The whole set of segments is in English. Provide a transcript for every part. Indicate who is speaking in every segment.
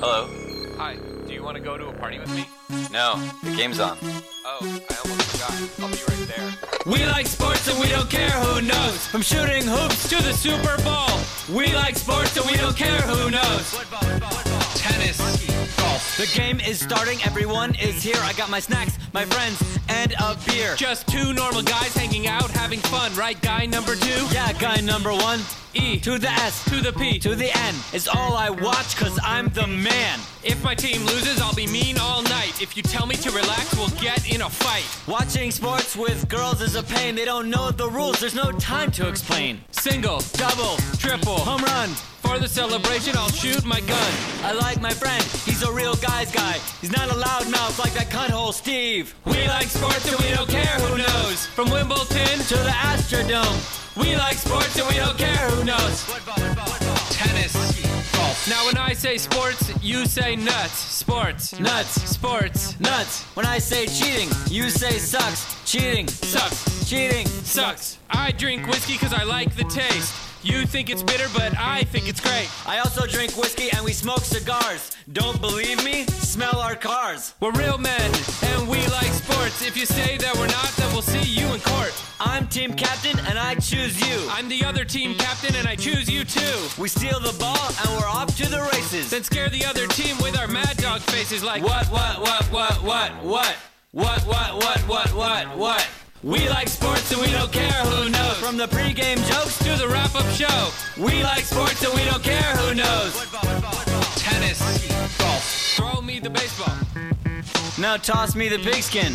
Speaker 1: Hello.
Speaker 2: Hi, do you want to go to a party with me?
Speaker 1: No, the game's on.
Speaker 2: Oh, I almost forgot. I'll be right there.
Speaker 3: We like sports and we don't care who knows. From shooting hoops to the Super Bowl. We like sports and we don't care who knows. Tennis, golf. The game is starting, everyone is here. I got my snacks, my friends, and a beer.
Speaker 4: Just two normal guys hanging out, having fun, right? Guy number two?
Speaker 3: Yeah, guy number one.
Speaker 4: E.
Speaker 3: To the S,
Speaker 4: To the P.
Speaker 3: to the N is all I watch, cause I'm the man.
Speaker 4: If my team loses, I'll be mean all night. If you tell me to relax, we'll get in a fight.
Speaker 3: Watching sports with girls is a pain. They don't know the rules, there's no time to explain.
Speaker 4: Single,
Speaker 3: Double,
Speaker 4: triple.
Speaker 3: home run.
Speaker 4: For the celebration, I'll shoot my gun.
Speaker 3: I like my friend, he's a real guy's guy. He's not a loudmouth like that cunthole Steve.
Speaker 4: We like sports and we don't care who knows. From Wimbledon,
Speaker 3: To the Astrodome,
Speaker 4: we like sports and we don't care who knows.
Speaker 3: tennis, golf,
Speaker 4: Now, when I say sports, you say nuts. Sports.
Speaker 3: nuts,
Speaker 4: Sports.
Speaker 3: nuts. When I say cheating, you say sucks. Cheating,
Speaker 4: Sucks.
Speaker 3: cheating,
Speaker 4: Sucks. I drink whiskey because I like the taste. You think it's bitter, but I think it's great.
Speaker 3: I also drink whiskey and we smoke cigars. Don't believe me? Smell our cars.
Speaker 4: We're real men, and we like sports. If you say that we're not, then we'll see you in court.
Speaker 3: I'm team captain and I choose you.
Speaker 4: I'm the other team captain, and I choose you too.
Speaker 3: We steal the ball and we're off to the races.
Speaker 4: Then scare the other team with our mad dog faces like
Speaker 3: What, what, what, what, what, what? What, what, what, what, what, what?
Speaker 4: We like sports and we don't care who knows.
Speaker 3: From the pregame jokes,
Speaker 4: to the wrap up show,
Speaker 3: we like sports and we don't care who knows. Tennis, golf.
Speaker 4: throw me the baseball.
Speaker 3: Now toss me the pigskin.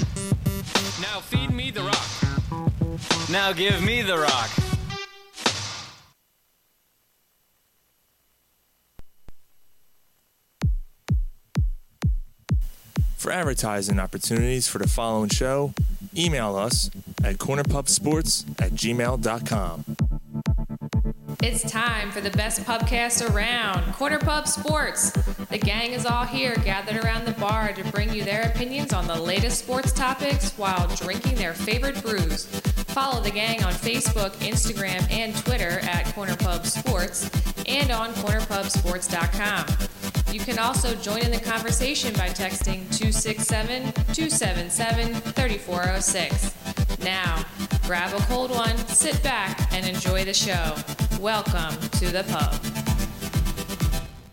Speaker 4: Now feed me the rock.
Speaker 3: Now give me the rock.
Speaker 5: For advertising opportunities for the following show, email us at cornerpubsports at gmail.com.
Speaker 6: It's time for the best pubcast around, Corner Pub Sports. The gang is all here, gathered around the bar to bring you their opinions on the latest sports topics while drinking their favorite brews. Follow the gang on Facebook, Instagram, and Twitter at Corner Pub Sports and on cornerpubsports.com. You can also join in the conversation by texting 267 277 3406. Now, grab a cold one, sit back, and enjoy the show. Welcome to the pub.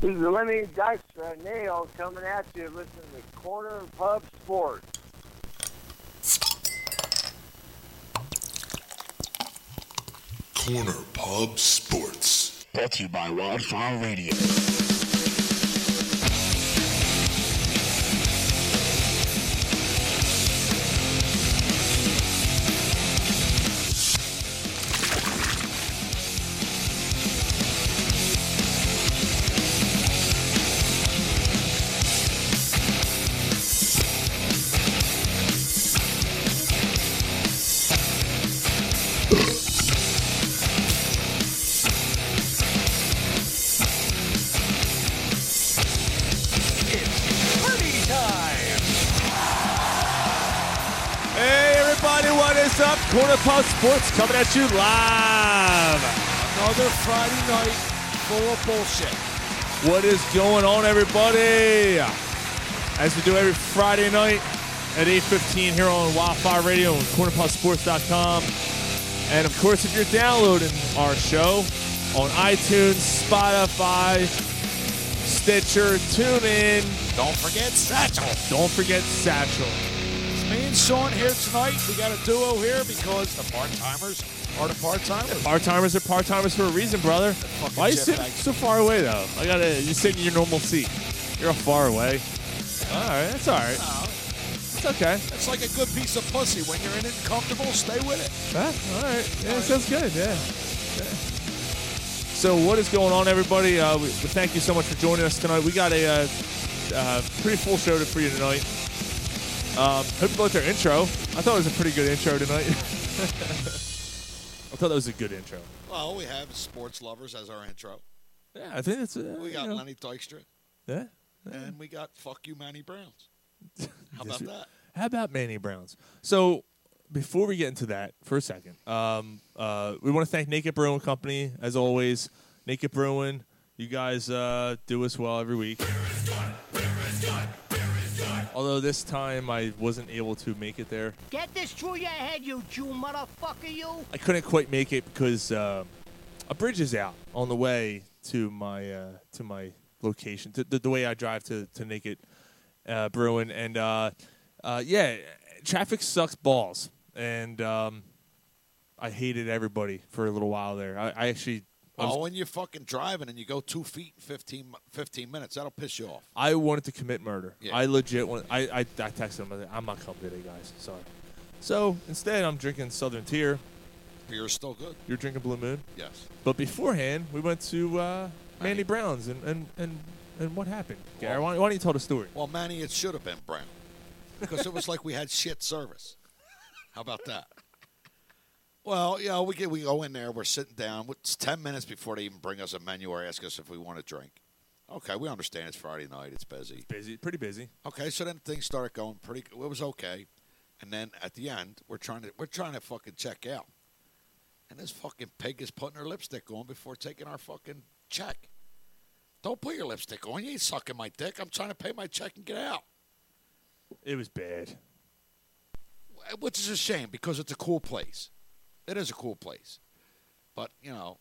Speaker 7: This is Lemmy Dykstra Nail coming at you. Listen to Corner Pub Sports.
Speaker 8: Corner Pub Sports. Brought to you by Wildfire Radio.
Speaker 5: Hey, everybody, what is up? Corner Pub Sports coming at you live.
Speaker 9: Another Friday night full of bullshit.
Speaker 5: What is going on, everybody? As we do every Friday night at 8.15 here on Wildfire Radio and cornerpubsports.com. And, of course, if you're downloading our show on iTunes, Spotify, Stitcher, TuneIn,
Speaker 9: Don't forget Satchel.
Speaker 5: don't forget Satchel.
Speaker 9: It's me and Sean here tonight. We got a duo here because the part timers are the part timers.
Speaker 5: Part timers are part timers for a reason, brother.
Speaker 9: fucking
Speaker 5: Why you
Speaker 9: jet
Speaker 5: sitting
Speaker 9: lag.
Speaker 5: so far away though? I gotta. You sitting in your normal seat. You're all far away. All right, that's all right. It's okay.
Speaker 9: It's like a good piece of pussy. When you're in it and comfortable, stay with it.
Speaker 5: Huh? All right. Yeah, sounds good. Yeah. Yeah. So what is going on, everybody? Uh, we, we thank you so much for joining us tonight. We got a uh, uh, pretty full show to- for you tonight. Um, hope you liked our intro. I thought it was a pretty good intro tonight. I thought that was a good intro.
Speaker 9: Well, we have sports lovers as our intro.
Speaker 5: Yeah, I think it's. Uh,
Speaker 9: We got
Speaker 5: you know,
Speaker 9: Lenny Dykstra
Speaker 5: Yeah.
Speaker 9: and we got fuck you Manny Browns. How
Speaker 5: Yes,
Speaker 9: about
Speaker 5: we-
Speaker 9: that?
Speaker 5: How about Manny Browns? So before we get into that for a second, um, uh, we want to thank Naked Brewing Company as always. Naked Brewing, you guys uh, do us well every week. Although this time I wasn't able to make it there.
Speaker 10: Get this through your head, you Jew motherfucker, you.
Speaker 5: I couldn't quite make it because uh, a bridge is out on the way to my uh, to my location, to, the, the way I drive to to Naked uh, Brewing, and uh, uh, yeah, traffic sucks balls, and um, I hated everybody for a little while there. I, I actually. I was-
Speaker 11: Oh, when you're fucking driving and you go two feet in 15, 15 minutes, that'll piss you off.
Speaker 5: I wanted to commit murder.
Speaker 11: Yeah.
Speaker 5: I legit want. I, I I texted him. I was like, I'm not coming today, guys. Sorry. So instead, I'm drinking Southern Tier.
Speaker 11: Beer's still good.
Speaker 5: You're drinking Blue Moon.
Speaker 11: Yes.
Speaker 5: But beforehand, we went to uh, Mandy
Speaker 11: Manny.
Speaker 5: Brown's, and and and, and what happened? Gary, why, why don't you tell the story?
Speaker 11: Well, Manny, it should have been brown because it was like we had shit service. How about that? Well, you know, we get, we go in there, we're sitting down. It's ten minutes before they even bring us a menu or ask us if we want a drink. Okay, we understand it's Friday night, it's busy.
Speaker 5: Busy, pretty busy.
Speaker 11: Okay, so then things started going pretty. It was okay, and then at the end, we're trying to we're trying to fucking check out, and this fucking pig is putting her lipstick on before taking our fucking check. Don't put your lipstick on. You ain't sucking my dick. I'm trying to pay my check and get out.
Speaker 5: It was bad.
Speaker 11: which is a shame because it's a cool place. It is a cool place, but you know,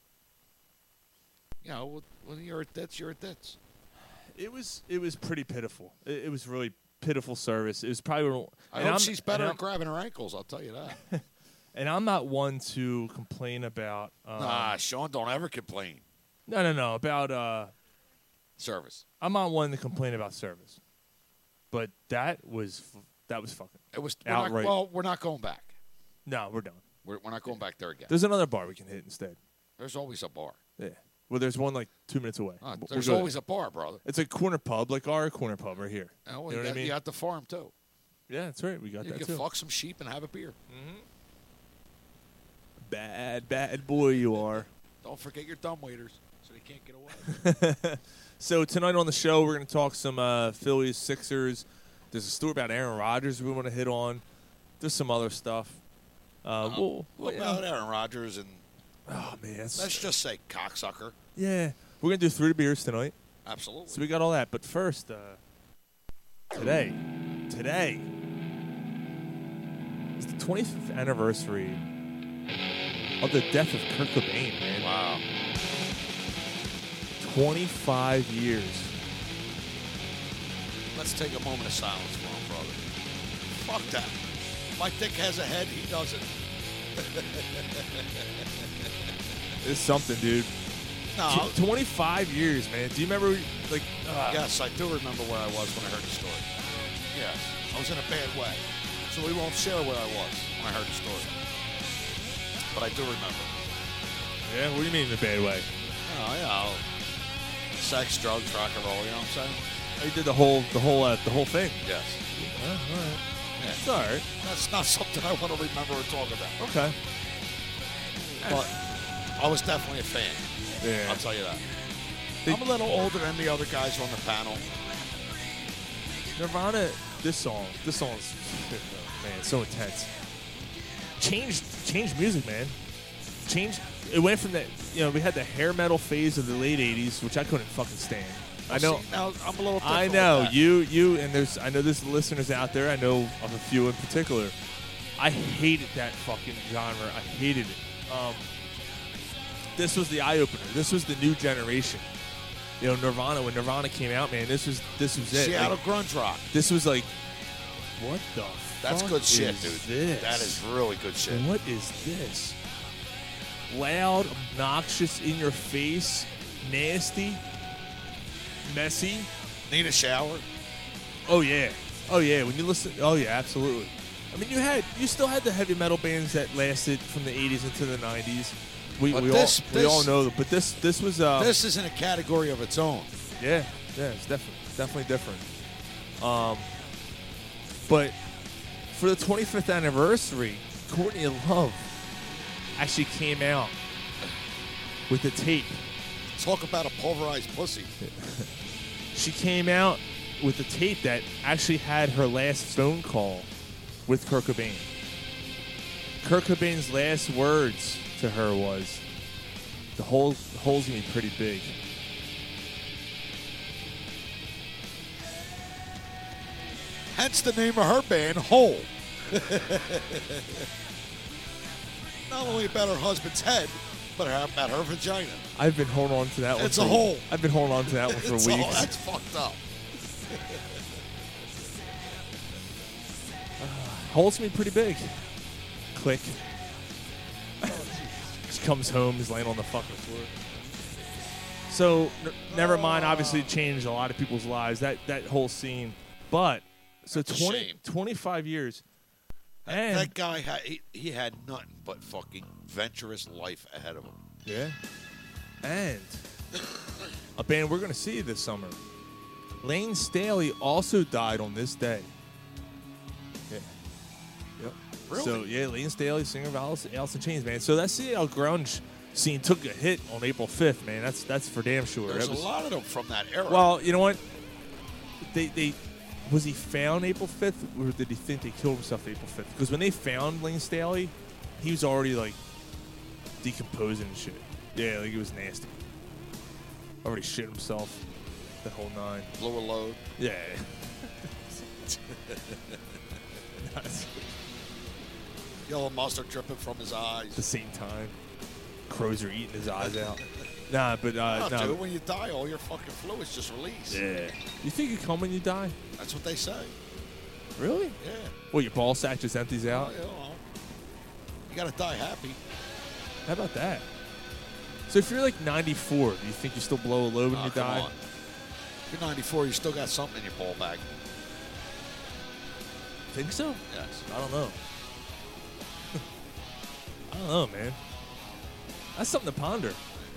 Speaker 11: you know, when you're at ditch, you're at ditch.
Speaker 5: It was it was pretty pitiful. It, it was really pitiful service. It was probably. one-
Speaker 11: I
Speaker 5: and
Speaker 11: hope
Speaker 5: I'm-
Speaker 11: she's better
Speaker 5: And
Speaker 11: at
Speaker 5: I'm,
Speaker 11: grabbing her ankles. I'll tell you that.
Speaker 5: and I'm not one to complain about. Uh,
Speaker 11: nah, Ah, Sean, don't ever complain.
Speaker 5: No, no, no. About uh,
Speaker 11: Service.
Speaker 5: I'm not one to complain about service, but that was f- that was fucking.
Speaker 11: It was we're not,
Speaker 5: Outright.
Speaker 11: well. We're not going back.
Speaker 5: No, we're done.
Speaker 11: We're, we're not going back there again.
Speaker 5: There's another bar we can hit instead.
Speaker 11: There's always a bar.
Speaker 5: Yeah. Well, there's one like two minutes away.
Speaker 11: Uh,
Speaker 5: We'll- we'll
Speaker 11: there's
Speaker 5: go there.
Speaker 11: always a bar, brother.
Speaker 5: It's a corner pub, like our corner pub right here.
Speaker 11: You, know,
Speaker 5: you know what
Speaker 11: you
Speaker 5: I
Speaker 11: got,
Speaker 5: mean?
Speaker 11: you got the farm too.
Speaker 5: yeah, that's right. We got
Speaker 11: You
Speaker 5: that
Speaker 11: can
Speaker 5: too.
Speaker 11: fuck some sheep and have a beer.
Speaker 5: Bad, bad boy you are.
Speaker 11: Don't forget your dumb waiters, so they can't get away.
Speaker 5: So tonight on the show, we're going to talk some uh, Phillies, Sixers. There's a story about Aaron Rodgers we want to hit on. There's some other stuff.
Speaker 11: Um,
Speaker 5: Uh, we'll-
Speaker 11: what
Speaker 5: yeah.
Speaker 11: about Aaron Rodgers and
Speaker 5: Oh man, that's-
Speaker 11: let's just say cocksucker?
Speaker 5: yeah. We're gonna do three beers tonight.
Speaker 11: Absolutely.
Speaker 5: So we got all that, but first, uh, today, today is the 25th anniversary of the death of Kurt Cobain. Man,
Speaker 11: Wow.
Speaker 5: 25 years.
Speaker 11: Let's take a moment of silence for him, brother. Fuck that. My dick has a head, he doesn't.
Speaker 5: It's something, dude.
Speaker 11: No.
Speaker 5: Tw- 25 years, man. Do you remember, like, uh,
Speaker 11: Yes, I do remember where I was when I heard the story. Yes. I was in a bad way. So we won't share where I was when I heard the story. But I do remember.
Speaker 5: yeah? What do you mean in a bad way?
Speaker 11: Oh, yeah. Sex, drugs, rock and roll, you know what I'm saying?
Speaker 5: He did the whole, the whole, uh, the whole thing.
Speaker 11: Yes. Yeah.
Speaker 5: It's all right.
Speaker 11: That's not something I want to remember or talk about.
Speaker 5: Okay.
Speaker 11: But I was definitely a fan.
Speaker 5: Yeah.
Speaker 11: I'll tell you that.
Speaker 5: They-
Speaker 11: I'm a little older than the other guys on the panel.
Speaker 5: Nirvana, this song, this song's man, so intense. Changed, changed music, man. Changed. It went from that, you know, we had the hair metal phase of the late '80s, which I couldn't fucking stand. I know,
Speaker 11: See, now I'm a little.
Speaker 5: I
Speaker 11: different with
Speaker 5: know
Speaker 11: that.
Speaker 5: you, you, and there's, I know there's listeners out there. I know of a few in particular. I hated that fucking genre. I hated it. Um, this was the eye opener. This was the new generation. You know, Nirvana. When Nirvana came out, man, this was this was it. Like,
Speaker 11: Seattle grunge rock.
Speaker 5: this was like, what the?
Speaker 11: That's
Speaker 5: fuck
Speaker 11: good shit,
Speaker 5: is
Speaker 11: dude.
Speaker 5: This?
Speaker 11: That is really good shit.
Speaker 5: What is this? Loud, obnoxious, in your face, nasty, messy.
Speaker 11: Need a shower?
Speaker 5: Oh yeah, oh yeah. When you listen, oh yeah, absolutely. I mean, you had, you still had the heavy metal bands that lasted from the '80s into the '90s. We,
Speaker 11: But
Speaker 5: we
Speaker 11: this-
Speaker 5: all we all
Speaker 11: this-
Speaker 5: know them, but this this was uh,
Speaker 11: This is in a category of its own.
Speaker 5: Yeah, yeah, it's definitely definitely different. Um, but for the 25th anniversary, Courtney Love actually came out with the tape.
Speaker 11: Talk about a pulverized pussy.
Speaker 5: She came out with the tape that actually had her last phone call with Kurt Cobain. Kurt Cobain's last words to her was, "The hole the hole's gonna be pretty big."
Speaker 9: Hence the name of her band, Hole. Not only about her husband's head, but her- about her vagina.
Speaker 5: I've been holding on to that one.
Speaker 9: It's
Speaker 5: for
Speaker 9: a hole.
Speaker 5: I've been holding on to that one for
Speaker 9: It's all-
Speaker 5: weeks.
Speaker 9: that's fucked up.
Speaker 5: Holds me pretty big. Click. Just comes home. He's laying on the fucking floor. So, n- never mind. Obviously, it changed a lot of people's lives. That that whole scene. But so
Speaker 9: That's a
Speaker 5: 20,
Speaker 9: shame.
Speaker 5: 25 years.
Speaker 9: That-
Speaker 5: And
Speaker 9: that guy had he, he had nothing but fucking venturous life ahead of him.
Speaker 5: Yeah. And a band we're going to see this summer. Lane Staley also died on this day. Yeah. Yep.
Speaker 9: Really?
Speaker 5: So, yeah, Lane Staley, singer of Alice, Alice in Chains, man. So that CL grunge scene took a hit on April 5th, man. That's that's for damn sure.
Speaker 9: There's
Speaker 5: That was-
Speaker 9: a lot of them from that era.
Speaker 5: Well, you know what? They they was he found April 5th or did he think they killed himself April 5th? Because when they found Lane Staley, he was already like decomposing and shit. Yeah, like it was nasty. Already shit himself. The whole nine.
Speaker 9: blow a load.
Speaker 5: Yeah.
Speaker 9: Yellow mustard dripping from his
Speaker 5: At the
Speaker 9: eyes.
Speaker 5: same time, crows are eating his eyes out. Nah, but uh,
Speaker 9: No,
Speaker 5: no.
Speaker 9: dude, when you die, all your fucking fluids just release.
Speaker 5: yeah. You think you come when you die?
Speaker 9: That's what they say.
Speaker 5: Really?
Speaker 9: Yeah.
Speaker 5: Well, your ball sack just empties out.
Speaker 9: Well, you know, you gotta die happy.
Speaker 5: How about that? So if you're like 94, do you think you still blow a load when
Speaker 9: Ah,
Speaker 5: you
Speaker 9: come
Speaker 5: die?
Speaker 9: on. If you're 94, you still got something in your ball bag.
Speaker 5: Think so?
Speaker 9: Yes.
Speaker 5: I don't know. I don't know, man. That's something to ponder.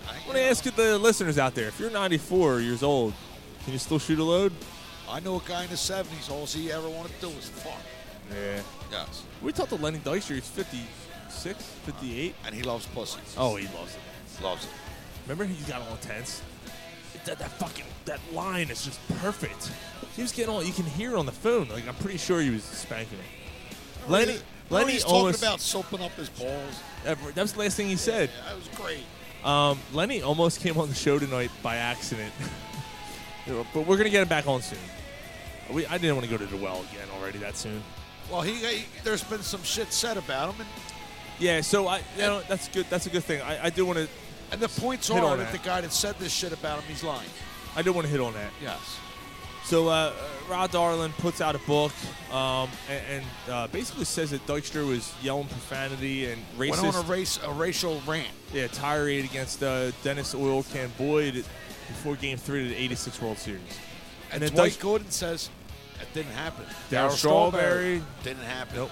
Speaker 9: I,
Speaker 5: I want to ask you, the listeners out there, if you're 94 years old, can you still shoot a load?
Speaker 9: I know a guy in his 70s. All he ever wanted to do was fuck.
Speaker 5: Yeah.
Speaker 9: Yes.
Speaker 5: We talked to Lenny Dykstra. He's 56, 58.
Speaker 9: And he loves pussy.
Speaker 5: Oh, he loves it.
Speaker 9: loves it.
Speaker 5: Remember, he got all tense. That, that fucking that line is just perfect. He was getting all you can hear on the phone. Like I'm pretty sure he was spanking it. Lenny,
Speaker 9: Remember
Speaker 5: Lenny
Speaker 9: he's
Speaker 5: almost.
Speaker 9: talking about soaping up his balls.
Speaker 5: that that was the last thing he said.
Speaker 9: Yeah, that was great.
Speaker 5: Um, Lenny almost came on the show tonight by accident, but we're gonna get him back on soon. We, I didn't want to go to the well again already that soon.
Speaker 9: Well, he, he there's been some shit said about him,
Speaker 5: Yeah, so I, you know, that's good. That's a good thing. I, I do want to,
Speaker 9: and, and the points
Speaker 5: Hit
Speaker 9: are
Speaker 5: on
Speaker 9: that
Speaker 5: that.
Speaker 9: the guy that said this shit about him, he's lying.
Speaker 5: I do want to hit on that.
Speaker 9: Yes.
Speaker 5: So uh, uh, Rod Darlin puts out a book um, and, and uh, basically says that Dykstra was yelling profanity and racist.
Speaker 9: Went on a race a racial rant.
Speaker 5: yeah, tirade against uh, Dennis Oil Can Boyd before Game Three of the '86 World Series.
Speaker 9: And,
Speaker 5: then
Speaker 9: Dwight
Speaker 5: Dykstra-
Speaker 9: Gordon says, that didn't happen.
Speaker 5: Darryl Strawberry.
Speaker 9: Didn't happen.
Speaker 5: Nope.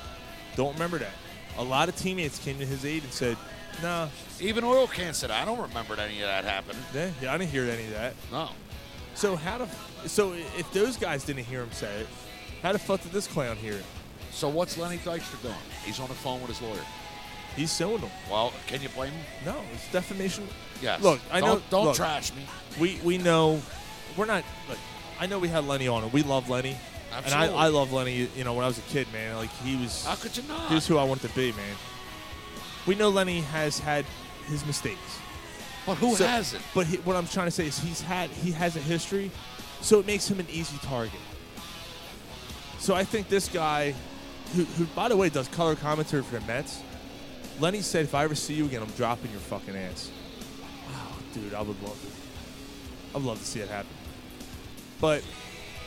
Speaker 5: Don't remember that. A lot of teammates came to his aid and said, "Nah,
Speaker 9: Even Oil Can said, I don't remember any of that happening.
Speaker 5: eh, yeah, I didn't hear any of that."
Speaker 9: No.
Speaker 5: So how the so if those guys didn't hear him say it, how the fuck did this clown hear it?
Speaker 9: So what's Lenny Dykstra doing? He's on the phone with his lawyer.
Speaker 5: He's suing him.
Speaker 9: Well, can you blame him?
Speaker 5: No, it's defamation.
Speaker 9: Yes.
Speaker 5: Look, I
Speaker 9: don't,
Speaker 5: know.
Speaker 9: Don't
Speaker 5: look,
Speaker 9: trash me.
Speaker 5: we we know we're not like I know we had Lenny on and we love Lenny. And
Speaker 9: Absolutely.
Speaker 5: I, I love Lenny, you know, when I was a kid, man. Like he was
Speaker 9: How could you not?
Speaker 5: he was who I wanted to be, man. We know Lenny has had his mistakes.
Speaker 9: but who
Speaker 5: So-
Speaker 9: hasn't?
Speaker 5: But he, what I'm trying to say is he's had he has a history, so it makes him an easy target. So I think this guy, who, who by the way does color commentary for the Mets, Lenny said, "If I ever see you again, I'm dropping your fucking ass." Wow, dude, I would love to. I'd love to see it happen. But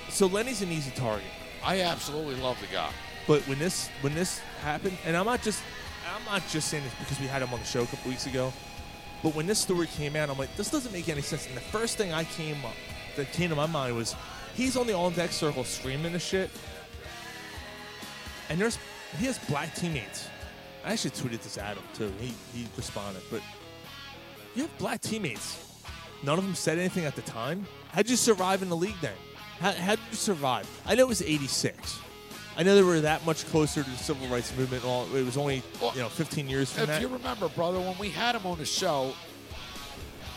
Speaker 5: so Lenny's an easy target.
Speaker 9: I absolutely love the guy.
Speaker 5: But when this when this happened, and I'm not just I'm not just saying this because we had him on the show a couple weeks ago, but when this story came out, I'm like, this doesn't make any sense. And the first thing I came up that came to my mind was he's on the on deck circle screaming this shit, and there's he has black teammates. I actually tweeted this at him too. He he responded, but you have black teammates. None of them said anything at the time. How'd you survive in the league then? How, how did you survive? I know it was 86. I know they were that much closer to the civil rights movement. And all it was only
Speaker 9: Well,
Speaker 5: you know 15 years from
Speaker 9: If
Speaker 5: that.
Speaker 9: you remember, brother, when we had him on the show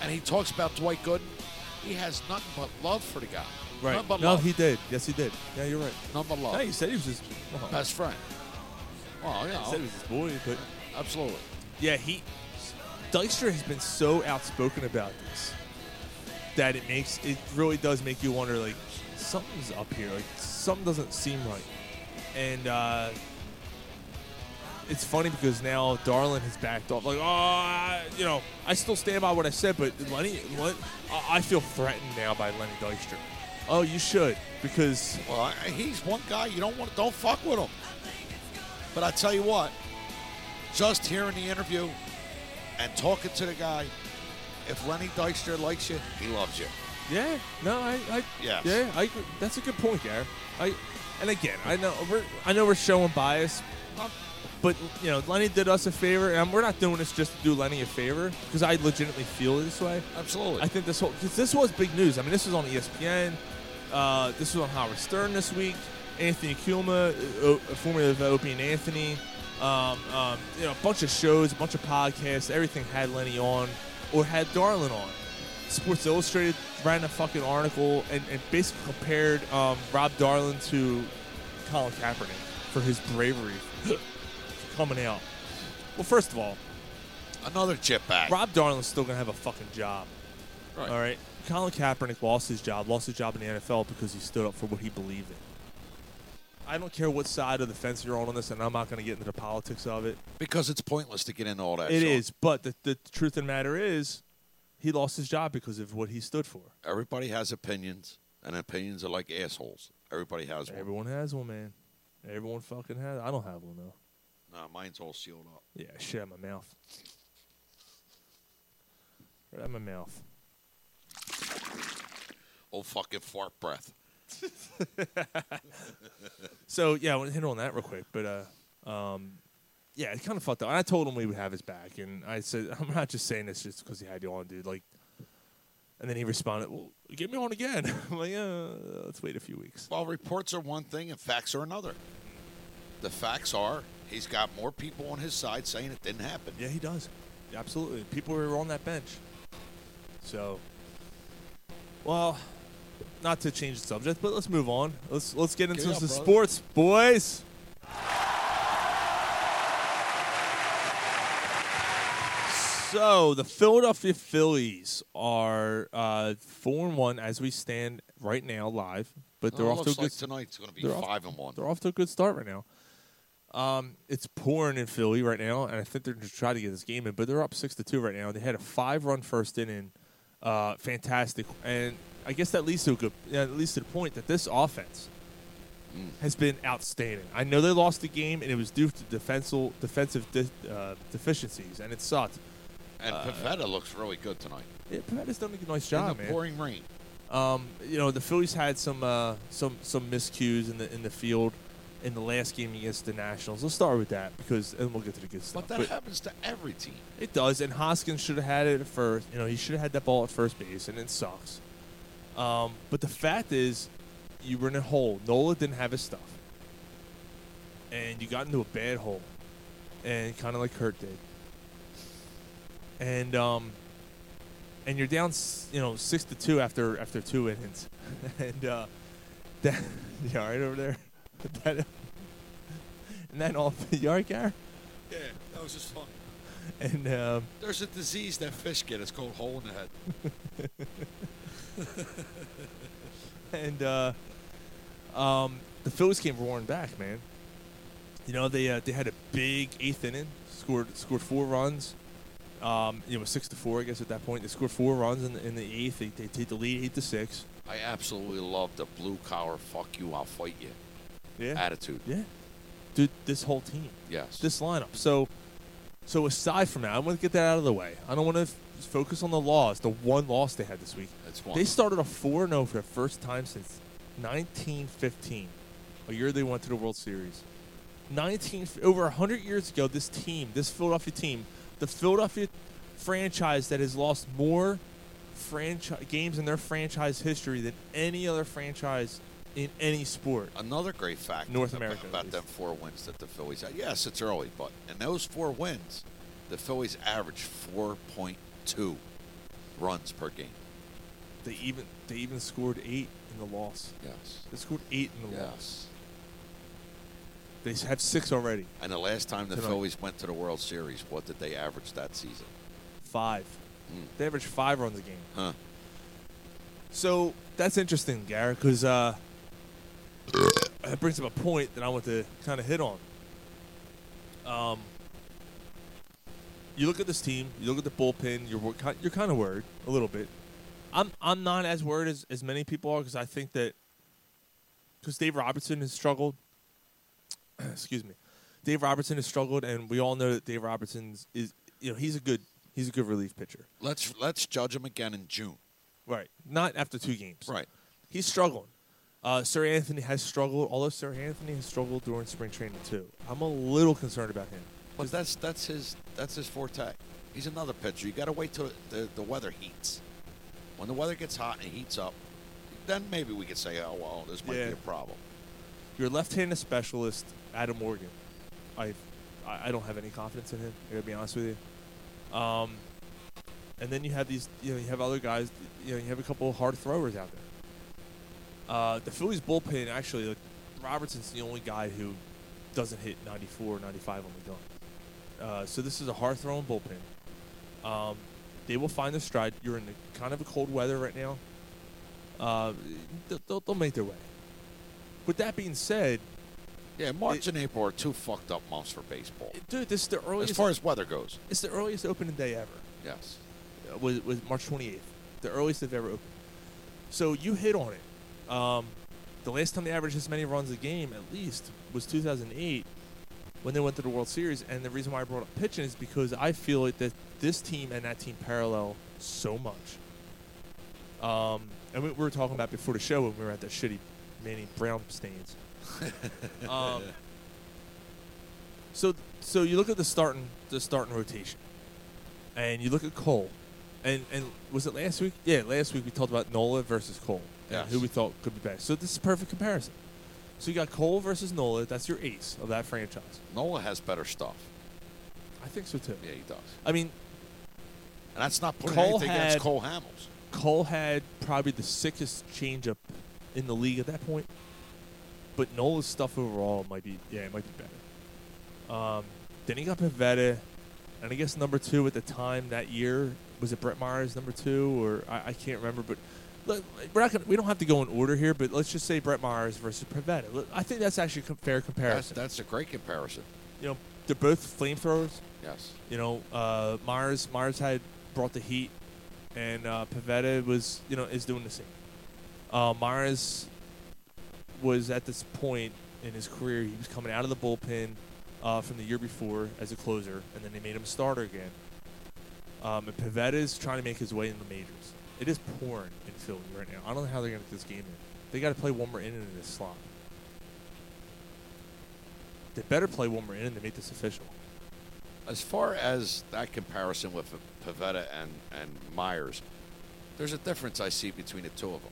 Speaker 9: and he talks about Dwight Gooden, he has nothing but love for the guy. Nothing but
Speaker 5: No,
Speaker 9: love.
Speaker 5: he did. Yes, he did. Yeah, you're right.
Speaker 9: nothing but love.
Speaker 5: No, you said he was his well,
Speaker 9: Best friend. Well,
Speaker 5: I said
Speaker 9: yeah,
Speaker 5: he was his boy, but
Speaker 9: absolutely.
Speaker 5: yeah, he Dykstra has been so outspoken about this that it makes it really does make you wonder. Like, something's up here. Like something doesn't seem right. And uh, it's funny because now Darlin has backed off. Like, oh, I- you know, I still stand by what I said, but Lenny, Len, I- I feel threatened now by Lenny Dykstra. Oh, you should because
Speaker 9: Well, I, he's one guy you don't want. Don't fuck with him. But I tell you what, just hearing the interview and talking to the guy, if Lenny Dykstra likes you, he loves you.
Speaker 5: Yeah. No, I. I
Speaker 9: Yes.
Speaker 5: Yeah. I. That's a good point, Garrett. I. And again, I know we're. I know we're showing bias, but you know, Lenny did us a favor, and we're not doing this just to do Lenny a favor because I legitimately feel this way.
Speaker 9: Absolutely.
Speaker 5: I think this whole because this was big news. I mean, this was on E ESPN. Uh, this was on Howard Stern this week. Anthony Kilma, uh, o- formerly of Opie and Anthony, um, um, you know, a bunch of shows, a bunch of podcasts, everything had Lenny on or had Darlin on. Sports Illustrated ran a fucking article and, and basically compared um, Rob Darlin to Colin Kaepernick for his bravery for coming out. Well, first of all,
Speaker 9: Another chip back.
Speaker 5: Rob Darlin's still gonna have a fucking job.
Speaker 9: Right.
Speaker 5: All right. Colin Kaepernick lost his job, lost his job in the NFL because he stood up for what he believed in. I don't care what side of the fence you're on on this, and I'm not going to get into the politics of it.
Speaker 9: because it's pointless to get into all that.
Speaker 5: It is,
Speaker 9: Sean.
Speaker 5: but the, the truth of the matter is, he lost his job because of what he stood for.
Speaker 9: Everybody has opinions, and opinions are like assholes. Everybody has one.
Speaker 5: Everyone has one, man. Everyone fucking has. I don't have one though.
Speaker 9: Nah, mine's all sealed up.
Speaker 5: Yeah, shit out of my mouth. Right out of my mouth.
Speaker 9: Old fucking fart breath.
Speaker 5: So yeah, I want to hit on that real quick, but uh, um, yeah, it kind of fucked up. And I told him we would have his back, and I said I'm not just saying this just because he had you on, dude. Like, and then he responded, "Well, get me on again." I'm like, uh, let's wait a few weeks.
Speaker 9: Well, reports are one thing and facts are another. The facts are he's got more people on his side saying it didn't happen.
Speaker 5: Yeah, he does. Absolutely, people were on that bench. So, well, not to change the subject, but let's move on. Let's let's get into
Speaker 9: Get up,
Speaker 5: some
Speaker 9: brother.
Speaker 5: sports, boys. So the Philadelphia Phillies are uh, four and one as we stand right now, live. But they're
Speaker 9: Oh, it
Speaker 5: off to a
Speaker 9: looks
Speaker 5: good.
Speaker 9: like tonight's going to be
Speaker 5: they're off-
Speaker 9: five and one.
Speaker 5: They're off to a good start right now. Um, it's pouring in Philly right now, and I think they're just trying to get this game in. But they're up six to two right now. They had a five-run first inning, uh, fantastic, and I guess that leads to a good, yeah, it leads to the point that this offense
Speaker 9: Mm.
Speaker 5: has been outstanding. I know they lost the game, and it was due to defensive defensive de- uh, deficiencies, and it sucked.
Speaker 9: And Pavetta looks really good tonight.
Speaker 5: Yeah, Pavetta's done a nice
Speaker 9: in
Speaker 5: job,
Speaker 9: the
Speaker 5: Uh, man.
Speaker 9: pouring rain.
Speaker 5: Um, you know, the Phillies had some uh, some some miscues in the in the field in the last game against the Nationals. Let's start with that because, and we'll get to the good stuff.
Speaker 9: But that happens to every team.
Speaker 5: it does, and Hoskins should have had it at first. You know, he should have had that ball at first base, and it sucks. Um, but the fact is, you were in a hole. Nola didn't have his stuff, and you got into a bad hole, and kind of like Kurt did. And um, and you're down, s- you know, six to two after after two innings, and uh, that you all right over there? that and that off you all right, Gar?
Speaker 9: Yeah, that was just fun.
Speaker 5: And um,
Speaker 9: There's a disease that fish get. It's called hole in the head.
Speaker 5: and uh, um, the Phillies came roaring back, man. You know they uh, they had a big eighth inning, scored scored four runs. Um, you know, it was six to four, I guess at that point. They scored four runs in the, in the eighth. They, they take the lead eight to six.
Speaker 9: I absolutely love the blue collar "fuck you, I'll fight you"
Speaker 5: Yeah,
Speaker 9: attitude.
Speaker 5: yeah, dude, this whole team.
Speaker 9: Yes.
Speaker 5: this lineup. So, so aside from that, I want to get that out of the way. I don't want to f- focus on the loss, the one loss they had this week.
Speaker 9: That's one.
Speaker 5: They started a 4 0 for the first time since 1915, a year they went to the World Series. 19 f- over 100 years ago, this team, this Philadelphia team, the Philadelphia franchise that has lost more franchise games in their franchise history than any other franchise in any sport.
Speaker 9: Another great fact
Speaker 5: North
Speaker 9: ab-
Speaker 5: America, at
Speaker 9: about
Speaker 5: least.
Speaker 9: them four wins that the Phillies had. Yes, it's early, but in those four wins, the Phillies averaged 4.2 runs per game.
Speaker 5: They even they even scored 8 in the loss.
Speaker 9: Yes.
Speaker 5: They scored eight in the loss.
Speaker 9: Yes.
Speaker 5: They have six already.
Speaker 9: And the last time the
Speaker 5: Tonight.
Speaker 9: Phillies went to the World Series, what did they average that season?
Speaker 5: Five. They average five runs a game.
Speaker 9: Huh.
Speaker 5: So that's interesting, Garrett, because uh, that brings up a point that I want to kind of hit on. Um, you look at this team, you look at the bullpen. You're wor- ki- you're kind of worried a little bit. I'm I'm not as worried as, as many people are because I think that because Dave Robertson has struggled. Excuse me, Dave Robertson has struggled, and we all know that Dave Robertson is you know he's a good he's a good relief pitcher.
Speaker 9: Let's let's judge him again in June.
Speaker 5: Right. Not after two games.
Speaker 9: Right.
Speaker 5: He's struggling. Uh, Sir Anthony has struggled, although Sir Anthony has struggled during spring training too. I'm a little concerned about him.
Speaker 9: But that's that's his that's his forte. He's another pitcher. You got to wait till the, the weather heats. When the weather gets hot and it heats up, then maybe we could say, oh well, this might
Speaker 5: Yeah.
Speaker 9: be a problem.
Speaker 5: Your left-handed specialist, Adam Morgan. I, I I don't have any confidence in him. I gotta be honest with you. Um, and then you have these, you know, you have other guys. You know, you have a couple of hard throwers out there. Uh, the Phillies bullpen actually, like, Robertson's the only guy who doesn't hit 94 or 95 on the gun. Uh, so this is a hard throwing bullpen. Um, they will find their stride. You're in the, kind of a cold weather right now. Uh, they'll, they'll, they'll make their way. With that being said,
Speaker 9: Yeah, March and April are two fucked up months for baseball.
Speaker 5: dude, this is the earliest.
Speaker 9: As far as weather goes,
Speaker 5: it's the earliest opening day ever.
Speaker 9: yes.
Speaker 5: Uh, Was was March 28th, the earliest they've ever opened. So you hit on it. Um, the last time they averaged this many runs a game, at least, was 2008, when they went to the World Series. And the reason why I brought up pitching is because I feel it that this team and that team parallel so much. Um, and we, we were talking about before the show when we were at that shitty Manny Brown stands. um, so so you look at the starting the starting rotation, and you look at Cole, and and was it last week? Yeah, last week we talked about Nola versus Cole and
Speaker 9: Yes.
Speaker 5: who we thought could be best. So this is a perfect comparison. So you got Cole versus Nola. That's your ace of that franchise.
Speaker 9: Nola has better stuff.
Speaker 5: I think so too.
Speaker 9: Yeah, he does.
Speaker 5: I mean,
Speaker 9: And that's not putting
Speaker 5: Cole
Speaker 9: anything
Speaker 5: had-
Speaker 9: against Cole Hamels.
Speaker 5: Cole had probably the sickest changeup in the league at that point, but Nola's stuff overall might be yeah, it might be better. Um, then he got Pavetta, and I guess number two at the time that year was it Brett Myers number two or I, I can't remember, but let- we're not gonna, we don't have to go in order here, but let's just say Brett Myers versus Pavetta. Let- I think that's actually a com- fair
Speaker 9: That's,
Speaker 5: comparison.
Speaker 9: that's a great comparison.
Speaker 5: you know, they're both flamethrowers.
Speaker 9: Yes.
Speaker 5: You know, uh, Myers Myers had brought the heat, and uh, Pavetta was you know is doing the same. Uh, Myers was at this point in his career. He was coming out of the bullpen uh, from the year before as a closer, and then they made him a starter again. Um, and Pavetta is trying to make his way in the majors. It is pouring in Philly right now. I don't know how they're going to get this game in. They got to play one more inning in this slot. They better play one more inning to make this official.
Speaker 9: As far as that comparison with Pavetta and, and Myers, there's a difference I see between the two of them.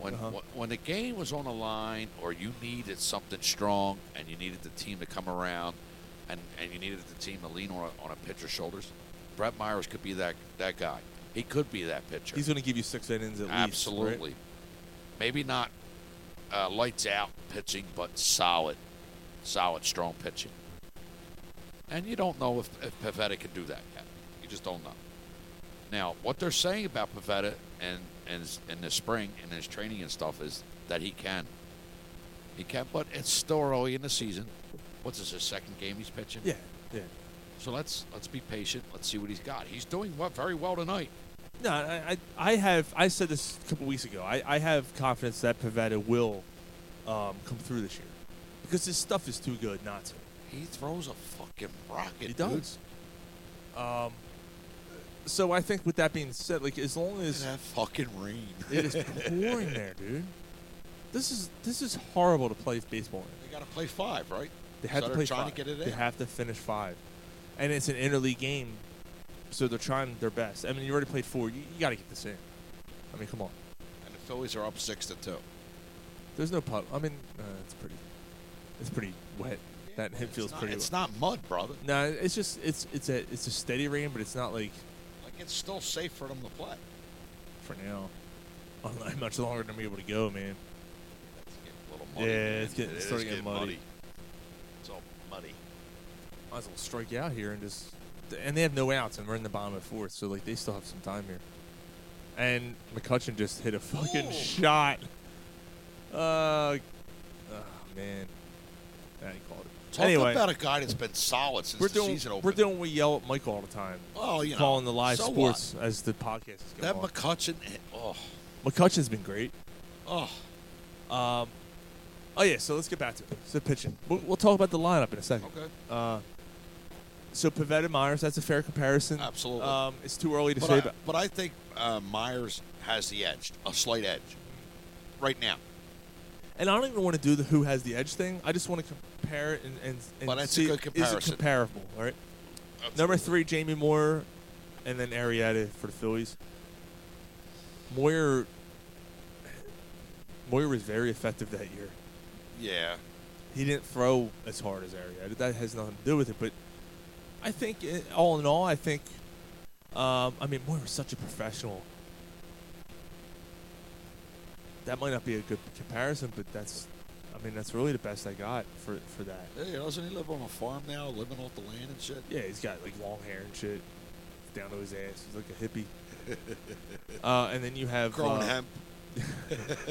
Speaker 9: When,
Speaker 5: Uh-huh.
Speaker 9: wh- when the game was on the line or you needed something strong and you needed the team to come around and, and you needed the team to lean on a, on a pitcher's shoulders, Brett Myers could be that, that guy. He could be that pitcher.
Speaker 5: He's going to give you six innings at
Speaker 9: Absolutely.
Speaker 5: least.
Speaker 9: Maybe not uh, lights out pitching, but solid, solid, strong pitching. And you don't know if, if Pavetta can do that yet. You just don't know. Now, what they're saying about Pavetta and and his- in the spring and his training and stuff is that he can. He can, but it's still early in the season. What's this? His second game he's pitching.
Speaker 5: Right? Yeah, yeah.
Speaker 9: So let's let's be patient. Let's see what he's got. He's doing what very well tonight.
Speaker 5: No, I, I, I have. I said this a couple weeks ago. I, I have confidence that Pavetta will um, come through this year because his stuff is too good not to.
Speaker 9: He throws a fucking rocket.
Speaker 5: He
Speaker 9: dude.
Speaker 5: does. Um, so I think with that being said, like as long
Speaker 9: Look at
Speaker 5: as
Speaker 9: that fucking rain.
Speaker 5: it is pouring there, dude, this is this is horrible to play baseball in.
Speaker 9: They got to play five, right?
Speaker 5: They have
Speaker 9: so
Speaker 5: to
Speaker 9: they're
Speaker 5: play
Speaker 9: trying
Speaker 5: five.
Speaker 9: to get it in.
Speaker 5: They have to finish five, and it's an interleague game, so they're trying their best. I mean, you already played four. You, you got to get this in. I mean, come on.
Speaker 9: and the Phillies are up six to two.
Speaker 5: There's no puddle. I mean, uh, it's pretty. It's pretty wet. that hit
Speaker 9: it's
Speaker 5: feels
Speaker 9: not,
Speaker 5: pretty.
Speaker 9: It's
Speaker 5: wet.
Speaker 9: not mud, brother.
Speaker 5: No, it's just it's it's a it's a steady rain, but it's not like
Speaker 9: Like it's still safe for them to play.
Speaker 5: for now. I'm not much longer than we able to go, man.
Speaker 9: That's getting a little muddy.
Speaker 5: Yeah,
Speaker 9: man.
Speaker 5: it's getting-
Speaker 9: It
Speaker 5: it's
Speaker 9: is
Speaker 5: starting to get
Speaker 9: getting
Speaker 5: muddy.
Speaker 9: It's all muddy.
Speaker 5: Might as well strike you out here and just. And they have no outs, and we're in the bottom of fourth, so like they still have some time here. and McCutcheon just hit a fucking shot. Uh, oh man, that ain't called it.
Speaker 9: Talk
Speaker 5: anyway,
Speaker 9: about a guy that's been solid since
Speaker 5: we're
Speaker 9: the
Speaker 5: doing
Speaker 9: season opened.
Speaker 5: we're doing what we yell at Mike all the time.
Speaker 9: Well, you know,
Speaker 5: calling the live
Speaker 9: so what?
Speaker 5: sports as the podcast is going
Speaker 9: That
Speaker 5: on.
Speaker 9: McCutcheon, eh, oh,
Speaker 5: McCutcheon's been great. Um,
Speaker 9: oh,
Speaker 5: Oh yeah, so let's get back to it. So pitching, we'll, we'll talk about the lineup in a second. Uh,
Speaker 9: okay.
Speaker 5: So Pavetta Myers, that's a fair comparison.
Speaker 9: Absolutely.
Speaker 5: Um, it's too early to
Speaker 9: But
Speaker 5: say,
Speaker 9: I,
Speaker 5: but
Speaker 9: but I think uh, Myers has the edge, a slight edge, right now.
Speaker 5: and I don't even want to do the who has the edge thing. I just want to compare it and and, and
Speaker 9: Well, that's a
Speaker 5: see
Speaker 9: good
Speaker 5: is it
Speaker 9: comparison.
Speaker 5: comparable. All right. Number three, Jamie Moore, and then Arietta for the Phillies. Moyer, Moyer was very effective that year.
Speaker 9: Yeah.
Speaker 5: He didn't throw as hard as Arietta. That has nothing to do with it, but I think eh, all in all, I think, um, I mean, Moyer was such a professional. That might not be a good comparison, but that's, I mean, that's really the best I got for for that.
Speaker 9: Hey, doesn't he live on a farm now, living off the land and shit?
Speaker 5: Yeah, he's got like long hair and shit down to his ass. He's like a hippie. uh, and then you have
Speaker 9: Growing
Speaker 5: uh,
Speaker 9: hemp.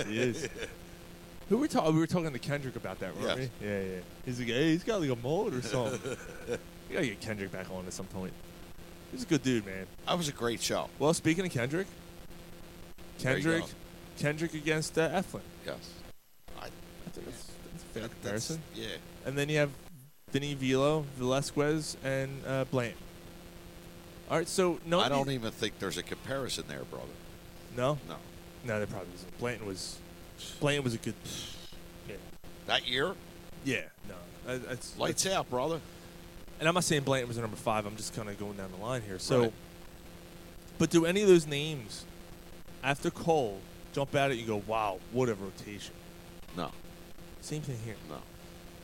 Speaker 5: He is. Who were talking? We were talking to Kendrick about that, weren't
Speaker 9: Yes.
Speaker 5: we? Yeah, yeah. He's like, hey, he's got like a mold or something. you gotta get Kendrick back on at some point. He's a good dude, man.
Speaker 9: That was a great show.
Speaker 5: Well, speaking of Kendrick,
Speaker 9: There you go.
Speaker 5: Kendrick, Kendrick against uh, Eflin.
Speaker 9: Yes. I,
Speaker 5: I think that's, that's a
Speaker 9: that,
Speaker 5: fair
Speaker 9: that's,
Speaker 5: comparison.
Speaker 9: yeah.
Speaker 5: And then you have Vinny Vilo, Velasquez, and uh, Blaine. All right, so no, e-
Speaker 9: I don't even think there's a comparison there, brother.
Speaker 5: no,
Speaker 9: No.
Speaker 5: No, there probably isn't. Blanton was, Blanton was a good. Yeah,
Speaker 9: That year,
Speaker 5: yeah, no, that- that's
Speaker 9: lights out, brother.
Speaker 5: And I'm not saying Blanton was a number five. I'm just kind of going down the line here. So,
Speaker 9: Right.
Speaker 5: but do any of those names after Cole jump out at you? and Go, wow, what a rotation.
Speaker 9: No,
Speaker 5: Same thing here.
Speaker 9: no.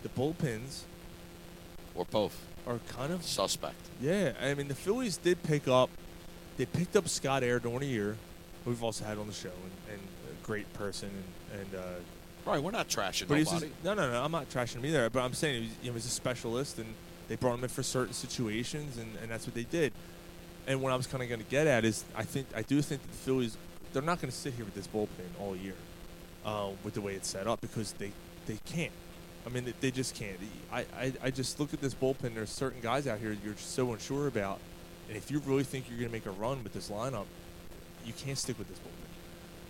Speaker 5: The bullpens
Speaker 9: We're both
Speaker 5: are kind of
Speaker 9: suspect.
Speaker 5: yeah. I mean, the Phillies did pick up. They picked up Scott Air during the year. who We've also had on the show and, and a great person and, and uh,
Speaker 9: Right, we're not trashing
Speaker 5: But he's
Speaker 9: nobody.
Speaker 5: just- no, no, no. I'm not trashing him either. But I'm saying he was, he was a specialist, and they brought him in for certain situations, and, and that's what they did. And what I was kind of going to get at is, I think I do think that the Phillies they're not going to sit here with this bullpen all year, uh, with the way it's set up because they they can't. I mean, they, they just can't. I, I I just look at this bullpen. There's certain guys out here you're just so unsure about, and if you really think you're going to make a run with this lineup, you can't stick with this bullpen.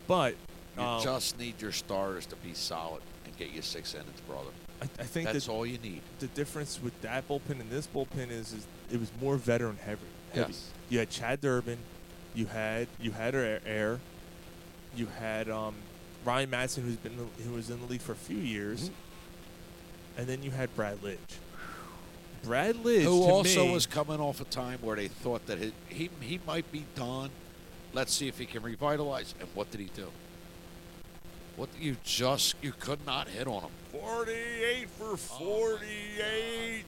Speaker 5: But
Speaker 9: you
Speaker 5: um,
Speaker 9: just need your starters to be solid and get you six innings, brother.
Speaker 5: I, I think
Speaker 9: That's
Speaker 5: that
Speaker 9: all you need.
Speaker 5: the difference with that bullpen and this bullpen is, is it was more veteran heavy. heavy.
Speaker 9: Yes.
Speaker 5: You had Chad Durbin, you had you had Air, Air you had um, Ryan Matson, who's been who was in the league for a few years,
Speaker 9: Mm-hmm.
Speaker 5: and then you had Brad Lidge. Brad Lidge,
Speaker 9: Who
Speaker 5: to
Speaker 9: also
Speaker 5: me,
Speaker 9: was coming off a time where they thought that he, he he might be done. Let's see if he can revitalize. And what did he do? What you just you could not hit on him.
Speaker 5: 48 for 48,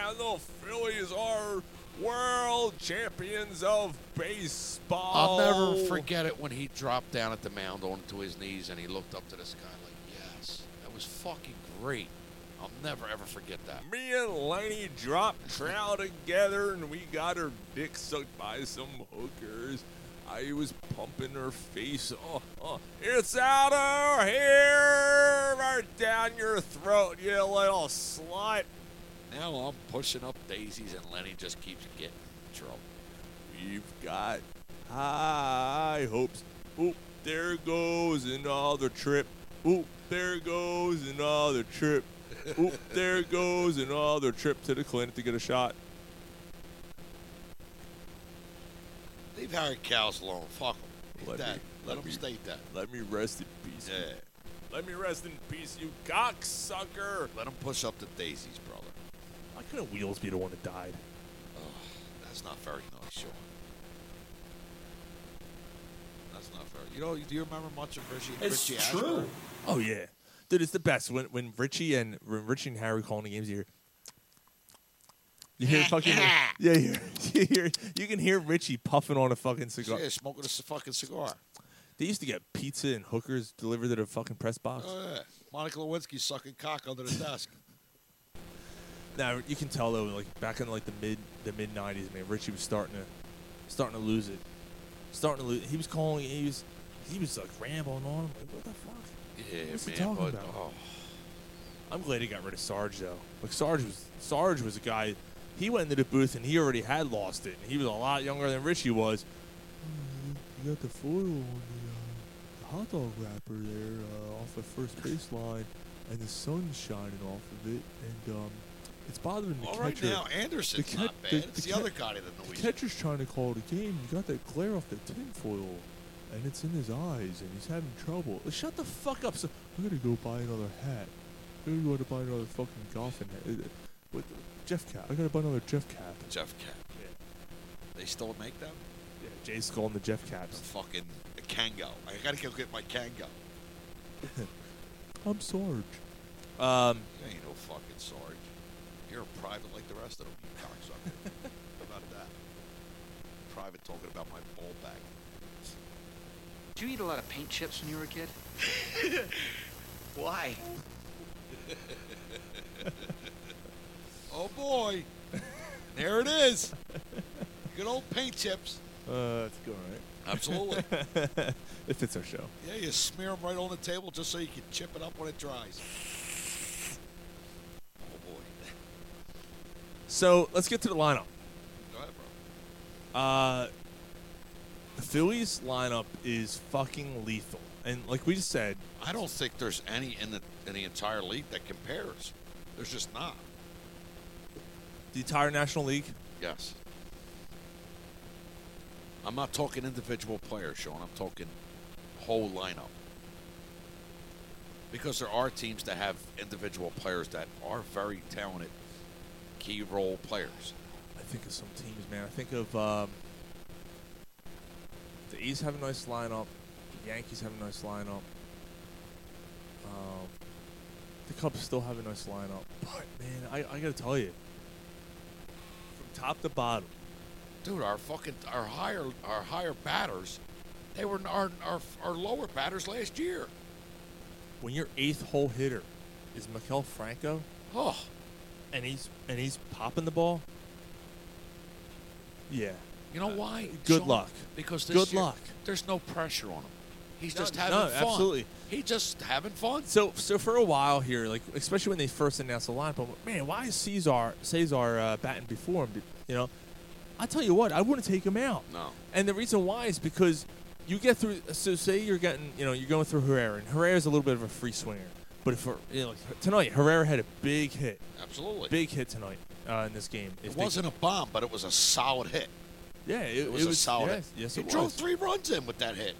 Speaker 5: and the Phillies are world champions of
Speaker 9: I'll
Speaker 5: baseball.
Speaker 9: never forget it when he dropped down at the mound onto his knees and he looked up to the sky like, yes, that was fucking great. I'll never ever forget that.
Speaker 5: Me and Laney dropped trout together, and we got her dick sucked by some hookers. I was pumping her face. Oh, oh. It's out of here, right down your throat, you little slut.
Speaker 9: Now I'm pushing up daisies and Lenny just keeps getting in trouble.
Speaker 5: We've got high hopes. Oop, there goes another trip. Oop, there goes another trip. Oop, there goes another trip to the clinic to get a shot.
Speaker 9: Leave Harry Cows alone. Fuck him. He's
Speaker 5: Let
Speaker 9: dead.
Speaker 5: me-
Speaker 9: Let,
Speaker 5: let
Speaker 9: him
Speaker 5: me-
Speaker 9: stay dead.
Speaker 5: Let me rest in peace.
Speaker 9: Yeah.
Speaker 5: Let me rest in peace, you cocksucker.
Speaker 9: Let him push up the daisies, brother.
Speaker 5: Why couldn't Wheels be the one that died?
Speaker 9: That's not very nice, Sean. That's not fair. You know, do you remember much of Richie?
Speaker 12: It's
Speaker 9: Richie
Speaker 12: true.
Speaker 9: Ashford?
Speaker 5: Oh yeah, dude, it's the best when when Richie and when Richie and Harry calling the games here. You hear fucking yeah, you hear, you hear you can hear Richie puffing on a fucking cigar.
Speaker 9: Yeah, smoking a c- fucking cigar.
Speaker 5: They used to get pizza and hookers delivered to the fucking press box.
Speaker 9: Oh, yeah. Monica Lewinsky sucking cock under the desk.
Speaker 5: Now you can tell though, like back in like the mid the mid '90s, man, Richie was starting to starting to lose it. starting to lose. He was calling. He was he was like rambling on. I'm like, what the fuck?
Speaker 9: Yeah,
Speaker 5: What's he
Speaker 9: man.
Speaker 5: talking
Speaker 9: But,
Speaker 5: about?
Speaker 9: oh,
Speaker 5: I'm glad he got rid of Sarge though. Like Sarge was Sarge was a guy. He went into the booth and he already had lost it. And he was a lot younger than Richie was. You got the foil on the, uh, the hot dog wrapper there uh, off the first baseline, and the sun's shining off of it, and um, it's bothering the
Speaker 9: well,
Speaker 5: catcher.
Speaker 9: right now, Anderson's
Speaker 5: The
Speaker 9: not
Speaker 5: cat-
Speaker 9: bad.
Speaker 5: the-
Speaker 9: it's
Speaker 5: the
Speaker 9: the
Speaker 5: cat-
Speaker 9: other guy that
Speaker 5: The
Speaker 9: annoys me.
Speaker 5: catcher's trying to call the game. You got that glare off the tinfoil, and it's in his eyes, and he's having trouble. Uh, Shut the fuck up! So I'm gonna go buy another hat. I'm gonna go to buy another fucking golfing hat. Uh, uh, What? the- Jeff cap. I gotta buy another Jeff cap.
Speaker 9: Jeff Cap.
Speaker 5: Yeah.
Speaker 9: They still make them?
Speaker 5: Yeah, Jay's calling the Jeff
Speaker 9: The
Speaker 5: caps.
Speaker 9: fucking the Kango. I gotta go get my Kango.
Speaker 5: I'm Sarge. Um,
Speaker 9: You ain't no fucking Sarge. You're a private like the rest of them, you cocksucker. How about that? Private talking about my ball bag.
Speaker 1: Did you eat a lot of paint chips when you were a kid? Why?
Speaker 9: Oh boy! there it is! Good old paint chips.
Speaker 5: uh, that's good, right?
Speaker 9: Absolutely.
Speaker 5: it fits our show.
Speaker 9: yeah, you smear them right on the table just so you can chip it up when it dries. Oh boy.
Speaker 5: So let's get to the lineup.
Speaker 9: Go ahead, bro.
Speaker 5: Uh, the Phillies lineup is fucking lethal, and like we just said,
Speaker 9: I don't think there's any in the in the entire league that compares. There's just not.
Speaker 5: the entire National League.
Speaker 9: Yes. I'm not talking individual players, Sean. I'm talking whole lineup. Because there are teams that have individual players that are very talented key role players.
Speaker 5: I think of some teams, man. I think of um, the East have a nice lineup. The Yankees have a nice lineup. Um, the Cubs still have a nice lineup. But man, I, I gotta tell you, from top to bottom,
Speaker 9: Dude, our fucking our higher our higher batters, they were our our, our lower batters last year.
Speaker 5: when your eighth hole hitter is Mikel Franco,
Speaker 9: Oh,
Speaker 5: and he's and he's popping the ball, yeah,
Speaker 9: you know why?
Speaker 5: good
Speaker 9: Sean?
Speaker 5: luck.
Speaker 9: Because this
Speaker 5: Good
Speaker 9: year,
Speaker 5: luck.
Speaker 9: There's no pressure on him. He's just
Speaker 5: no,
Speaker 9: having fun.
Speaker 5: absolutely.
Speaker 9: He just having fun.
Speaker 5: So, so for a while here, like especially when they first announced the lineup, I'm like, man, why is Cesar Cesar uh, batting before him? You know, I tell you what, I wouldn't take him out.
Speaker 9: No.
Speaker 5: And the reason why is because you get through. So say you're getting, you know, you're going through Herrera, and Herrera's a little bit of a free swinger. But if you know, like, tonight Herrera had a big hit,
Speaker 9: Absolutely.
Speaker 5: big hit tonight uh, in this game. If
Speaker 9: It
Speaker 5: they-
Speaker 9: wasn't a bomb, but it was a solid hit.
Speaker 5: yeah, it,
Speaker 9: It was a solid
Speaker 5: Yes,
Speaker 9: hit.
Speaker 5: yes
Speaker 9: he
Speaker 5: it
Speaker 9: drove
Speaker 5: was.
Speaker 9: three runs in with that hit.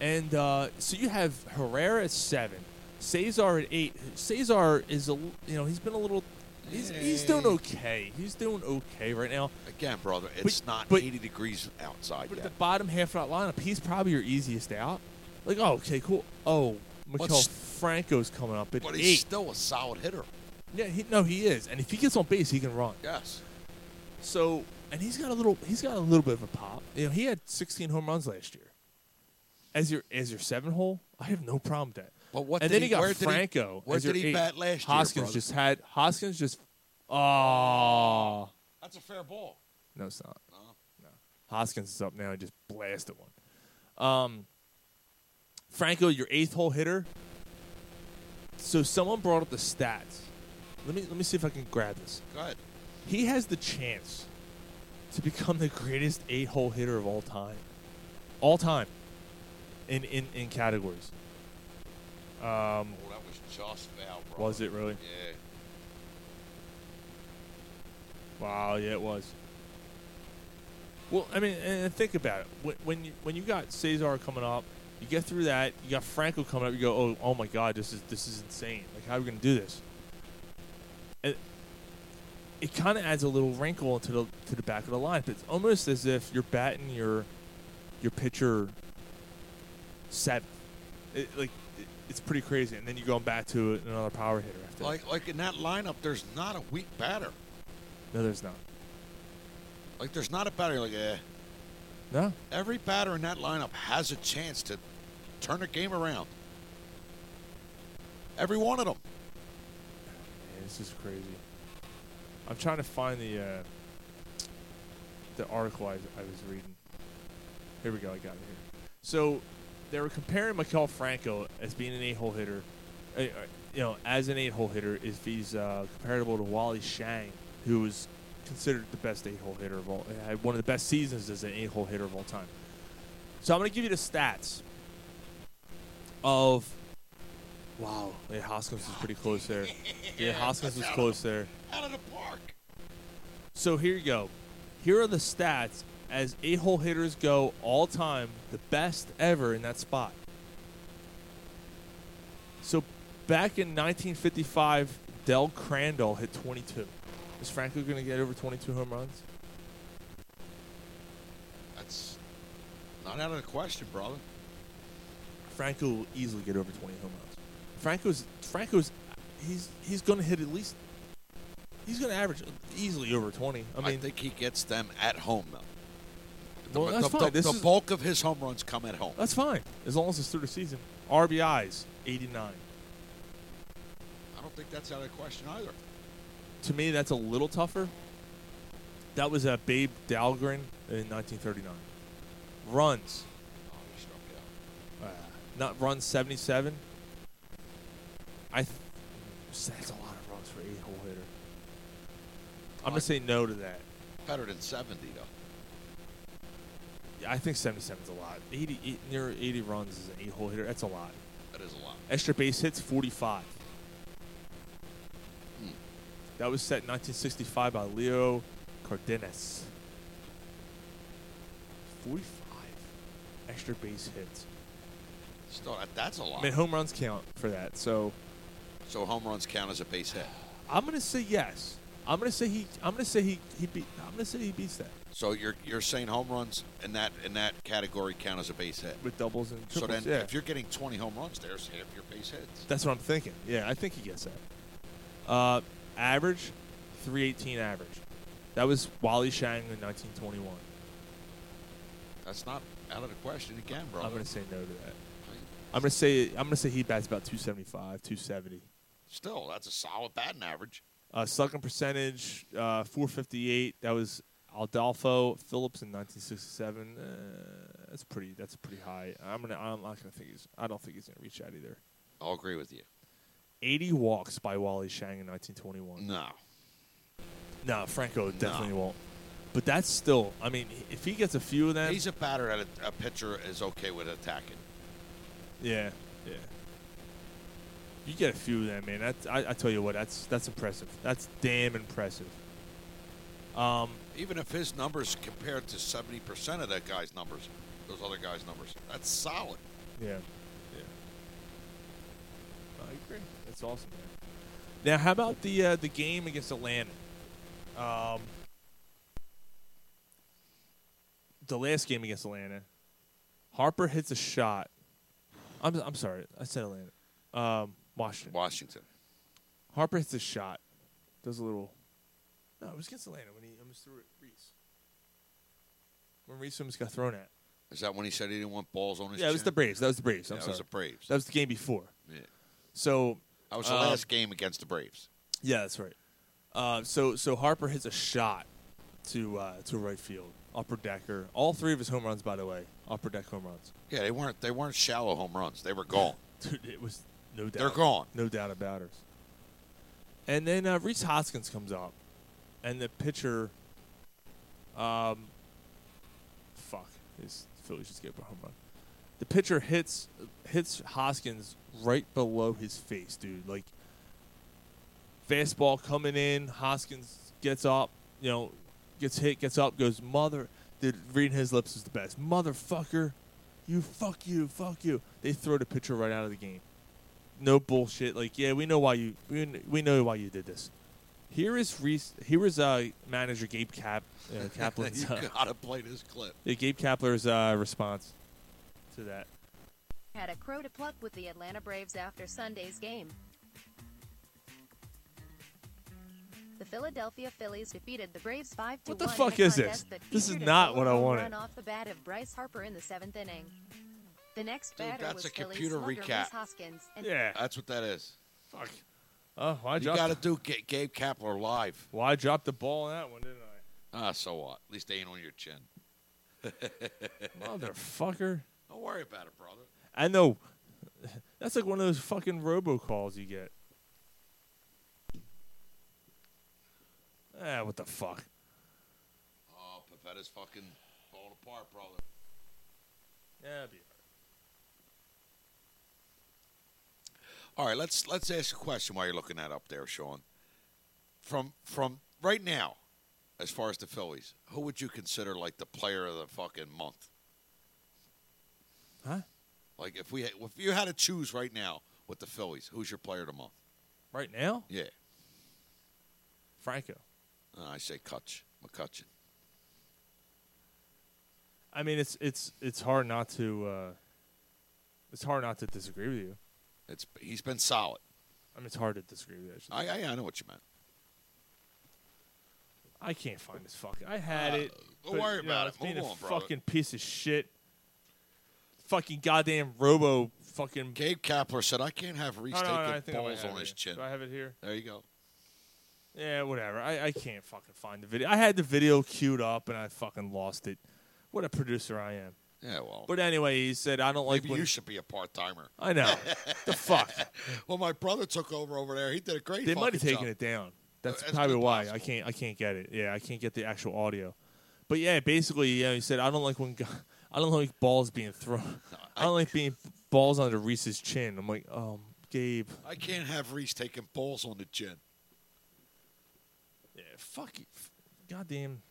Speaker 5: And uh, so you have Herrera at seven, Cesar at eight. Cesar is a l- you know he's been a little. He's, he's doing
Speaker 9: Yeah.
Speaker 5: okay. He's doing okay right now.
Speaker 9: Again, brother, it's not
Speaker 5: but-
Speaker 9: 80 degrees outside
Speaker 5: But at
Speaker 9: yet.
Speaker 5: the bottom half of that lineup, he's probably your easiest out. Like, oh, okay, cool. Oh, Mikel
Speaker 9: What's-
Speaker 5: Franco's coming up at
Speaker 9: But he's
Speaker 5: eight.
Speaker 9: still a solid hitter.
Speaker 5: Yeah, he, no, he is. And if he gets on base, he can run.
Speaker 9: Yes.
Speaker 5: So, and he's got a little, he's got a little bit of a pop. You know, he had 16 home runs last year. As your as your seven hole, I have no problem with that.
Speaker 9: But what
Speaker 5: and
Speaker 9: did
Speaker 5: then
Speaker 9: he-
Speaker 5: you got
Speaker 9: where did he-
Speaker 5: Franco.
Speaker 9: where
Speaker 5: as your
Speaker 9: did he
Speaker 5: eight.
Speaker 9: bat last year,
Speaker 5: Hoskins
Speaker 9: brother?
Speaker 5: just had Hoskins just. Oh
Speaker 9: That's a fair ball.
Speaker 5: no, it's not.
Speaker 9: No.
Speaker 5: No. Hoskins is up now and just blasted one. Um, Franco, your eighth hole hitter. So someone brought up the stats. Let me let me see if I can grab this.
Speaker 9: Go ahead.
Speaker 5: He has the chance to become the greatest eight hole hitter of all time. All time. In in, in categories. Um,
Speaker 9: Oh, that was just foul, brother.
Speaker 5: was it really?
Speaker 9: Yeah.
Speaker 5: Wow, yeah, it was. Well, I mean, and and think about it. When when you, when you got Cesar coming up, you get through that. You got Franco coming up. You go, oh, oh my God, this is this is insane. Like, how are we gonna do this? And it kind of adds a little wrinkle to the to the back of the line. It's almost as if you're batting your your pitcher seventh. It, like, it, it's pretty crazy. And then you go back to another power hitter after. that.
Speaker 9: Like, like in that lineup, there's not a weak batter.
Speaker 5: no, there's not.
Speaker 9: Like, there's not a batter. Like, eh.
Speaker 5: No,
Speaker 9: Every batter in that lineup has a chance to turn the game around. Every one of them.
Speaker 5: Man, this is crazy. I'm trying to find the uh, the article I, I was reading. Here we go. I got it here. So they were comparing Mikel Franco as being an eight-hole hitter, uh, uh, you know, as an eight-hole hitter, if he's uh, comparable to Wally Shang, who was considered the best eight-hole hitter of all, had one of the best seasons as an eight-hole hitter of all time. So I'm going to give you the stats of. Wow, yeah, Hoskins was pretty close there. Yeah, Hoskins was close there.
Speaker 9: Out of the park.
Speaker 5: So here you go. Here are the stats as eight hole hitters go all time, the best ever in that spot. So back in 1955, Del Crandall hit 22. Is Franco going to get over 22 home runs?
Speaker 9: That's not out of the question, brother.
Speaker 5: Franco will easily get over 20 home runs. Franco's Franco's he's he's going to hit at least he's going to average easily over 20. I
Speaker 9: I,
Speaker 5: mean,
Speaker 9: think he gets them at home though. Oh, The-
Speaker 5: Well, that's
Speaker 9: the,
Speaker 5: fine.
Speaker 9: the-
Speaker 5: This
Speaker 9: the
Speaker 5: is-
Speaker 9: bulk of his home runs come at home.
Speaker 5: That's fine. As long as it's through the season. RBIs, 89.
Speaker 9: I don't think that's out of the question either.
Speaker 5: To me, that's a little tougher. That was uh, Babe Dahlgren in 1939. Runs.
Speaker 9: Oh, he struck out.
Speaker 5: Not runs 77. I. Th- that's a lot of runs for eight hole hitter. I'm going to say no to that.
Speaker 9: Better than 70 though.
Speaker 5: Yeah, I think 77 is a lot. 80, eight, near 80 runs is an eight hole hitter. That's a lot.
Speaker 9: That is a lot.
Speaker 5: Extra base hits, 45. That was set in 1965 by Leo Cardenas. 45 extra base hits.
Speaker 9: Still, that- that's a lot.
Speaker 5: I mean, home runs count for that. So
Speaker 9: So home runs count as a base hit.
Speaker 5: I'm gonna say yes. I'm gonna say he. I'm gonna say he. He beat. I'm gonna say he beats that
Speaker 9: So you're you're saying home runs in that in that category count as a base hit.
Speaker 5: with doubles and
Speaker 9: So
Speaker 5: triples.
Speaker 9: then,
Speaker 5: yeah.
Speaker 9: if you're getting 20 home runs, there's half your base hits.
Speaker 5: That's what I'm thinking. Yeah, I think he gets that. Uh, average, 318 average. That was Wally Shang in 1921.
Speaker 9: That's not out of the question again, bro.
Speaker 5: I'm gonna say no to that. I'm gonna say I'm gonna say he bats about 275, 270.
Speaker 9: Still, that's a solid batting average.
Speaker 5: Uh, slugging percentage, uh, 458. That was Aldolfo Phillips in 1967. Uh, that's pretty. That's pretty high. I'm gonna. I'm not gonna think he's. I don't think he's gonna reach that either.
Speaker 9: I'll agree with you.
Speaker 5: 80 walks by Wally Shang in 1921.
Speaker 9: No,
Speaker 5: No, Franco definitely won't. But that's still. I mean, if he gets a few of them,
Speaker 9: he's a batter that a, a pitcher is okay with attacking.
Speaker 5: yeah, yeah. You get a few of them, man. That's, I, I tell you what, that's that's impressive. That's damn impressive. Um,
Speaker 9: Even if his numbers compared to 70 percent of that guy's numbers, those other guys' numbers, that's solid.
Speaker 5: Yeah. Yeah. I agree. That's awesome, man. Now, how about the uh, the game against Atlanta? Um, the last game against Atlanta, Harper hits a shot. I'm I'm sorry, I said Atlanta. Um, Washington.
Speaker 9: Washington.
Speaker 5: Harper hits a shot. Does a little. No, it was against Atlanta when he almost threw it Reese. When Reese almost got thrown at.
Speaker 9: Is that when he said he didn't want balls on his?
Speaker 5: Yeah, it was
Speaker 9: chin?
Speaker 5: the Braves. That was the Braves.
Speaker 9: Yeah,
Speaker 5: I'm
Speaker 9: it
Speaker 5: sorry.
Speaker 9: was the Braves.
Speaker 5: That was the game before.
Speaker 9: Yeah.
Speaker 5: So
Speaker 9: That was the
Speaker 5: um,
Speaker 9: last game against the Braves.
Speaker 5: Yeah, that's right. Uh, so so Harper hits a shot to uh, to right field, upper decker. All three of his home runs, by the way, upper deck home runs.
Speaker 9: Yeah, they weren't they weren't shallow home runs. They were gone.
Speaker 5: Dude, it was no doubt.
Speaker 9: They're gone.
Speaker 5: No doubt about it. And then uh, Reese Hoskins comes up, and the pitcher, um, fuck, his Phillies just gave up a home run. The pitcher hits hits Hoskins right below his face, dude. Like fastball coming in, Hoskins gets up, you know, gets hit, gets up, goes mother. Dude, reading his lips is the best. Motherfucker, you fuck you, fuck you. They throw the pitcher right out of the game no bullshit. Like, yeah, we know why you we, we know why you did this. Here is Reese. Here is uh, manager Gabe Cap uh, Kaplan's
Speaker 9: you
Speaker 5: uh,
Speaker 9: gotta play this clip.
Speaker 5: yeah, Gabe Kapler's uh, response to that.
Speaker 12: had a crow to pluck with the Atlanta Braves after Sunday's game. The Philadelphia Phillies defeated the Braves 5
Speaker 5: What the
Speaker 12: one
Speaker 5: fuck
Speaker 12: in a
Speaker 5: is this?
Speaker 12: contest that
Speaker 5: This is
Speaker 12: featured a
Speaker 5: not
Speaker 12: solo
Speaker 5: what I
Speaker 12: home
Speaker 5: wanted.
Speaker 12: Run off the bat of Bryce Harper in the seventh inning. The next
Speaker 9: Dude,
Speaker 12: batter
Speaker 9: that's
Speaker 12: was
Speaker 9: a
Speaker 12: Phillies
Speaker 9: computer
Speaker 12: slugger
Speaker 9: recap.
Speaker 12: Reese Hoskins, and
Speaker 5: Yeah.
Speaker 9: That's what that is.
Speaker 5: Fuck. Oh, why
Speaker 9: You got to
Speaker 5: dropped?
Speaker 9: do Ga- Gabe Kapler live.
Speaker 5: Why I dropped the ball on that one, didn't I?
Speaker 9: Ah, so what? At least they ain't on your chin.
Speaker 5: Motherfucker.
Speaker 9: Don't worry about it, brother.
Speaker 5: I know. That's like one of those fucking robocalls you get. Ah, what the fuck?
Speaker 9: Oh, Pavetta's fucking falling apart, brother.
Speaker 5: Yeah,
Speaker 9: All right, let's let's ask a question while you're looking that up there, Sean. From from right now, as far as the Phillies, who would you consider like the player of the fucking month?
Speaker 5: Huh?
Speaker 9: Like if we if you had to choose right now with the Phillies, who's your player of the month?
Speaker 5: Right now?
Speaker 9: Yeah,
Speaker 5: Franco.
Speaker 9: Uh, I say Kutch, McCutcheon.
Speaker 5: I mean, it's it's it's hard not to uh, it's hard not to disagree with you.
Speaker 9: It's he's been solid.
Speaker 5: I mean, it's hard to disagree with you. Actually.
Speaker 9: I I, I know what you meant.
Speaker 5: I can't find this fucking. I had
Speaker 9: Uh,
Speaker 5: it.
Speaker 9: don't
Speaker 5: but,
Speaker 9: worry
Speaker 5: you know,
Speaker 9: about it.
Speaker 5: it's Being
Speaker 9: Move
Speaker 5: a
Speaker 9: on, brother.
Speaker 5: fucking piece of shit. Fucking goddamn robo. Fucking.
Speaker 9: Gabe Kapler said I can't have Reese
Speaker 5: No, no, no, I
Speaker 9: taking
Speaker 5: think I might
Speaker 9: balls
Speaker 5: have
Speaker 9: on
Speaker 5: it
Speaker 9: his
Speaker 5: here.
Speaker 9: chin.
Speaker 5: Do I have it here?
Speaker 9: There you go.
Speaker 5: Yeah, whatever. I, I can't fucking find the video. I had the video queued up and I fucking lost it. What a producer I am.
Speaker 9: Yeah, well,
Speaker 5: But anyway, he said I don't like
Speaker 9: maybe
Speaker 5: when
Speaker 9: you should be a part timer.
Speaker 5: I know. the fuck.
Speaker 9: Well, my brother took over over there. He did a great.
Speaker 5: They might
Speaker 9: fucking
Speaker 5: have taken
Speaker 9: job.
Speaker 5: it down. That's
Speaker 9: that's
Speaker 5: probably
Speaker 9: quite
Speaker 5: why I
Speaker 9: possible.
Speaker 5: can't I can't get it. Yeah, I can't get the actual audio. But yeah, basically, yeah, he said I don't like when g- I don't like balls being thrown. I don't like being balls under Reese's chin. I'm like, um, Gabe.
Speaker 9: I can't have Reese taking balls on the chin.
Speaker 5: Yeah, fuck you. F- Goddamn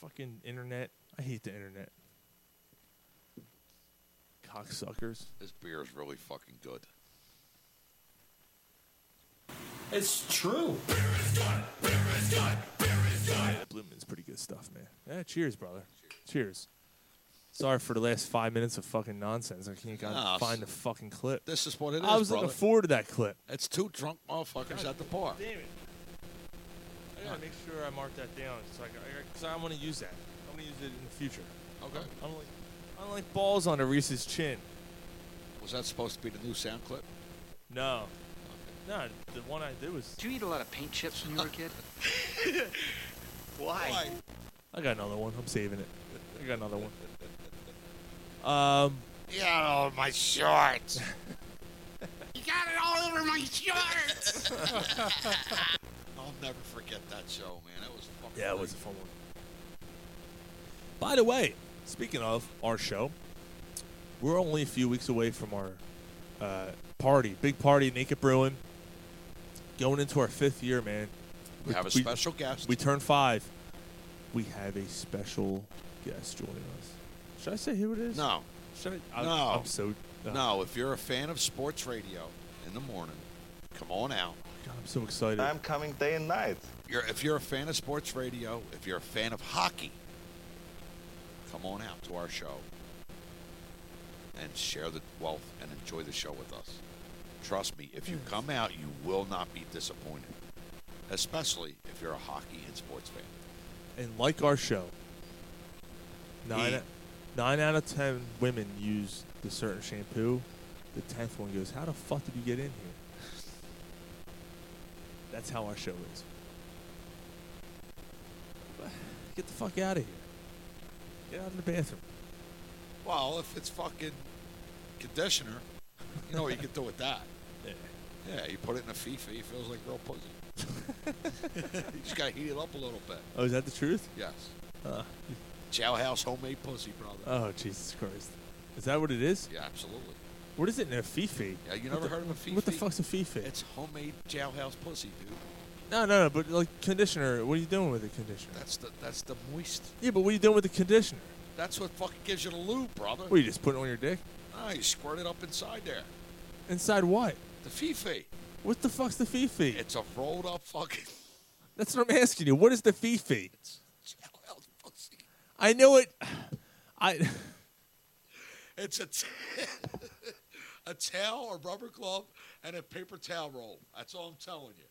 Speaker 5: fucking internet. I hate the internet. Cocksuckers.
Speaker 9: This beer is really fucking good.
Speaker 3: It's true.
Speaker 5: That Blue Moon's pretty good stuff, man. Yeah, cheers, brother. Cheers. Sorry for the last five minutes of fucking nonsense. I can't gotta
Speaker 9: Nah,
Speaker 5: find the fucking clip.
Speaker 9: This is what it is,
Speaker 5: I was
Speaker 9: brother.
Speaker 5: looking forward to that clip.
Speaker 9: it's two drunk motherfuckers at the bar.
Speaker 5: Damn it. I gotta make sure I mark that down because I, because I, want to use that. I'm gonna use it in the future.
Speaker 9: Okay.
Speaker 5: I don't like, I don't like balls on Reese's chin.
Speaker 9: Was that supposed to be the new sound clip?
Speaker 5: No. No, the one I did was.
Speaker 1: Did you eat a lot of paint chips when you were a kid?
Speaker 9: Why?
Speaker 5: I got another one. I'm saving it. I got another one. Um,
Speaker 9: You got it all over my shorts. you got it all over my shorts. I'll never forget that show, man. That was fucking.
Speaker 5: yeah, it was a
Speaker 9: great.
Speaker 5: fun one. By the way, speaking of our show, we're only a few weeks away from our uh, party, big party, Naked Brewing, going into our fifth year, man.
Speaker 9: We have a
Speaker 5: we-
Speaker 9: special guest.
Speaker 5: We turn five. We have a special guest joining us. Should I say who it is?
Speaker 9: no,
Speaker 5: Should I? I
Speaker 9: No.
Speaker 5: I'm so. uh,
Speaker 9: no. If you're a fan of sports radio in the morning, come on out.
Speaker 5: God, I'm so excited.
Speaker 13: coming day and night.
Speaker 9: You're, if you're a fan of sports radio, if you're a fan of hockey, come on out to our show and share the wealth and enjoy the show with us. Trust me, if you come out, you will not be disappointed, especially if you're a hockey and sports fan.
Speaker 5: and like our show, nine
Speaker 9: Eat.
Speaker 5: out- nine out of ten women use the certain shampoo. The tenth one goes, "How the fuck did you get in here?" That's how our show is. Get the fuck out of here. Get out of the bathroom.
Speaker 9: Well, if it's fucking conditioner, you know what Oh, you can do with that. Yeah, you put it in a fifi, it feels like real pussy. you just gotta heat it up a little bit.
Speaker 5: Oh, is that the truth?
Speaker 9: Yes.
Speaker 5: Uh,
Speaker 9: Chowhouse homemade pussy, brother.
Speaker 5: oh, Jesus Christ. Is that what it is?
Speaker 9: Yeah, absolutely.
Speaker 5: What is it in a fifi?
Speaker 9: Yeah, you
Speaker 5: What
Speaker 9: never
Speaker 5: the-
Speaker 9: heard of a fifi?
Speaker 5: What the fuck's a fifi?
Speaker 9: It's homemade jailhouse pussy, dude.
Speaker 5: no, no, no, but like conditioner, what are you doing with the conditioner?
Speaker 9: That's the that's the moist.
Speaker 5: yeah, but what are you doing with the conditioner?
Speaker 9: That's what fucking gives you the lube, brother.
Speaker 5: What, you just put it on your dick?
Speaker 9: Ah, you squirt it up inside there.
Speaker 5: Inside what?
Speaker 9: The fifi.
Speaker 5: What the fuck's the fifi?
Speaker 9: It's a rolled up fucking
Speaker 5: That's what I'm asking you. What is the fifi?
Speaker 9: jailhouse pussy.
Speaker 5: I know it. I.
Speaker 9: It's a t- a towel, a rubber glove, and a paper towel roll. That's all I'm telling you.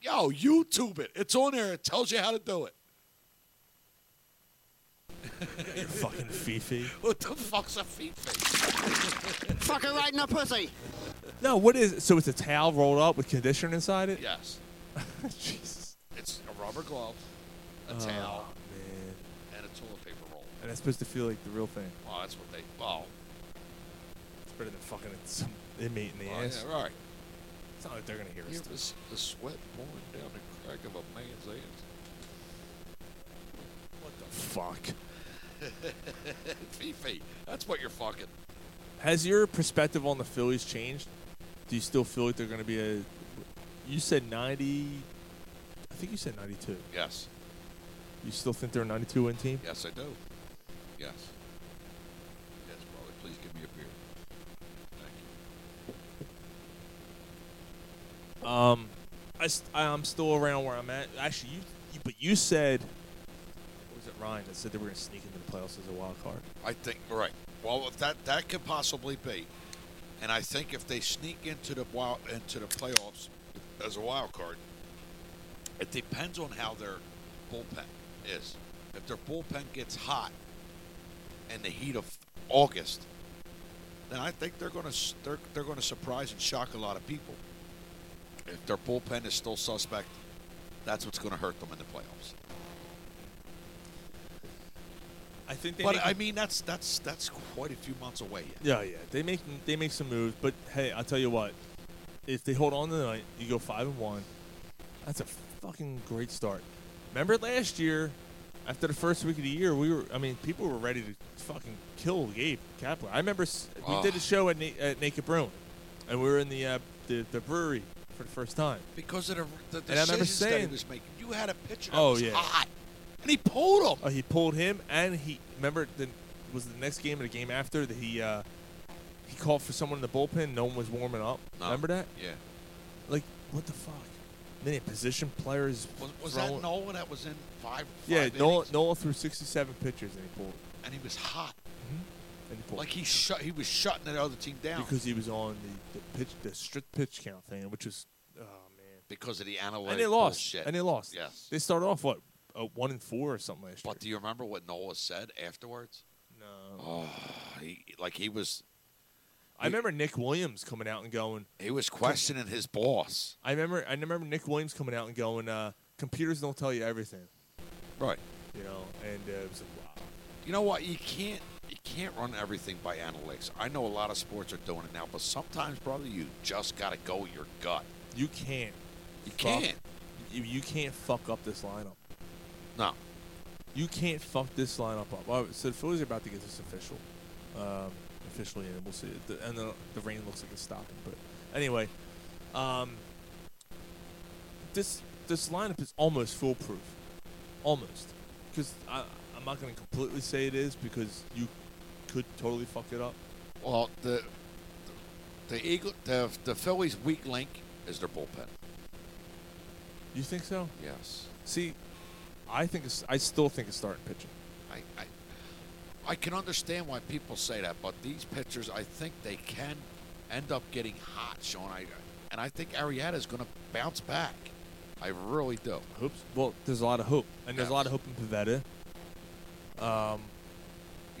Speaker 9: Yo, YouTube it. It's on there. It tells you how to do it.
Speaker 5: Your fucking fifi.
Speaker 9: What the fuck's a fifi?
Speaker 13: Fucking right in the pussy.
Speaker 5: No, what is it? So it's a towel rolled up with conditioner inside it?
Speaker 9: Yes,
Speaker 5: Jesus. Oh,
Speaker 9: it's a rubber glove, a towel,
Speaker 5: Man.
Speaker 9: and a toilet paper roll.
Speaker 5: And that's supposed to feel like the real thing.
Speaker 9: Well, that's what they. Well,
Speaker 5: It's better than fucking some inmate in the
Speaker 9: well,
Speaker 5: ass.
Speaker 9: Oh, yeah, right.
Speaker 5: It's not like they're gonna hear
Speaker 9: Yeah,
Speaker 5: us.
Speaker 9: but it's the sweat pouring down the crack of a man's ass. What
Speaker 5: Fuck.
Speaker 9: the Fifi? That's what you're fucking.
Speaker 5: Has your perspective on the Phillies changed? Do you still feel like they're going to be a? You said ninety. I think you said ninety-two.
Speaker 9: Yes,
Speaker 5: You still think they're a ninety-two win team?
Speaker 9: yes, I do. Yes. Yes, brother. Please give me a beer. Thank you.
Speaker 5: Um, I, am still around where I'm at. Actually, you, you but you said, what was it Ryan that said they were going to sneak into the playoffs as a wild card?
Speaker 9: I think right. Well, if that that could possibly be, and I think if they sneak into the wild into the playoffs as a wild card, it depends on how their bullpen is. If their bullpen gets hot in the heat of August, then I think they're going to they're, they're going to surprise and shock a lot of people. If their bullpen is still suspect, that's what's going to hurt them in the playoffs.
Speaker 5: I think.
Speaker 9: But I mean, that's that's that's quite a few months away. Yet.
Speaker 5: Yeah, yeah. They make they make some moves, but hey, I'll tell you what. If they hold on tonight, you go five and one. That's a fucking great start. Remember last year, after the first week of the year, we were. I mean, people were ready to fucking kill Gabe Kapler. I remember s we
Speaker 9: Oh.
Speaker 5: did a show at, Na- at Naked Brewing, and we were in the, uh, the the brewery for the first time.
Speaker 9: because of the, the
Speaker 5: And I remember
Speaker 9: decisions that he
Speaker 5: saying-
Speaker 9: was making. You had a pitcher that
Speaker 5: Oh,
Speaker 9: was
Speaker 5: yeah.
Speaker 9: hot, and he pulled him.
Speaker 5: Oh, he pulled him, and he remember the was the next game or the game after that he uh, he called for someone in the bullpen. No one was warming up.
Speaker 9: No.
Speaker 5: Remember that?
Speaker 9: Yeah.
Speaker 5: Like what the fuck? Then a position player is
Speaker 9: Was, was
Speaker 5: throwing-
Speaker 9: that Nola that was in five?
Speaker 5: Yeah,
Speaker 9: five
Speaker 5: Nola,
Speaker 9: innings?
Speaker 5: Nola threw 67 pitches and he pulled.
Speaker 9: and he was hot.
Speaker 5: And he pulled
Speaker 9: Like he shut, he was shutting the other team down
Speaker 5: because he was on the, the pitch the strict pitch count thing, which is oh man.
Speaker 9: because of the analytics.
Speaker 5: and they lost.
Speaker 9: Bullshit.
Speaker 5: And they lost.
Speaker 9: Yes.
Speaker 5: They started off what uh, one and four or something last
Speaker 9: But do you remember what Nola said afterwards?
Speaker 5: year. No.
Speaker 9: Oh, he like he was
Speaker 5: I remember Nick Williams coming out and going.
Speaker 9: he was questioning his boss.
Speaker 5: I remember I remember Nick Williams coming out and going. Uh, Computers don't tell you everything,
Speaker 9: Right.
Speaker 5: you know. And uh, it was like, wow.
Speaker 9: You know what? You can't you can't run everything by analytics. I know a lot of sports are doing it now, but sometimes, brother, you just gotta go with your gut.
Speaker 5: You can't.
Speaker 9: You
Speaker 5: fuck-
Speaker 9: can't.
Speaker 5: You, you can't fuck up this lineup.
Speaker 9: No.
Speaker 5: You can't fuck this lineup up. All right, so the Phillies are about to get this official, um, officially, and we'll see. The, and the, the rain looks like it's stopping. But anyway, um, this this lineup is almost foolproof, almost, because I'm not going to completely say it is because you could totally fuck it up.
Speaker 9: Well, the the Eagle the the Phillies' weak link is their bullpen.
Speaker 5: You think so?
Speaker 9: Yes.
Speaker 5: See, I think it's, I still think it's starting pitching.
Speaker 9: I, I I can understand why people say that, but these pitchers, I think they can end up getting hot, Sean. I and I think Ariada's going to bounce back. I really do.
Speaker 5: Hopes. Well, there's a lot of hope, and there's a lot of hope in Pavetta. Um,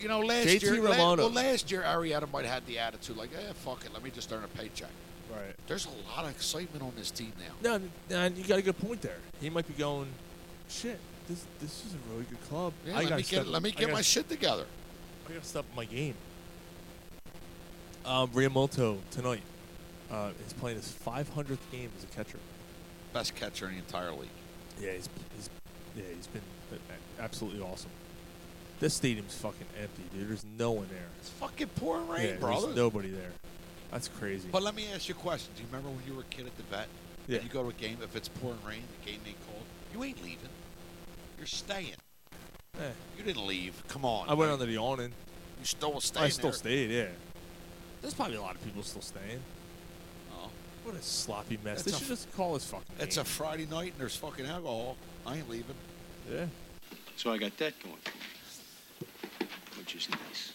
Speaker 9: You know, last
Speaker 5: JT
Speaker 9: year, la-
Speaker 5: Romano.
Speaker 9: well, last year Arietta might have had the attitude like, "Eh, fuck it, let me just earn a paycheck."
Speaker 5: right.
Speaker 9: There's a lot of excitement on this team now.
Speaker 5: No, no, you got a good point there. He might be going, shit. This this is a really good club.
Speaker 9: Yeah,
Speaker 5: I
Speaker 9: let,
Speaker 5: gotta
Speaker 9: me
Speaker 5: step-
Speaker 9: get, let me
Speaker 5: I
Speaker 9: get my
Speaker 5: gotta-
Speaker 9: shit together.
Speaker 5: I gotta step my game. Um, Riamonto tonight uh, is playing his 500th game as a catcher.
Speaker 9: Best catcher in the entire league.
Speaker 5: Yeah, he's, he's yeah he's been a- a- absolutely awesome. This stadium's fucking empty, dude. There's no one there.
Speaker 9: It's fucking pouring
Speaker 5: yeah,
Speaker 9: rain,
Speaker 5: there's
Speaker 9: brother.
Speaker 5: nobody there. That's crazy.
Speaker 9: But let me ask you a question. Do you remember when you were a kid at the vet?
Speaker 5: Yeah.
Speaker 9: And you go to a game, if it's pouring rain, the game ain't cold, you ain't leaving. You're staying.
Speaker 5: Eh,
Speaker 9: You didn't leave. Come on.
Speaker 5: I went
Speaker 9: man.
Speaker 5: under the awning.
Speaker 9: You still was staying
Speaker 5: I still
Speaker 9: there.
Speaker 5: stayed. Yeah, there's probably a lot of people still staying.
Speaker 9: Oh.
Speaker 5: What a sloppy mess.
Speaker 9: It's
Speaker 5: They
Speaker 9: a
Speaker 5: should
Speaker 9: f-
Speaker 5: just call this fucking
Speaker 9: It's
Speaker 5: game.
Speaker 9: a Friday night and there's fucking alcohol. I ain't leaving.
Speaker 5: yeah.
Speaker 14: So I got that going for me, which is nice.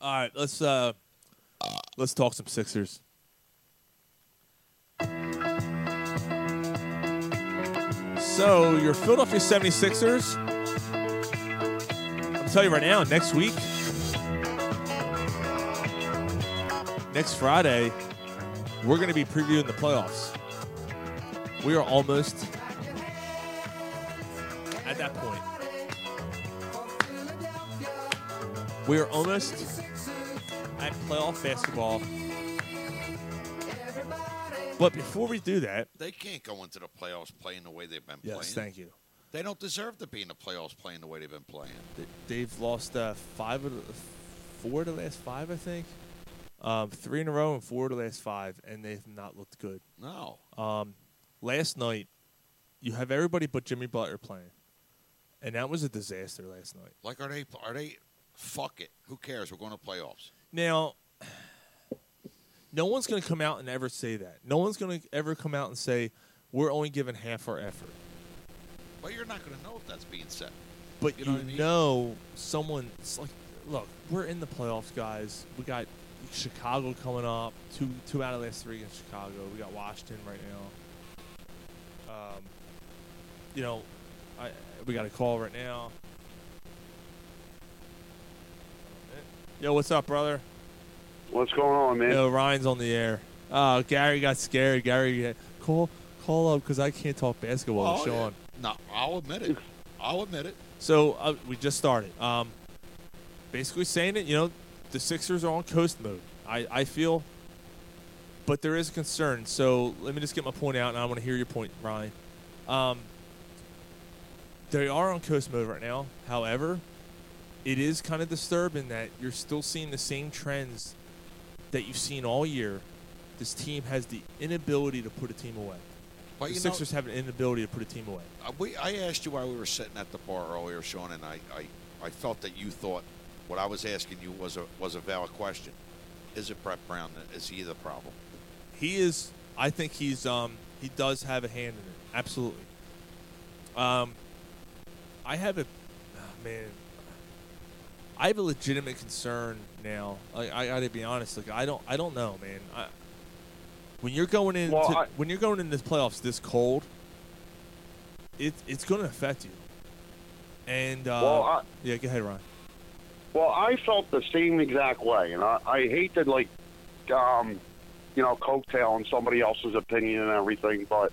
Speaker 5: All right, let's uh let's talk some Sixers. So, your Philadelphia 76ers I'll tell you right now, next week next Friday, we're going to be previewing the playoffs. We are almost at that point. We are almost at playoff basketball. But before we do that,
Speaker 9: They can't go into the playoffs playing the way they've been playing.
Speaker 5: yes, thank you.
Speaker 9: They don't deserve to be in the playoffs playing the way they've been playing.
Speaker 5: They- They've lost uh, five of the, four of the last five, I think. Um, three in a row and four of the last five, and they've not looked good.
Speaker 9: No.
Speaker 5: Um, last night, you have everybody but Jimmy Butler playing, and that was a disaster last night.
Speaker 9: Like, are they? Are they? Fuck it. Who cares? We're going to playoffs.
Speaker 5: Now, no one's going to come out and ever say that. No one's going to ever come out and say we're only giving half our effort.
Speaker 9: But you're not going to know if that's being said.
Speaker 5: But you,
Speaker 9: You
Speaker 5: know,
Speaker 9: know what I mean?
Speaker 5: someone. It's like, look, we're in the playoffs, guys. We got Chicago coming up. Two two out of the last three against Chicago. We got Washington right now. Um, you know, I we got a call right now. Yo, what's up, brother?
Speaker 11: What's going on, man?
Speaker 5: Yo, Ryan's on the air. Oh, Gary got scared. Gary, uh, call call up because I can't talk basketball with
Speaker 9: Oh,
Speaker 5: Sean.
Speaker 9: yeah. No, I'll admit it. I'll admit it.
Speaker 5: So uh, we just started. Um, basically saying it, you know, the Sixers are on coast mode. I, I feel, but there is concern. So let me just get my point out, and I want to hear your point, Ryan. Um, they are on coast mode right now. However, it is kind of disturbing that you're still seeing the same trends that you've seen all year. This team has the inability to put a team away.
Speaker 9: But
Speaker 5: the
Speaker 9: you know-
Speaker 5: Sixers have an inability to put a team away.
Speaker 9: Uh, we, I asked you why we were sitting at the bar earlier, Sean, and I, I, I felt that you thought what I was asking you was a was a valid question. Is it Brett Brown? that- Is he the problem?
Speaker 5: he is I think he's um he does have a hand in it. Absolutely. Um I have a ah, man I have a legitimate concern now. Like I gotta be honest, like I don't I don't know, man. I when you're going into
Speaker 11: Well, I-
Speaker 5: when you're going into the playoffs this cold, it it's gonna affect you. And uh
Speaker 11: Well, I-
Speaker 5: yeah, go ahead, Ryan.
Speaker 11: Well, I felt the same exact way, and I, I hate to like, um, you know, coattail on somebody else's opinion and everything, but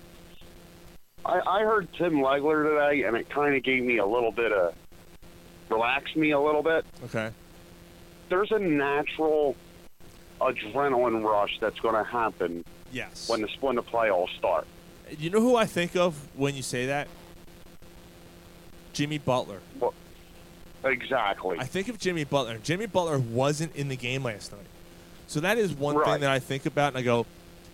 Speaker 11: I, I heard Tim Legler today, and it kind of gave me a little bit of relaxed me a little bit.
Speaker 5: Okay.
Speaker 11: There's a natural adrenaline rush that's going to happen.
Speaker 5: Yes.
Speaker 11: When the when the playoffs start.
Speaker 5: You know who I think of when you say that? Jimmy Butler.
Speaker 11: Well, exactly.
Speaker 5: I think of Jimmy Butler. Jimmy Butler wasn't in the game last night, so that is one thing that I think about, and I go,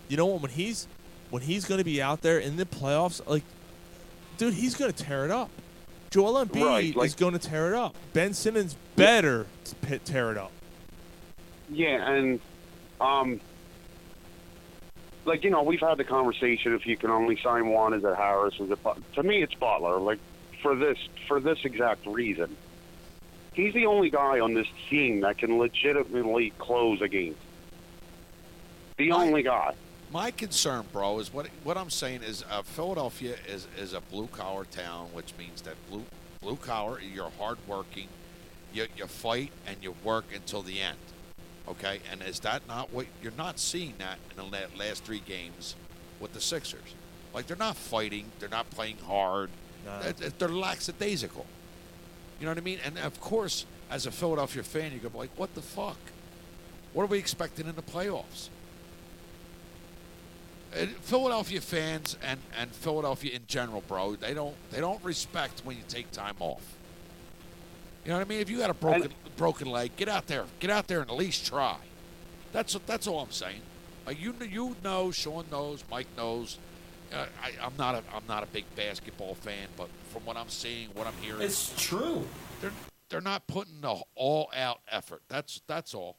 Speaker 5: you know what? When he's when he's going to be out there in the playoffs, like, dude, he's going to tear it up. Joel Embiid
Speaker 11: Right, like-
Speaker 5: is going to tear it up. Ben Simmons better to pit tear it up.
Speaker 11: Yeah, and um, like you know, we've had the conversation. If you can only sign one, is it Harris? Is it But- to me? It's Butler. Like for this for this exact reason, he's the only guy on this team that can legitimately close a game. The only guy.
Speaker 9: My concern, bro, is what what I'm saying is uh, Philadelphia is, is a blue collar town, which means that blue blue collar, you're hardworking, you you fight and you work until the end, okay. And is that not what you're not seeing that in the la- last three games with the Sixers? Like they're not fighting, they're not playing hard, They're- they're, they're lackadaisical. You know what I mean? And of course, as a Philadelphia fan, you're gonna be like, what the fuck? What are we expecting in the playoffs? And Philadelphia fans and, and Philadelphia in general, bro, they don't they don't respect when you take time off. You know what I mean? If you got a broken broken leg, get out there, get out there and at least try. That's that's all I'm saying. Like you kn- you know, Sean knows, Mike knows. Uh, I, I'm not a I'm not a big basketball fan, but from what I'm seeing, what I'm hearing,
Speaker 15: It's true.
Speaker 9: They're they're not putting the all out effort. That's that's all.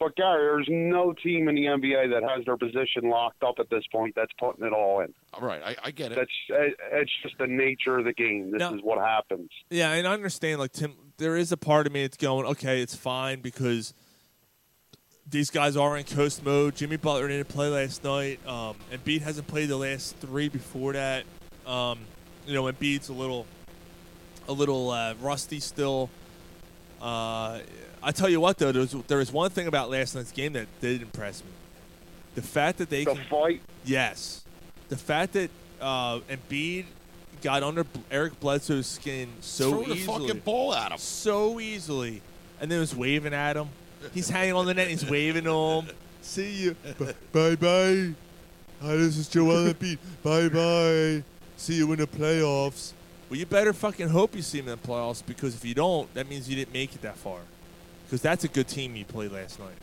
Speaker 11: But Gary, there's no team in the NBA that has their position locked up at this point. That's putting it all in.
Speaker 9: All right, I, I get it.
Speaker 11: That's it- it's just the nature of the game. This
Speaker 5: No.
Speaker 11: is what happens.
Speaker 5: Yeah, and I understand. Like Tim, there is a part of me that's going, okay, it's fine because these guys are in coast mode. Jimmy Butler didn't play last night. Um, Embiid hasn't played the last three before that. Um, you know, Embiid's a little, a little uh, rusty still. Uh, I tell you what, though, there was, there was one thing about last night's game that did impress me: the fact that they
Speaker 11: The
Speaker 5: can
Speaker 11: fight.
Speaker 5: Yes, the fact that uh, Embiid got under Bl- Eric Bledsoe's skin so
Speaker 9: Threw the
Speaker 5: easily,
Speaker 9: fucking ball at him
Speaker 5: so easily, and then was waving at him. He's hanging on the net. He's waving to him. See you. Bye bye. Hi, this is Joe Allenby. bye bye. See you in the playoffs. Well, you better fucking hope you see him in the playoffs because if you don't, that means you didn't make it that far. Because that's a good team you played last night.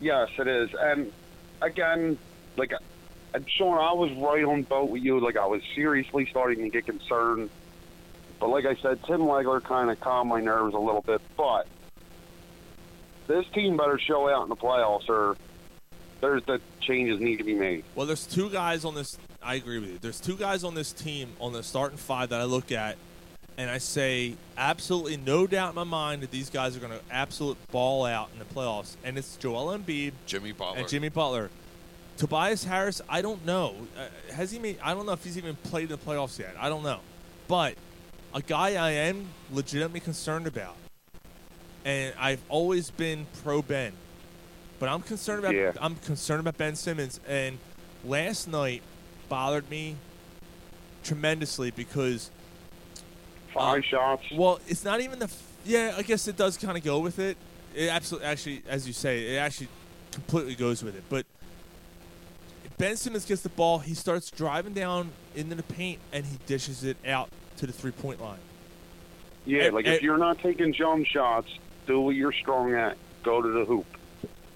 Speaker 11: Yes, it is. And again, like, and Sean, I was right on boat with you. Like, I was seriously starting to get concerned. But like I said, Tim Legler kind of calmed my nerves a little bit. But this team better show out in the playoffs, or there's the changes need to be made.
Speaker 5: Well, there's two guys on this. I agree with you. There's two guys on this team on the starting five that I look at, and I say absolutely no doubt in my mind that these guys are going to absolute ball out in the playoffs. And it's Joel Embiid,
Speaker 9: Jimmy Butler,
Speaker 5: and Jimmy Butler. Tobias Harris, I don't know. Uh, has he made? I don't know if he's even played in the playoffs yet. I don't know. But a guy I am legitimately concerned about, and I've always been pro Ben, but I'm concerned about
Speaker 11: Yeah.
Speaker 5: I'm concerned about Ben Simmons. And last night bothered me tremendously because um,
Speaker 11: five shots.
Speaker 5: Well, it's not even the. F- yeah, I guess it does kind of go with it. It absolutely, actually, as you say, it actually completely goes with it. But Ben Simmons gets the ball, he starts driving down into the paint, and he dishes it out to the three point line.
Speaker 11: Yeah, like if you're not taking jump shots, do what you're strong at. Go to the hoop.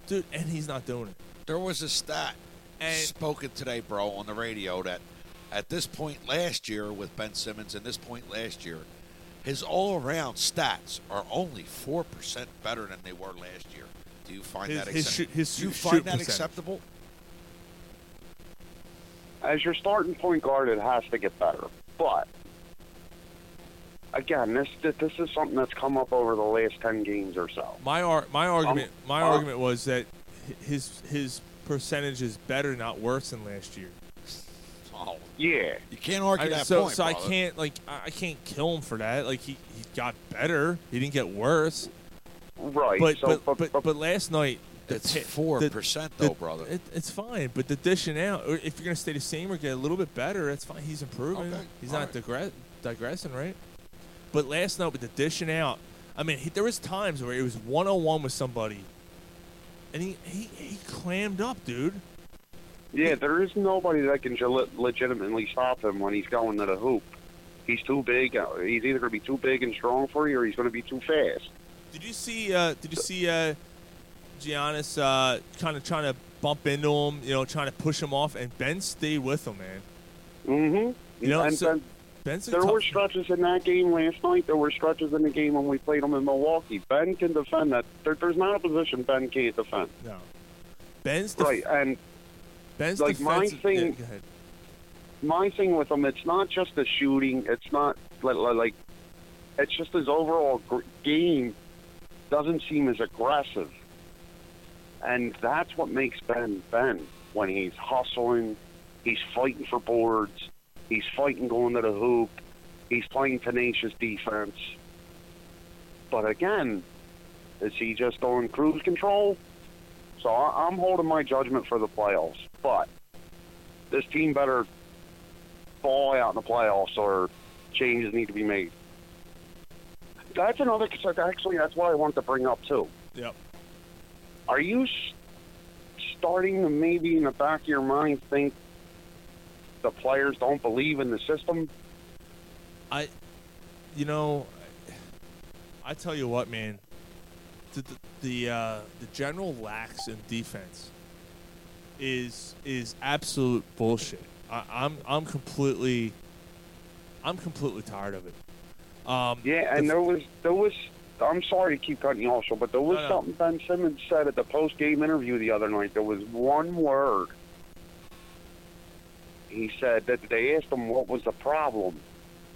Speaker 5: Dude, and he's not doing it.
Speaker 9: There was a stat spoken today, bro, on the radio that at this point last year with Ben Simmons and this point last year, his all around stats are only 4% better than they were last year. Do you find
Speaker 5: His-
Speaker 9: that
Speaker 5: his
Speaker 9: acceptable?
Speaker 5: shoot- his
Speaker 9: Do you
Speaker 5: shoot
Speaker 9: find that
Speaker 5: percentage.
Speaker 9: acceptable?
Speaker 11: As your starting point guard, it has to get better. But again, this this is something that's come up over the last ten games or so.
Speaker 5: My ar- my argument my
Speaker 11: uh,
Speaker 5: argument was that hi- his his percentage is better, not worse, than last year.
Speaker 9: Oh,
Speaker 11: yeah.
Speaker 9: You can't argue
Speaker 5: I-
Speaker 9: that
Speaker 5: so,
Speaker 9: point.
Speaker 5: So I
Speaker 9: brother.
Speaker 5: can't like I I can't kill him for that. Like he, he got better. He didn't get worse.
Speaker 11: Right.
Speaker 5: But
Speaker 11: so-
Speaker 5: but, but, but last night
Speaker 9: It's 4% though, brother.
Speaker 5: It, it's fine. But the dishing out, or if you're gonna stay the same or get a little bit better, it's fine. He's improving.
Speaker 9: Okay,
Speaker 5: He's
Speaker 9: all
Speaker 5: not digre- digressing, right? But last night with the dishing out, I mean, he, there was times where it was one on one with somebody, and he, he he clammed up, dude.
Speaker 11: Yeah, there is nobody that can gel- legitimately stop him when he's going to the hoop. He's too big. uh, He's either going to be too big and strong for you, or he's going to be too fast.
Speaker 5: Did you see? Uh, did you see uh, Giannis uh, kind of trying to bump into him? You know, trying to push him off, and Ben stayed with him, man.
Speaker 11: Mm-hmm.
Speaker 5: You know,
Speaker 11: and
Speaker 5: so
Speaker 11: then
Speaker 5: Ben's a
Speaker 11: there
Speaker 5: tough-
Speaker 11: were stretches in that game last night. There were stretches in the game when we played them in Milwaukee. Ben can defend that. There, there's not a position Ben can't defend.
Speaker 5: No. Ben's
Speaker 11: def- right, and
Speaker 5: Ben's
Speaker 11: like my
Speaker 5: defensive- yeah,
Speaker 11: thing.
Speaker 5: go ahead.
Speaker 11: my thing with him, it's not just the shooting. It's not like, like it's just his overall gr- game doesn't seem as aggressive, and that's what makes Ben Ben when he's hustling, he's fighting for boards, he's fighting going to the hoop, he's playing tenacious defense. But again, is he just on cruise control? So I, I'm holding my judgment for the playoffs, but this team better ball out in the playoffs or changes need to be made. That's another concern. Actually, that's what I wanted to bring up too.
Speaker 5: Yep.
Speaker 11: Are you s- starting to maybe in the back of your mind think the players don't believe in the system?
Speaker 5: I, you know, I tell you what, man, the the the, uh, the general lax in defense is is absolute bullshit. I, I'm I'm completely, I'm completely tired of it. Um,
Speaker 11: Yeah, and
Speaker 5: the-
Speaker 11: there was there was. I'm sorry to keep cutting you off, Sean, but there was
Speaker 5: No, no.
Speaker 11: something Ben Simmons said at the post game interview the other night. There was one word. He said that they asked him what was the problem,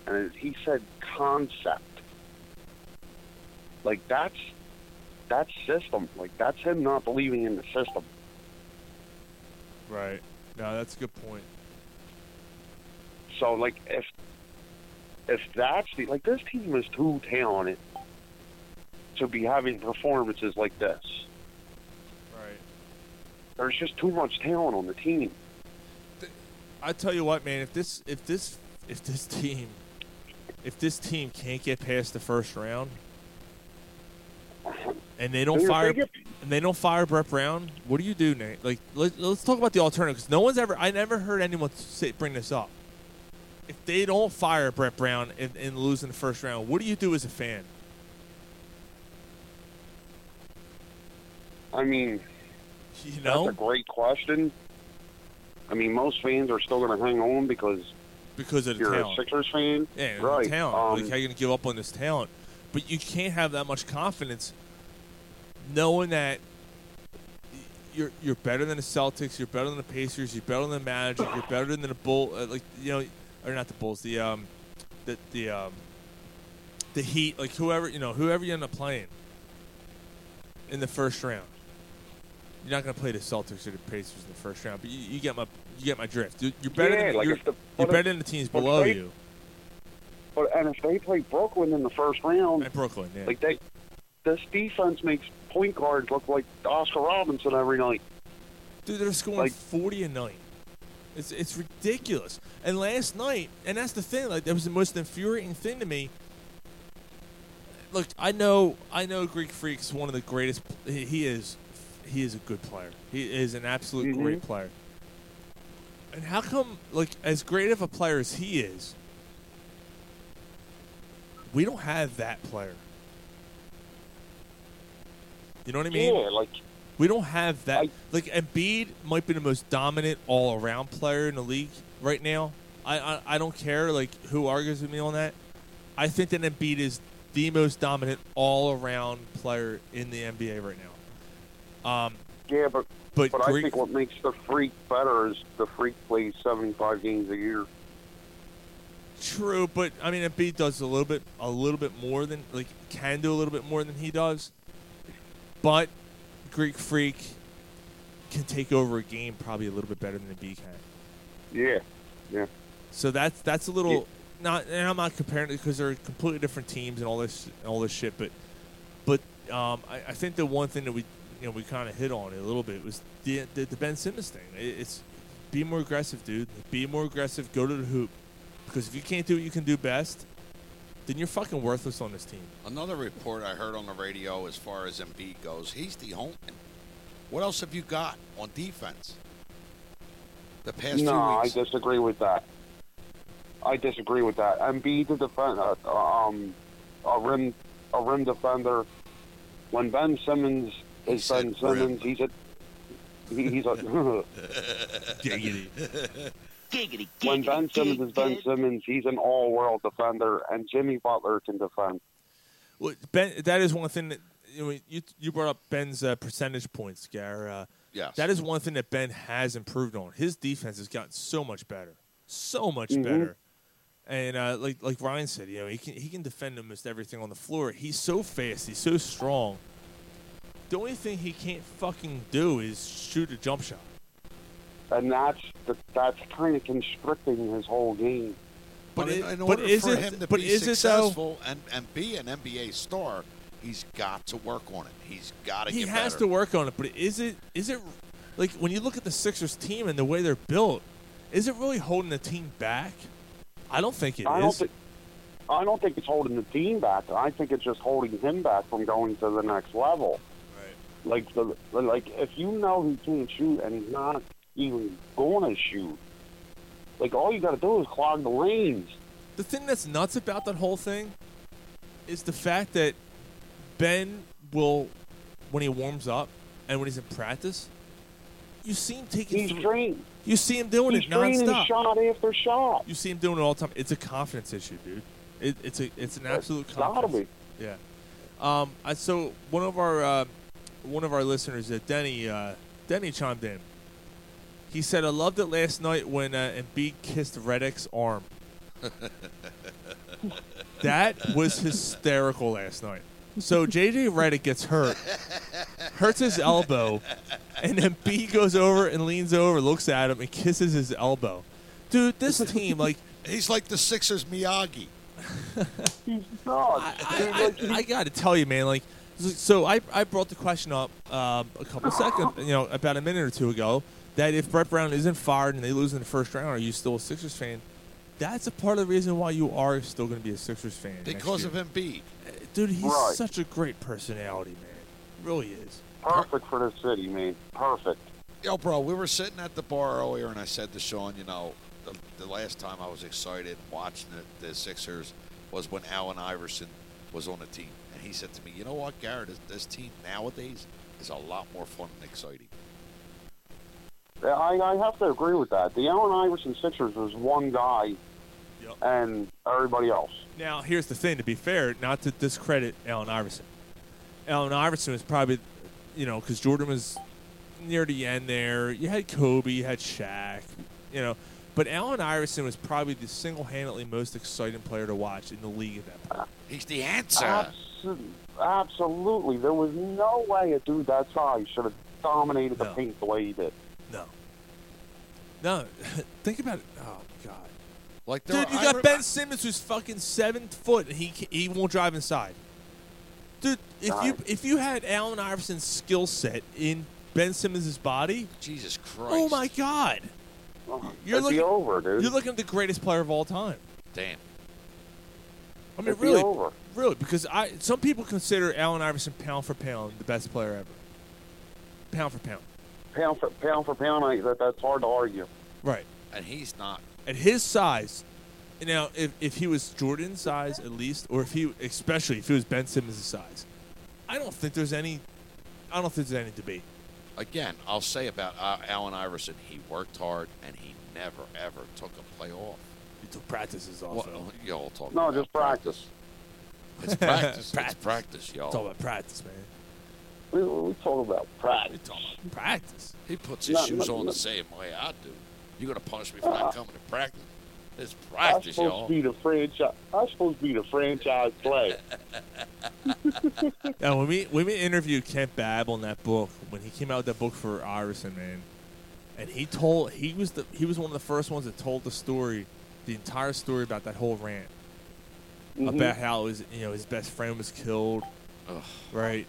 Speaker 11: and he said concept. Like that's that's system. Like that's him not believing in the system.
Speaker 5: right. No, that's a good point.
Speaker 11: So like if if that's the like this team is too talented to be having performances like this.
Speaker 5: Right.
Speaker 11: There's just too much talent on the team.
Speaker 5: I tell you what, man. If this, if this, if this team, if this team can't get past the first round, and they don't
Speaker 11: They were
Speaker 5: fire
Speaker 11: thinking-
Speaker 5: and they don't fire Brett Brown, what do you do, Nate? Like let, let's talk about the alternative because no one's ever I never heard anyone say, bring this up. If they don't fire Brett Brown and, and lose in the first round, what do you do as a fan?
Speaker 11: I mean,
Speaker 5: you
Speaker 11: know, that's a great question. I mean, most fans are still going to hang on because
Speaker 5: Because of the
Speaker 11: you're
Speaker 5: talent.
Speaker 11: a Sixers fan,
Speaker 5: Yeah,
Speaker 11: right?
Speaker 5: talent.
Speaker 11: Um,
Speaker 5: like, how you going to give up on this talent? But you can't have that much confidence knowing that y- you're you're better than the Celtics, you're better than the Pacers, you're better than the Magic, you're better than the Bull. Uh, like you know, or not the Bulls, the um, the the um, the Heat. Like whoever you know, whoever you end up playing in the first round. You're not going to play the Celtics or the Pacers in the first round, but you, you get my you get my drift. You- You're better
Speaker 11: Yeah,
Speaker 5: than
Speaker 11: like
Speaker 5: you're,
Speaker 11: if the-
Speaker 5: you're
Speaker 11: but
Speaker 5: better
Speaker 11: if-
Speaker 5: than the teams
Speaker 11: but if
Speaker 5: below
Speaker 11: they-
Speaker 5: you.
Speaker 11: But and if they play Brooklyn in the first round,
Speaker 5: Brooklyn, yeah.
Speaker 11: like they, this defense makes point guards look like Oscar Robinson every night.
Speaker 5: Dude, they're scoring
Speaker 11: Like-
Speaker 5: 40 a night. It's, it's ridiculous. And last night, and that's the thing, like that was the most infuriating thing to me. Look, I know I know Greek Freak's one of the greatest he he is he is a good player. He is an absolute
Speaker 11: Mm-hmm.
Speaker 5: great player. And how come like as great of a player as he is, we don't have that player. You know what I mean?
Speaker 11: Yeah, like
Speaker 5: We don't have that. like Embiid might be the most dominant all-around player in the league right now. I, I I don't care like who argues with me on that. I think that Embiid is the most dominant all-around player in the NBA right now. Um,
Speaker 11: yeah, but
Speaker 5: but,
Speaker 11: I
Speaker 5: Greek-
Speaker 11: think what makes the freak better is the freak plays seventy-five games a year.
Speaker 5: True, but I mean Embiid does a little bit a little bit more than like can do a little bit more than he does. But Greek Freak can take over a game probably a little bit better than Embiid can.
Speaker 11: Yeah, yeah.
Speaker 5: So that's that's a little not, and I'm not comparing it because they're completely different teams and all this and all this shit. But but um, I, I think the one thing that we you know we kind of hit on it a little bit was the the, the Ben Simmons thing. It, it's be more aggressive, dude. Be more aggressive. Go to the hoop because if you can't do what you can do best, then you're fucking worthless on this team.
Speaker 9: Another report I heard on the radio as far as Embiid goes, he's the home. What else have you got on defense? The past few
Speaker 11: no, I
Speaker 9: weeks.
Speaker 11: disagree with that. I disagree with that. Embiid the defender, um, a rim, a rim defender. When Ben Simmons is Ben Simmons, he's a he- he's a
Speaker 5: giggity.
Speaker 11: giggity. When Ben Simmons is Ben Simmons, he's an all-world defender, and Jimmy Butler can defend.
Speaker 5: Well, Ben, that is one thing that you know, you, you brought up Ben's uh, percentage points, Gar. Uh,
Speaker 9: Yes.
Speaker 5: that is one thing that Ben has improved on. His defense has gotten so much better, so much
Speaker 9: Mhm.
Speaker 5: better. And uh, like like Ryan said, you know, he can he can defend almost everything on the floor. He's so fast, he's so strong. The only thing he can't fucking do is shoot a jump shot.
Speaker 11: And that's the, that's kind of constricting his whole game.
Speaker 9: But, in, in order for him to be successful and, and be an NBA star, he's got to work on it. He's got to
Speaker 5: he
Speaker 9: get
Speaker 5: has
Speaker 9: better.
Speaker 5: to work on it, but is it is it like when you look at the Sixers team and the way they're built, is it really holding the team back? I don't think it is.
Speaker 11: I don't think. I don't think it's holding the team back. I think it's just holding him back from going to the next level. Right. Like the like if you know he can't shoot and he's not even going to shoot, like all you got to do is clog the lanes.
Speaker 5: the thing that's nuts about that whole thing is the fact that Ben will, when he warms up and when he's in practice, you see him taking.
Speaker 11: He's
Speaker 5: three-
Speaker 11: drained.
Speaker 5: You see him doing
Speaker 11: He's
Speaker 5: it
Speaker 11: draining
Speaker 5: nonstop,
Speaker 11: shot after shot.
Speaker 5: You see him doing it all the time. It's a confidence issue, dude. It, it's a it's an absolute confidence. Yeah. Um. I, so one of our uh, one of our listeners, uh, Denny, uh, Denny chimed in. He said, "I loved it last night when uh, Embiid kissed Reddick's arm. That was hysterical last night. So JJ Reddick gets hurt, hurts his elbow, and then B goes over and leans over, looks at him, and kisses his elbow. Dude, this team, like,
Speaker 9: he's like the Sixers Miyagi.
Speaker 5: I, I, I, I got to tell you, man. Like, so I, I brought the question up um, a couple seconds, you know, about a minute or two ago, that if Brett Brown isn't fired and they lose in the first round, are you still a Sixers fan? That's a part of the reason why you are still going to be a Sixers fan next
Speaker 9: Because
Speaker 5: year.
Speaker 9: of Embiid.
Speaker 5: Dude, he's
Speaker 9: Right.
Speaker 5: such a great personality, man. really is.
Speaker 7: Perfect for the city, man. Perfect.
Speaker 9: Yo, bro, we were sitting at the bar earlier, and I said to Sean, you know, the, the last time I was excited watching the, the Sixers was when Allen Iverson was on the team. And he said to me, you know what, Garrett, this, this team nowadays is a lot more fun and exciting.
Speaker 7: Yeah, I, I have to agree with that. The Allen Iverson Sixers was one guy and everybody else.
Speaker 5: Now, here's the thing. To be fair, not to discredit Allen Iverson. Allen Iverson was probably, you know, because Jordan was near the end there. You had Kobe, you had Shaq, you know, but Allen Iverson was probably the single-handedly most exciting player to watch in the league at that point.
Speaker 9: He's the answer.
Speaker 5: Uh,
Speaker 7: Abso- Absolutely. There was no way a dude that size should have dominated the paint the way he did.
Speaker 5: No. No, think about it. Oh God.
Speaker 9: Like
Speaker 5: dude, you got Ben Simmons who's fucking seven foot and he ca- he won't drive inside. Dude, if you if you had Allen Iverson's skill set in Ben Simmons' body,
Speaker 9: Jesus Christ,
Speaker 5: oh my God, you're
Speaker 7: It'd
Speaker 5: looking
Speaker 7: be over, dude.
Speaker 5: You're looking at the greatest player of all time.
Speaker 9: Damn.
Speaker 5: I mean,
Speaker 7: It'd be
Speaker 5: really,
Speaker 7: over.
Speaker 5: really, because I some people consider Allen Iverson pound for pound the best player ever. Pound for pound,
Speaker 7: Pound for pound for pound, I, that, that's hard to argue.
Speaker 5: right?
Speaker 9: And he's not.
Speaker 5: at his size, now if, if he was Jordan's size at least, or if he especially if he was Ben Simmons' size, I don't think there's any, I don't think there's any debate.
Speaker 9: Again, I'll say about uh, Allen Iverson, he worked hard and he never, ever took a play off.
Speaker 5: He took practices off.
Speaker 9: Well, y'all talk
Speaker 7: No,
Speaker 9: about
Speaker 7: just practice.
Speaker 9: It's practice. it's practice, y'all.
Speaker 5: It's all about practice, man.
Speaker 7: We, we talk about practice.
Speaker 5: Practice.
Speaker 9: He puts his
Speaker 7: No,
Speaker 9: shoes
Speaker 7: no,
Speaker 9: on
Speaker 7: no.
Speaker 9: the same way I do. You're gonna punish me for
Speaker 7: Ah.
Speaker 9: not coming to practice. It's practice,
Speaker 7: I'm supposed
Speaker 9: y'all.
Speaker 7: to be the franchise. I'm supposed to be the franchise player.
Speaker 5: Yeah, when we when we interviewed Kent Babb on that book, when he came out with that book for Iverson, man, and he told he was the he was one of the first ones that told the story, the entire story about that whole rant,
Speaker 9: Mm-hmm.
Speaker 5: about how his you know his best friend was killed, right?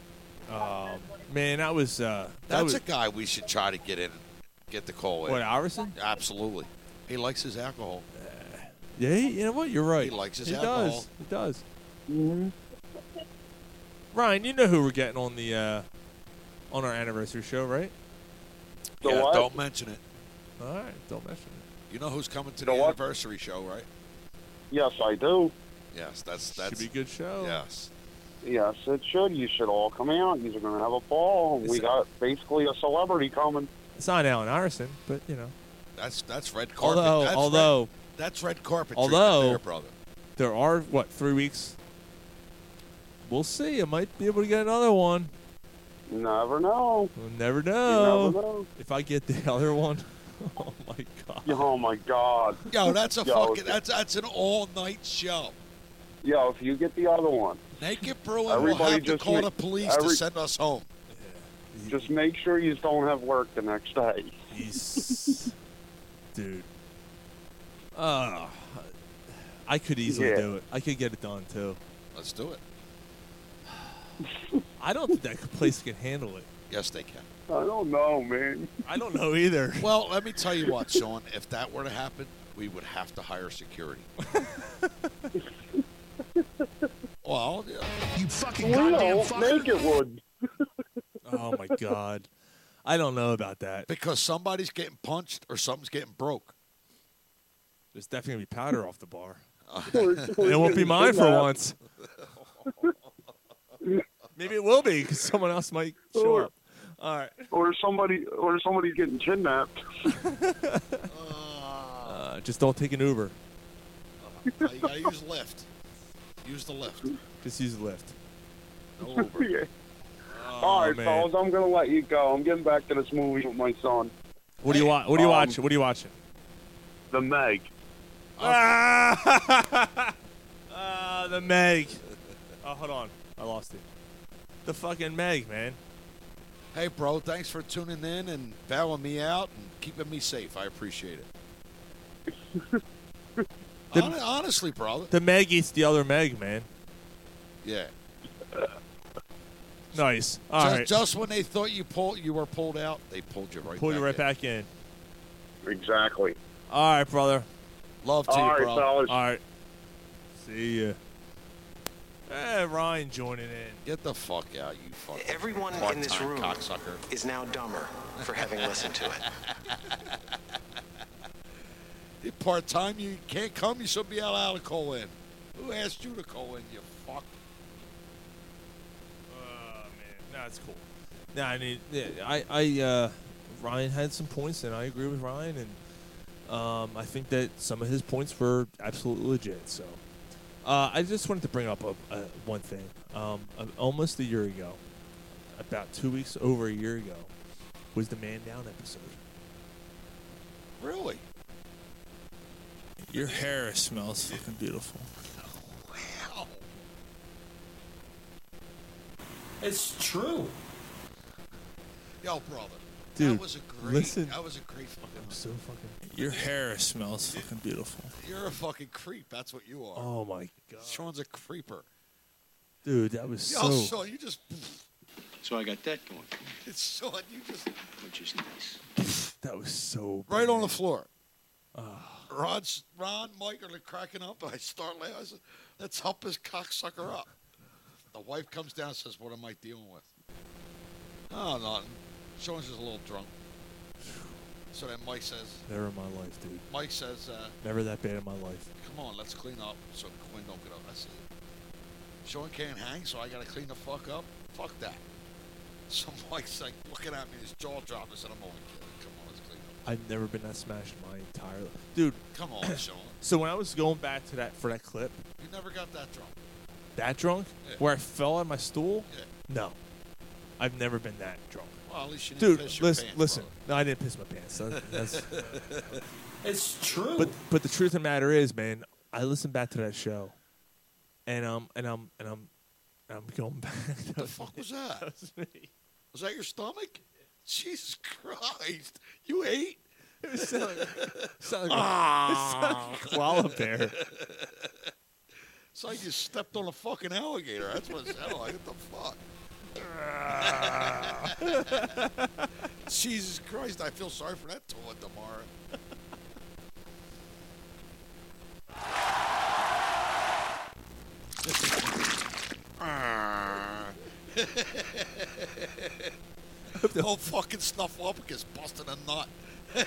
Speaker 5: Um, man, that was uh, that
Speaker 9: That's
Speaker 5: was
Speaker 9: a guy we should try to get in, get the call in.
Speaker 5: What, Iverson?
Speaker 9: Absolutely. He likes his alcohol.
Speaker 5: yeah. he- You know what? You're right.
Speaker 9: He likes his Mm-hmm.
Speaker 5: he
Speaker 9: alcohol.
Speaker 5: Does. He does. Ryan, you know who we're getting on the uh, on our anniversary show, right?
Speaker 7: The
Speaker 9: yeah,
Speaker 7: what?
Speaker 9: don't mention it.
Speaker 5: All right, don't mention it.
Speaker 9: You know who's coming to
Speaker 7: The
Speaker 9: the,
Speaker 7: what?
Speaker 9: anniversary show, right?
Speaker 7: Yes, I do.
Speaker 9: Yes, that's that's
Speaker 5: Should be a good show.
Speaker 9: yes.
Speaker 7: Yes, it should. You should all come out. You're going to have a ball. We got basically a celebrity coming.
Speaker 5: It's not Alan Iverson, but you know.
Speaker 9: That's that's red carpet.
Speaker 5: Although,
Speaker 9: that's
Speaker 5: although,
Speaker 9: red, that's red carpet. treatment
Speaker 5: although,
Speaker 9: there, brother.
Speaker 5: there are what three weeks. We'll see. I might be able to get another one.
Speaker 7: Never know.
Speaker 5: We'll never
Speaker 7: You
Speaker 5: know.
Speaker 7: never know.
Speaker 5: If I get the other one, oh my god!
Speaker 7: Yeah, Oh my God.
Speaker 9: Yo, that's a
Speaker 7: Yo,
Speaker 9: fucking that's that's an all night show.
Speaker 7: Yo, if you get the other one,
Speaker 9: Naked Bruin will
Speaker 7: Everybody
Speaker 9: have to
Speaker 7: just
Speaker 9: call
Speaker 7: make-
Speaker 9: the police to
Speaker 7: every-
Speaker 9: send us home.
Speaker 7: just make sure you don't have work the next day.
Speaker 5: Jeez. dude. Oh, I could easily
Speaker 7: Yeah.
Speaker 5: do it. I could get it done too.
Speaker 9: Let's do it.
Speaker 5: I don't think that place can handle it.
Speaker 9: Yes, they can.
Speaker 7: I don't know, man.
Speaker 5: I don't know either.
Speaker 9: Well, let me tell you what, Sean. If that were to happen, we would have to hire security. well, yeah.
Speaker 16: You fucking goddamn
Speaker 7: Well,
Speaker 16: fucker.
Speaker 7: make it wood.
Speaker 5: Oh my god! I don't know about that.
Speaker 9: because somebody's getting punched or something's getting broke.
Speaker 5: There's definitely gonna be powder off the bar.
Speaker 7: Or- or
Speaker 5: And it won't be
Speaker 7: getting
Speaker 5: mine for
Speaker 7: kidnapped.
Speaker 5: once. Maybe it will be because someone else might show
Speaker 7: Sure.
Speaker 5: up. All right.
Speaker 7: Or somebody, or somebody getting kidnapped.
Speaker 5: Uh, just don't take an Uber.
Speaker 9: Now you gotta use left. Use the left.
Speaker 5: Just use Lyft.
Speaker 9: No Uber.
Speaker 7: Yeah.
Speaker 5: Oh,
Speaker 7: All right,
Speaker 5: man.
Speaker 7: fellas, I'm gonna let you go. I'm getting back to this movie with my son,
Speaker 5: What do you watch? What do you
Speaker 7: Um,
Speaker 5: watch? What are you watching?
Speaker 7: The Meg.
Speaker 5: Ah! Ah, the Meg. Oh, hold on. I lost it. The fucking Meg, man.
Speaker 9: Hey, bro, thanks for tuning in and bowing me out and keeping me safe. I appreciate it. Hon- honestly, brother.
Speaker 5: The Meg eats the other Meg, man.
Speaker 9: Yeah.
Speaker 5: Nice. All
Speaker 9: just,
Speaker 5: right.
Speaker 9: just when they thought you pulled, you were pulled out, they pulled you right
Speaker 5: Pull
Speaker 9: back
Speaker 5: you right
Speaker 9: in.
Speaker 5: back in.
Speaker 7: Exactly.
Speaker 5: All right, brother.
Speaker 9: Love to
Speaker 7: All
Speaker 9: you,
Speaker 5: Uh,
Speaker 7: right,
Speaker 9: bro.
Speaker 7: fellas.
Speaker 5: All right. See ya. Hey, Ryan. Eh, Ryan joining in.
Speaker 9: Get the fuck out, you fucking
Speaker 15: Everyone in this
Speaker 9: part-time
Speaker 15: room
Speaker 9: cocksucker.
Speaker 15: is now dumber for having listened to it.
Speaker 9: You part time, you can't come. You should be allowed to call in. Who asked you to call in? You fuck.
Speaker 5: Oh, Nah, it's cool. No, I mean, yeah, I, I, uh, Ryan had some points, and I agree with Ryan, and um, I think that some of his points were absolutely legit. So, uh, I just wanted to bring up a, a, one thing. Um, uh, almost a year ago, about two weeks over a year ago, was the Man Down episode.
Speaker 9: Really?
Speaker 17: Your hair smells fucking beautiful.
Speaker 9: It's true. Yo, brother.
Speaker 17: Dude,
Speaker 9: that was a great.
Speaker 17: listen.
Speaker 9: That was a great fucking. I'm
Speaker 5: so fucking.
Speaker 17: Your hair smells fucking beautiful.
Speaker 9: You're a fucking creep. That's what you are.
Speaker 5: Oh my god.
Speaker 9: Sean's a creeper.
Speaker 5: Dude, that was
Speaker 9: Yo,
Speaker 5: so.
Speaker 9: Sean, you just.
Speaker 14: So I got that going, for me,
Speaker 9: It's Sean. You just.
Speaker 14: which is nice.
Speaker 5: That was so.
Speaker 9: Right on the floor. Ron, Ron, Mike are like cracking up, and I start laughing. I said, Let's help this cocksucker up. The wife comes down and says, What am I dealing with? Oh, nothing. Sean's just a little drunk. So then Mike says,
Speaker 5: Never in my life, dude.
Speaker 9: Mike says, uh,
Speaker 5: Never that bad in my life.
Speaker 9: Come on, let's clean up so Quinn don't get up. I said, Sean can't hang, so I got to clean the fuck up? Fuck that. So Mike's like looking at me, his jaw dropping. I said, I'm only kidding. Come on, let's clean up.
Speaker 5: I've never been that smashed in my entire life, dude.
Speaker 9: Come on, Sean.
Speaker 5: so when I was going back to that for that clip,
Speaker 9: You never got that drunk.
Speaker 5: that drunk,
Speaker 9: Yeah.
Speaker 5: where I fell on my stool,
Speaker 9: Yeah.
Speaker 5: no, I've never been that drunk.
Speaker 9: Well, at least you didn't
Speaker 5: Dude,
Speaker 9: piss your
Speaker 5: listen,
Speaker 9: pants,
Speaker 5: listen. No, I didn't piss my pants. That- that's-
Speaker 9: it's true.
Speaker 5: but but the truth of the matter is, man, I listened back to that show, and um and I'm and I'm and I'm going back. That
Speaker 9: the
Speaker 5: was
Speaker 9: fuck
Speaker 5: me.
Speaker 9: was that?
Speaker 5: That was me.
Speaker 9: Was that your stomach? Jesus Christ! You ate?
Speaker 5: It was so, sounded like a- it sounded
Speaker 9: ah.
Speaker 5: like a koala bear.
Speaker 9: It's like you stepped on a fucking alligator. That's what it sounded like. What the fuck? Jesus Christ! I feel sorry for that toilet tomorrow. the whole fucking snuffleupagus busting a nut.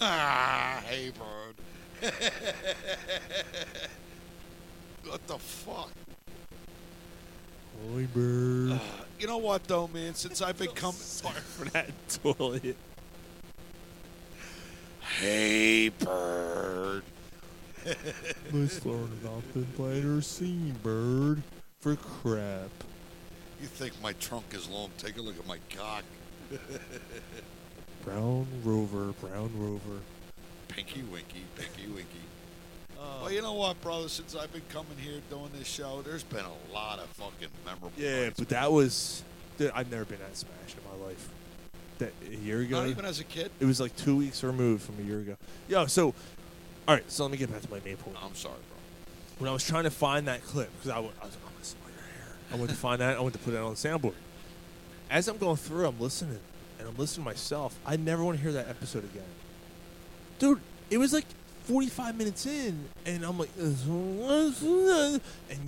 Speaker 9: ah, hey, bird. what the fuck?
Speaker 5: Holy bird.
Speaker 9: You know what, though, man? Since I've been coming.
Speaker 5: for that toilet.
Speaker 9: Hey, bird.
Speaker 5: Let's learn about the bladder sea bird for crap.
Speaker 9: You think my trunk is long? Take a look at my cock.
Speaker 5: Brown rover, brown rover.
Speaker 9: Pinky Winky, Pinky Winky.
Speaker 5: Oh.
Speaker 9: well, you know what, brother? Since I've been coming here doing this show, there's been a lot of fucking memorable.
Speaker 5: Yeah, but that was. Dude, I've never been that smashed in my life. That a year ago.
Speaker 9: Not even as a kid?
Speaker 5: It was like two weeks removed from a year ago. Yo, so, all right. So let me get back to my main point.
Speaker 9: I'm sorry, bro.
Speaker 5: When I was trying to find that clip, because I, wa- I was like, I'm gonna smell your hair. I went to find that. I went to put it on the soundboard. As I'm going through, I'm listening, and I'm listening to myself. I never want to hear that episode again, dude. It was like 45 minutes in, and I'm like, and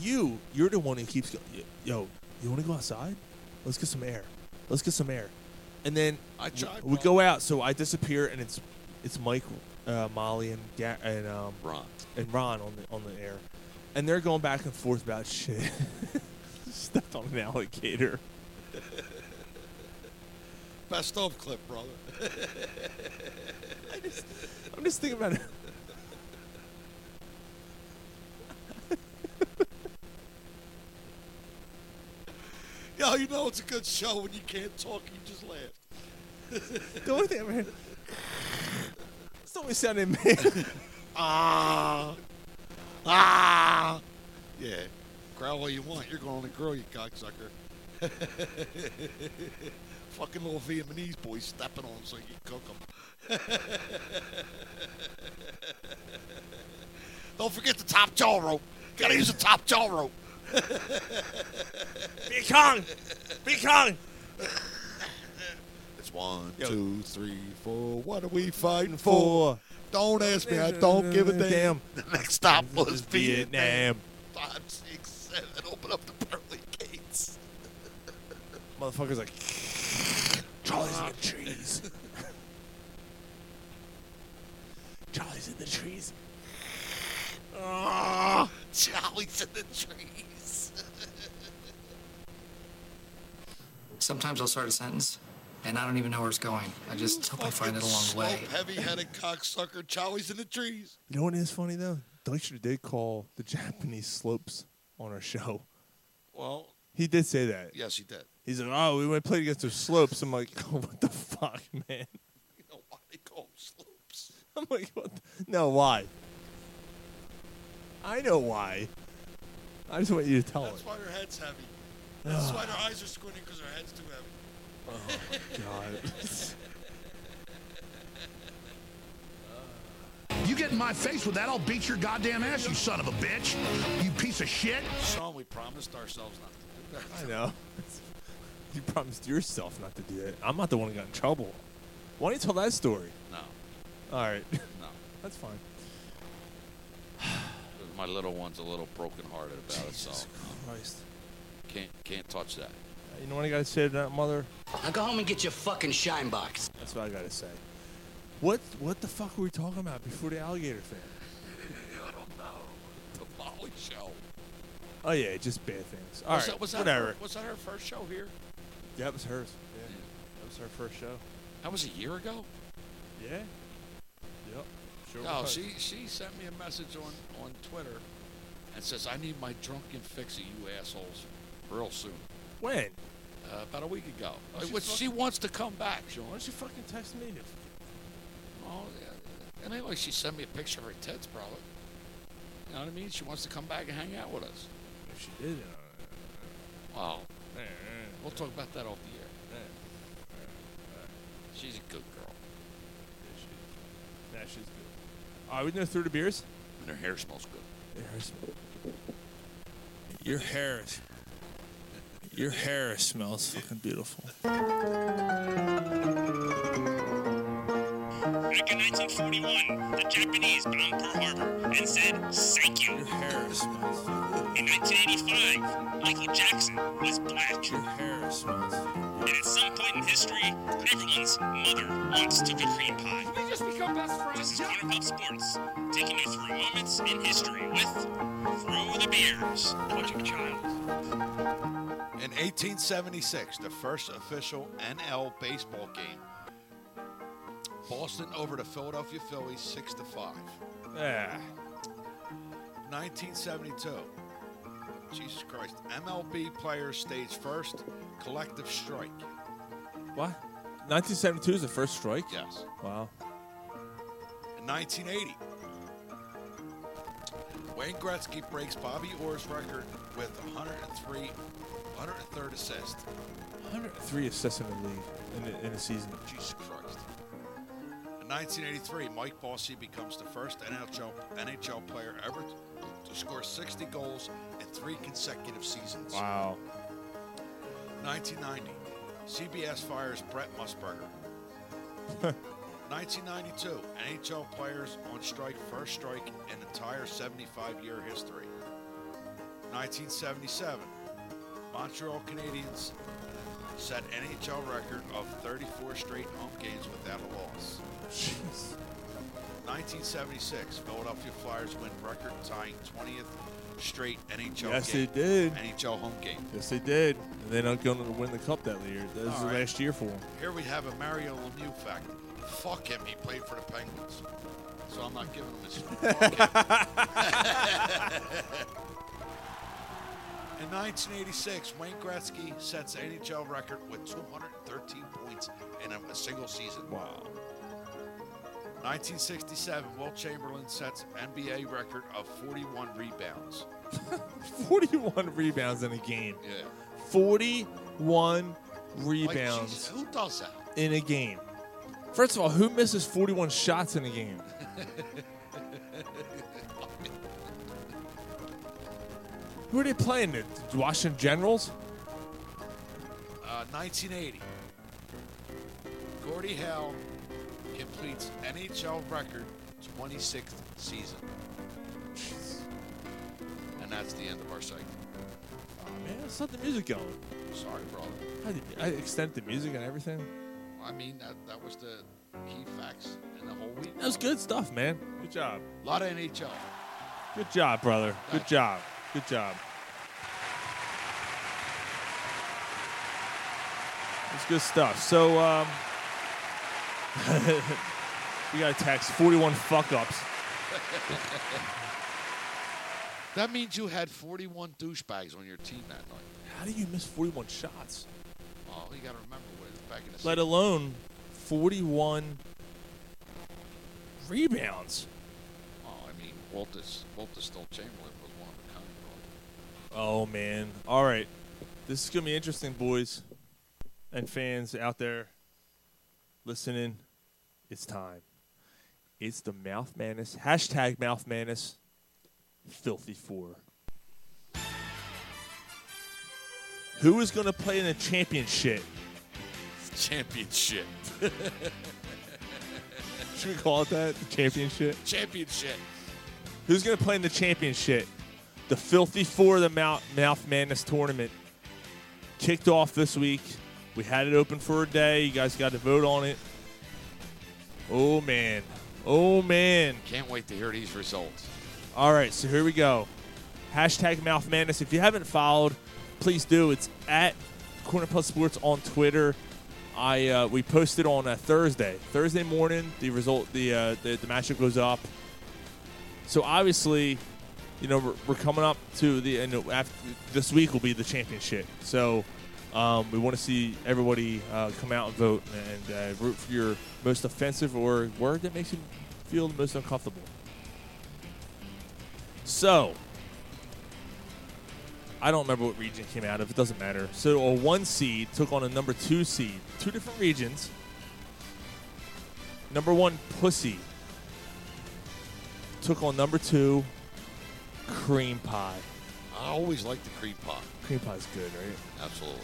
Speaker 5: you, you're the one who keeps going. Yo, you want to go outside? Let's get some air. Let's get some air. And then
Speaker 9: I
Speaker 5: we-
Speaker 9: tried,
Speaker 5: we
Speaker 9: bro.
Speaker 5: go out, so I disappear, and it's it's Mike, uh, Molly, and Ga- and um,
Speaker 9: Ron
Speaker 5: and Ron on the on the air, and they're going back and forth about shit. Stepped on an alligator.
Speaker 9: Best of clip, brother.
Speaker 5: I just, I'm just thinking about it.
Speaker 9: Yo, you know it's a good show when you can't talk, you just laugh.
Speaker 5: The only thing I've heard. It's the only sound it made.
Speaker 9: ah, ah. Yeah, growl all you want. You're going on the grill, you cocksucker. Fucking little Vietnamese boys stepping on 'em so you can cook 'em. Don't forget the top jaw rope. Gotta use the top jaw rope.
Speaker 5: Be Kong! Be Kong!
Speaker 9: It's It's one, two, three, four. What are we fighting for? Don't ask me. I don't give a damn. The next stop was Vietnam. Five, six, seven. Open up the pearly gates.
Speaker 5: Motherfuckers like Charlie's in the trees. Charlie's in the trees.
Speaker 9: Ah, Charlie's in the trees.
Speaker 18: Sometimes I'll start a sentence and I don't even know where it's going. I just hope I find it along the way.
Speaker 9: Heavy-headed cocksucker. Charlie's in the trees.
Speaker 5: You know what is funny though? Deutscher did call the Japanese slopes on our show.
Speaker 9: Well,
Speaker 5: He did say that.
Speaker 9: yes, he did.
Speaker 5: He's like, oh, we went played against the slopes. I'm like, oh, what the fuck, man?
Speaker 9: You know why they call them slopes?
Speaker 5: I'm like, what? The? No, why? I know why. I just want you to tell
Speaker 9: That's why their head's heavy. That's why their eyes are squinting because their head's too heavy.
Speaker 5: it. God.
Speaker 19: You get in my face with that, I'll beat your goddamn ass, you son of a bitch. You piece of shit.
Speaker 9: Sean, we promised ourselves not to do that.
Speaker 5: I know. you promised yourself not to do that. I'm not the one who got in trouble. Why don't you tell that story?
Speaker 9: No,
Speaker 5: All right.
Speaker 9: no.
Speaker 5: That's fine.
Speaker 9: My little one's a little brokenhearted about it, so
Speaker 5: Christ.
Speaker 9: can't can't touch that.
Speaker 5: You know what I gotta say to that mother?
Speaker 18: Now go home and get your fucking shine box.
Speaker 5: That's what I gotta say. What what the fuck were we talking about before the alligator thing?
Speaker 9: I don't know. The Molly Show.
Speaker 5: Oh yeah, just bad things. All right,
Speaker 9: was that, was that
Speaker 5: whatever.
Speaker 9: Her, was that her first show here?
Speaker 5: Yeah, it was hers. Yeah. That was her first show.
Speaker 9: That was a year ago.
Speaker 5: Yeah. Oh, Yep. Sure.
Speaker 9: No,
Speaker 5: was.
Speaker 9: she she sent me a message on on Twitter, and says I need my drunken fix of you assholes, real soon.
Speaker 5: When?
Speaker 9: Uh, about a week ago.
Speaker 5: Oh,
Speaker 9: Uh,
Speaker 5: she's
Speaker 9: what- she
Speaker 5: fucking-
Speaker 9: wants to come back,
Speaker 5: Why
Speaker 9: Sean.
Speaker 5: don't you fucking text me? to-
Speaker 9: Oh, yeah. And anyway, she sent me a picture of her tits, probably. You know what I mean? She wants to come back and hang out with us.
Speaker 5: If she did.
Speaker 9: Wow.
Speaker 5: Uh,
Speaker 9: We'll talk about that off the air. She's a good girl.
Speaker 5: Nah, she's good. All right, we gonna through the beers.
Speaker 9: And her hair smells good.
Speaker 17: Your hair is. Your hair smells fucking beautiful.
Speaker 20: Back in 1941, the Japanese bombed Pearl Harbor and said, thank you. In 1985, Michael Jackson was black. And at some point in history, everyone's mother wants to be cream pie. we just become best friends? This is Corner Pub Sports, taking you through moments in history with Through the Beers, Project Child.
Speaker 9: In 1876, the first official NL baseball game. Boston over the Philadelphia Phillies 6 to 5.
Speaker 5: Yeah.
Speaker 9: 1972. Jesus Christ. MLB players stage first collective strike.
Speaker 5: What? 1972 is the first strike.
Speaker 9: Yes.
Speaker 5: Wow.
Speaker 9: In 1980, Wayne Gretzky breaks Bobby Orr's record with 103, 103rd assist.
Speaker 5: 103 assists in the league in the, in the season.
Speaker 9: Jesus Christ. In 1983, Mike Bossy becomes the first NHL, NHL player ever to score 60 goals in three consecutive seasons.
Speaker 5: Wow.
Speaker 9: 1990, CBS fires Brett Musburger. 1992, NHL players on strike, first strike in entire 75 year history. 1977, Montreal Canadiens set NHL record of 34 straight home games without a loss.
Speaker 5: Jeez.
Speaker 9: 1976, Philadelphia Flyers win record tying 20th straight NHL
Speaker 5: Yes,
Speaker 9: game.
Speaker 5: they did.
Speaker 9: NHL home game.
Speaker 5: Yes, they did. And they're not going to win the cup that year. That was
Speaker 9: All
Speaker 5: the
Speaker 9: right.
Speaker 5: last year for them.
Speaker 9: Here we have a Mario Lemieux fact. Fuck him, he played for the Penguins. So I'm not giving him his fuck him. In 1986, Wayne Gretzky sets NHL record with 213 points in a, a single season.
Speaker 5: Wow.
Speaker 9: 1967, Will Chamberlain sets NBA record of 41 rebounds.
Speaker 5: 41 rebounds in a game.
Speaker 9: Yeah.
Speaker 5: 41
Speaker 9: Like,
Speaker 5: rebounds
Speaker 9: Jesus, who does that?
Speaker 5: in a game. First of all, who misses 41 shots in a game? Who are they playing? The the Washington Generals?
Speaker 9: Uh, 1980. Buddy Howell completes NHL record 26th season. And that's the end of our segment.
Speaker 5: Man, let's let the music go.
Speaker 9: Sorry, brother.
Speaker 5: I, I extended the music and everything.
Speaker 9: I mean, that, that was the key facts in the whole week.
Speaker 5: That was good stuff, man. Good job.
Speaker 9: A lot of NHL.
Speaker 5: Good job, brother. Good job. Good job. It's good stuff. So, um, we got a text 41 fuck ups.
Speaker 9: That means you had 41 douchebags on your team that night.
Speaker 5: How do you miss 41 shots?
Speaker 9: Oh, you got to remember what it was back in the
Speaker 5: Let alone 41 rebounds.
Speaker 9: Oh, I mean, Waltis, Waltis Still Chamberlain was one of a kind. bro.
Speaker 5: Oh man! All right, this is gonna be interesting, boys and fans out there listening. It's time. It's the Mouth Madness hashtag Mouth Madness Filthy Four. Who is gonna play in a championship?
Speaker 9: Championship.
Speaker 5: Should we call it that? The championship.
Speaker 9: Championship.
Speaker 5: Who's going to play in the championship? The Filthy Four of the Mount, Mouth Madness tournament kicked off this week. We had it open for a day. You guys got to vote on it. Oh, man. Oh, man.
Speaker 9: Can't wait to hear these results.
Speaker 5: All right, so here we go. Hashtag Mouth Madness. If you haven't followed, please do. It's at Corner Plus Sports on Twitter. I uh, we posted on a Thursday, Thursday morning. The result, the uh, the, the matchup goes up. So obviously, you know we're, we're coming up to the end. Of, after, this week will be the championship. So um, we want to see everybody uh, come out and vote and uh, root for your most offensive or word that makes you feel the most uncomfortable. So I don't remember what region it came out of. It doesn't matter. So a one seed took on a number two seed. Two different regions. Number one, Pussy, took on number two, Cream Pie.
Speaker 9: I always like the creep pop.
Speaker 5: Cream Pie's good, right?
Speaker 9: Absolutely.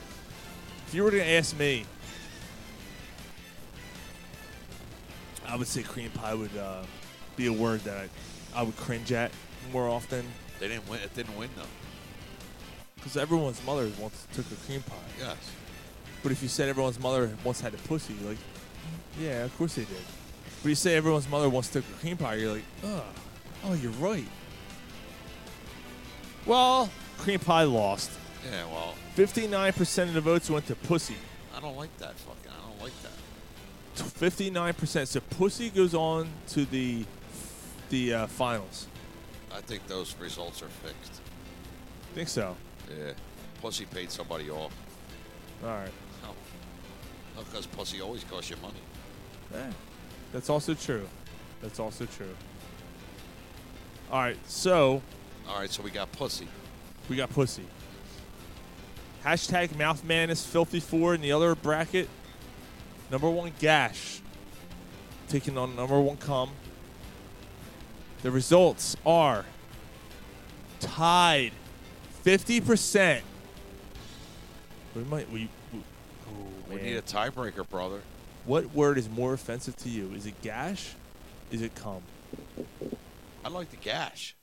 Speaker 5: If you were going to ask me, I would say cream pie would uh, be a word that I, I would cringe at more often
Speaker 9: They didn't win. It didn't win though.
Speaker 5: because everyone's mother once took a cream pie.
Speaker 9: Yes.
Speaker 5: But if you said everyone's mother once had a pussy, you're like, yeah, of course they did. But you say everyone's mother once took a cream pie, you're like, oh, oh, you're right. Well, cream pie lost.
Speaker 9: Yeah. Well,
Speaker 5: 59% of the votes went to pussy.
Speaker 9: I don't like that fucking. I don't like that.
Speaker 5: 59%. So pussy goes on to the the uh, finals.
Speaker 9: I think those results are fixed.
Speaker 5: Think so.
Speaker 9: Yeah. Pussy paid somebody off.
Speaker 5: All right.
Speaker 9: No. Because pussy always costs you money.
Speaker 5: Yeah. Eh, That's also true. That's also true. All right, so
Speaker 9: All right, so we got pussy.
Speaker 5: we got pussy. Hashtag mouth madness filthy four in the other bracket. Number one gash taking on number one cum. The results are tied, fifty percent. We might we. we oh,
Speaker 9: We
Speaker 5: man.
Speaker 9: need a tiebreaker, brother.
Speaker 5: What word is more offensive to you? Is it gash? Is it cum?
Speaker 9: I like the gash.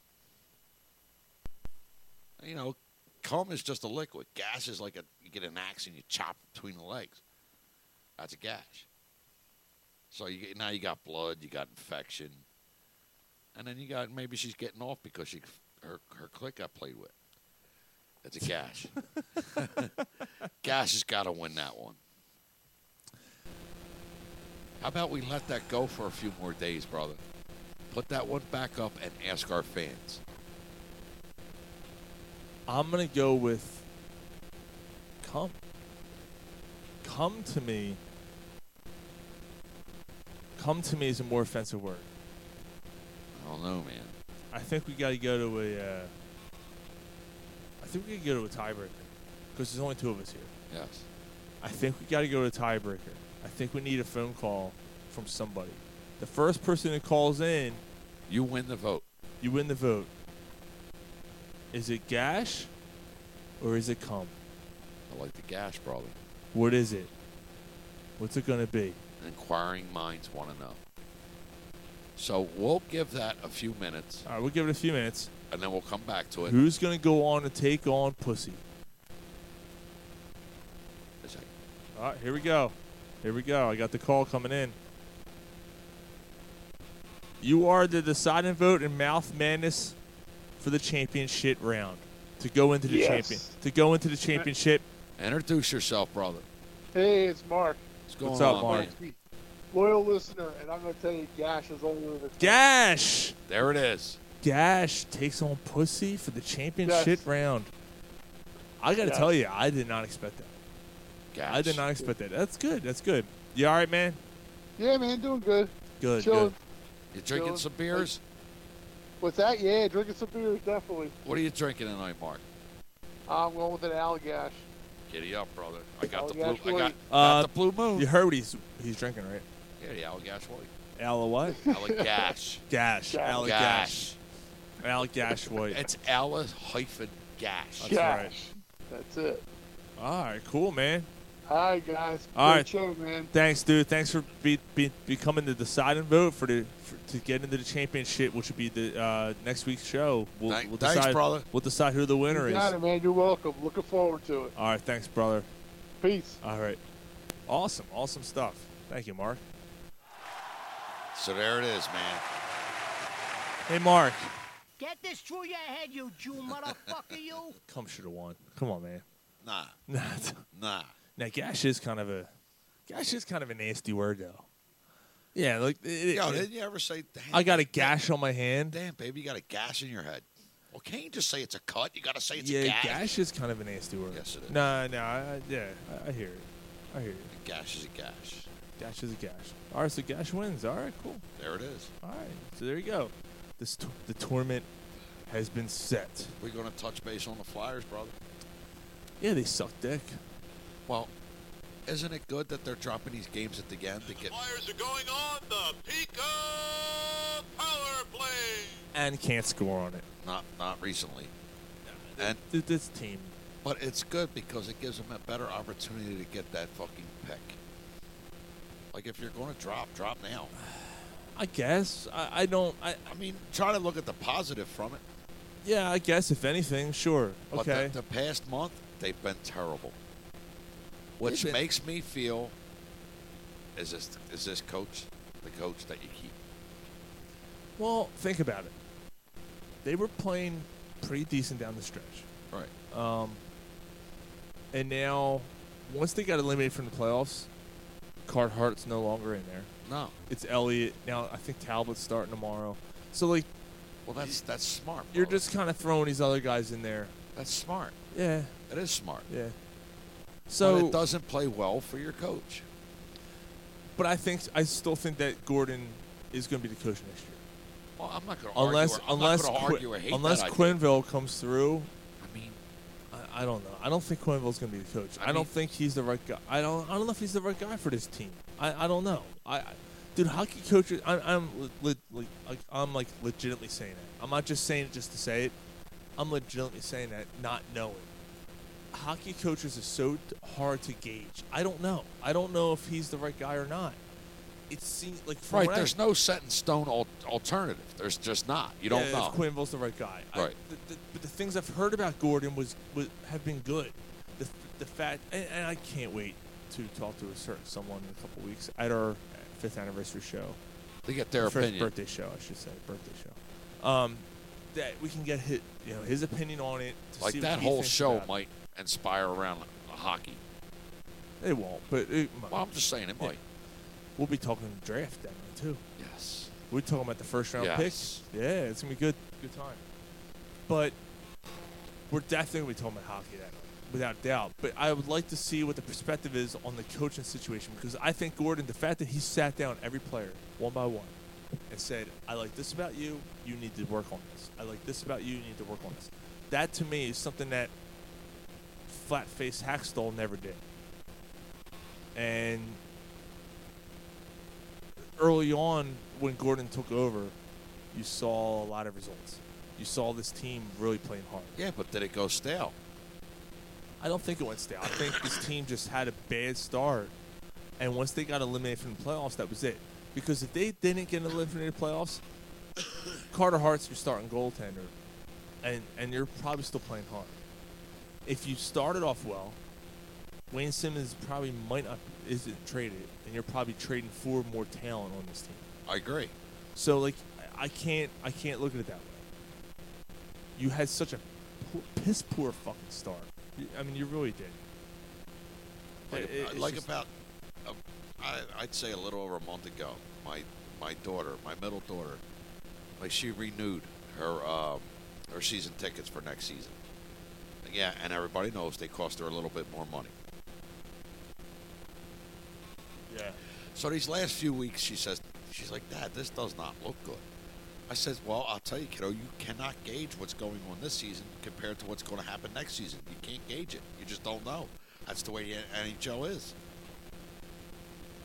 Speaker 9: You know, cum is just a liquid. Gash is like a you get an axe and you chop between the legs. That's a gash. So you get, now you got blood, you got infection, and then you got maybe she's getting off because she her her click got played with. That's a gash. gash has got to win that one. How about we let that go for a few more days, brother? Put that one back up and ask our fans.
Speaker 5: I'm gonna go with come. Come to me. Come to me is a more offensive word.
Speaker 9: I don't know, man.
Speaker 5: I think we gotta go to a. Uh, I think we gotta go to a tiebreaker because there's only two of us here.
Speaker 9: Yes.
Speaker 5: I think we gotta go to a tiebreaker. I think we need a phone call from somebody. The first person that calls in,
Speaker 9: you win the vote.
Speaker 5: You win the vote. Is it gash, or is it come?
Speaker 9: I like the gash, brother.
Speaker 5: What is it? What's it gonna be?
Speaker 9: and inquiring minds want to know. So we'll give that a few minutes,
Speaker 5: All right, we'll give it a few minutes.
Speaker 9: and then we'll come back to it.
Speaker 5: Who's going to go on to take on Pussy? All right, here we go. Here we go. I got the call coming in. You are the deciding vote in Mouth Madness for the championship round to go into the
Speaker 21: Yes.
Speaker 5: champion to go into the championship.
Speaker 9: Introduce yourself, brother.
Speaker 21: Hey, it's Mark.
Speaker 9: What's
Speaker 5: going What's up, on, Mark?
Speaker 21: Loyal listener, and I'm gonna tell you, Gash is older than
Speaker 5: Gash.
Speaker 9: There it is.
Speaker 5: Gash takes on Pussy for the championship
Speaker 21: Yes.
Speaker 5: round. I got to
Speaker 21: Yes.
Speaker 5: tell you, I did not expect that. I did not expect that. That's good. That's good. You all right, man?
Speaker 21: Yeah, man, doing good.
Speaker 5: Good.
Speaker 21: Chilling.
Speaker 5: good.
Speaker 9: You drinking
Speaker 21: Chilling.
Speaker 9: some beers?
Speaker 21: What's that? Yeah, drinking some beers, definitely.
Speaker 9: What are you drinking tonight, Mark?
Speaker 21: I'm going with an Allagash.
Speaker 9: Giddy up, brother. I got
Speaker 21: Oh,
Speaker 9: the
Speaker 21: yes,
Speaker 9: blue. I got
Speaker 21: Lloyd.
Speaker 5: Uh,
Speaker 9: the blue moon.
Speaker 5: You heard what he's he's drinking, right?
Speaker 9: yeah, the Allagash White.
Speaker 5: Ala what?
Speaker 9: Allagash.
Speaker 5: Gash.
Speaker 9: Gash.
Speaker 5: Ala Gash. Al Gash White.
Speaker 9: It's Alla hyphen Gash.
Speaker 5: That's Gash.
Speaker 21: That's it.
Speaker 5: All right, cool, man.
Speaker 21: All right, guys.
Speaker 5: All
Speaker 21: Great
Speaker 5: right.
Speaker 21: show, man.
Speaker 5: Thanks, dude. Thanks for be, be, becoming the deciding vote for the for, to get into the championship, which will be the uh, next week's show. We'll, we'll
Speaker 9: thanks,
Speaker 5: decide,
Speaker 9: brother.
Speaker 5: We'll decide who the winner
Speaker 21: You
Speaker 5: is.
Speaker 21: got it, man. You're welcome. Looking forward to it.
Speaker 5: All right, thanks, brother.
Speaker 21: Peace.
Speaker 5: All right, awesome, awesome stuff. Thank you, Mark.
Speaker 9: So there it is, man.
Speaker 5: Hey, Mark,
Speaker 22: Get this through your head, you Jew motherfucker, you.
Speaker 5: come should have won. Come on, man.
Speaker 9: Nah.
Speaker 5: Nah.
Speaker 9: Nah.
Speaker 5: Now, gash is kind of a gash is kind of a nasty word, though. Yeah, like it,
Speaker 9: Yo,
Speaker 5: it-
Speaker 9: didn't you ever say, damn,
Speaker 5: I got a gash on my hand.
Speaker 9: damn, baby, you got a gash in your head? Well, can't you just say it's a cut? You got to say it's
Speaker 5: yeah,
Speaker 9: a gash.
Speaker 5: gash is kind of a nasty word.
Speaker 9: Yes, it is.
Speaker 5: No, no, I, I- yeah, I, I hear it. I hear it.
Speaker 9: A gash is a gash.
Speaker 5: Gash is a gash. All right, so Gash wins. All right, cool.
Speaker 9: There it is.
Speaker 5: All right, so there you go. This t- the tournament has been set.
Speaker 9: We're going to touch base on the Flyers, brother.
Speaker 5: Yeah, they suck dick.
Speaker 9: Well, isn't it good that they're dropping these games at the end to get.
Speaker 5: and can't score on it.
Speaker 9: Not, not recently. And
Speaker 5: Th- This team,
Speaker 9: But it's good because it gives them a better opportunity to get that fucking pick. Like if you're going to drop, drop now.
Speaker 5: I guess. I, I don't. I,
Speaker 9: I mean, try to look at the positive from it.
Speaker 5: yeah, I guess if anything, sure.
Speaker 9: But
Speaker 5: Okay.
Speaker 9: the, the past month, they've been terrible. Which
Speaker 5: They've been-
Speaker 9: makes me feel is this is this coach the coach that you keep?
Speaker 5: well, think about it. They were playing pretty decent down the stretch.
Speaker 9: Right.
Speaker 5: Um, and now, once they got eliminated from the playoffs, Carhartt's no longer in there.
Speaker 9: No.
Speaker 5: It's Elliott now. I think Talbot's starting tomorrow. So like,
Speaker 9: Well, that's that's smart.
Speaker 5: you're
Speaker 9: brother.
Speaker 5: just kind of throwing these other guys in there.
Speaker 9: that's smart.
Speaker 5: Yeah.
Speaker 9: It is smart.
Speaker 5: Yeah.
Speaker 9: So
Speaker 5: So,
Speaker 9: it doesn't play well for your coach.
Speaker 5: but I think I still think that Gordon is going to be the coach next year.
Speaker 9: Well, I'm not going to
Speaker 5: unless
Speaker 9: argue. or- I'm not
Speaker 5: unless
Speaker 9: gonna
Speaker 5: Qui-
Speaker 9: argue or hate
Speaker 5: unless
Speaker 9: that idea.
Speaker 5: Quinville comes through.
Speaker 9: I mean,
Speaker 5: I, I don't know. I don't think Quinville's going to be the coach.
Speaker 9: I
Speaker 5: I,
Speaker 9: mean-
Speaker 5: don't think he's the right guy. I don't. I don't know if he's the right guy for this team. I, I don't know. I, I dude, hockey coaches. I, I'm le, le, like I'm like legitimately saying that. I'm not just saying it just to say it. I'm legitimately saying that, not knowing. Hockey coaches are so t- hard to gauge. I don't know. I don't know if he's the right guy or not. It seems like from
Speaker 9: right?
Speaker 5: what I-
Speaker 9: There's no set in stone al- alternative. There's just not. You don't
Speaker 5: yeah,
Speaker 9: know.
Speaker 5: If Quinville's the right guy. I-
Speaker 9: Right.
Speaker 5: the, the, but the things I've heard about Gordon was, was have been good. The, the fact, and, and I can't wait to talk to a certain someone in a couple weeks at our fifth anniversary show.
Speaker 9: To get their
Speaker 5: Our first
Speaker 9: opinion.
Speaker 5: birthday show, I should say, birthday show. Um, that we can get his, you know, his opinion on it. To
Speaker 9: like
Speaker 5: see what
Speaker 9: that
Speaker 5: he
Speaker 9: whole
Speaker 5: thinks
Speaker 9: show
Speaker 5: about it.
Speaker 9: might inspire around hockey.
Speaker 5: It won't, but it might.
Speaker 9: Well, I'm just saying it
Speaker 5: Yeah.
Speaker 9: might.
Speaker 5: We'll be talking draft then too.
Speaker 9: Yes.
Speaker 5: We're talking about the first round
Speaker 9: Yes.
Speaker 5: picks. Yeah, it's gonna be good. Good time. But we're definitely gonna be talking about hockey that night, without doubt. But I would like to see what the perspective is on the coaching situation because I think Gordon, the fact that he sat down every player one by one and said, "I like this about you. You need to work on this. I like this about you. You need to work on this." That to me is something that flat faced Hackstall never did. And early on, when Gordon took over, you saw a lot of results. You saw this team really playing hard.
Speaker 9: Yeah, but did it go stale?
Speaker 5: I don't think it went stale. I think this team just had a bad start, And once they got eliminated from the playoffs, that was it. Because if they didn't get eliminated playoffs, Carter Hart's your starting goaltender, and and you're probably still playing hard. If you started off well, Wayne Simmons probably might not isn't traded, and you're probably trading for more talent on this team.
Speaker 9: I agree.
Speaker 5: So like, I- I can't I can't look at it that way. You had such a poor, piss poor fucking start. You- I mean, you really did.
Speaker 9: Like,
Speaker 5: It- it-
Speaker 9: I-
Speaker 5: it's
Speaker 9: like
Speaker 5: just-
Speaker 9: about, uh, I, I'd say a little over a month ago, my my daughter, my middle daughter, like she renewed her um, her season tickets for next season. Yeah, and everybody knows they cost her a little bit more money.
Speaker 5: Yeah.
Speaker 9: So these last few weeks, she says, she's like, Dad, this does not look good. I says, Well, I'll tell you, kiddo, you cannot gauge what's going on this season compared to what's going to happen next season. You can't gauge it. You just don't know. That's the way the NHL is.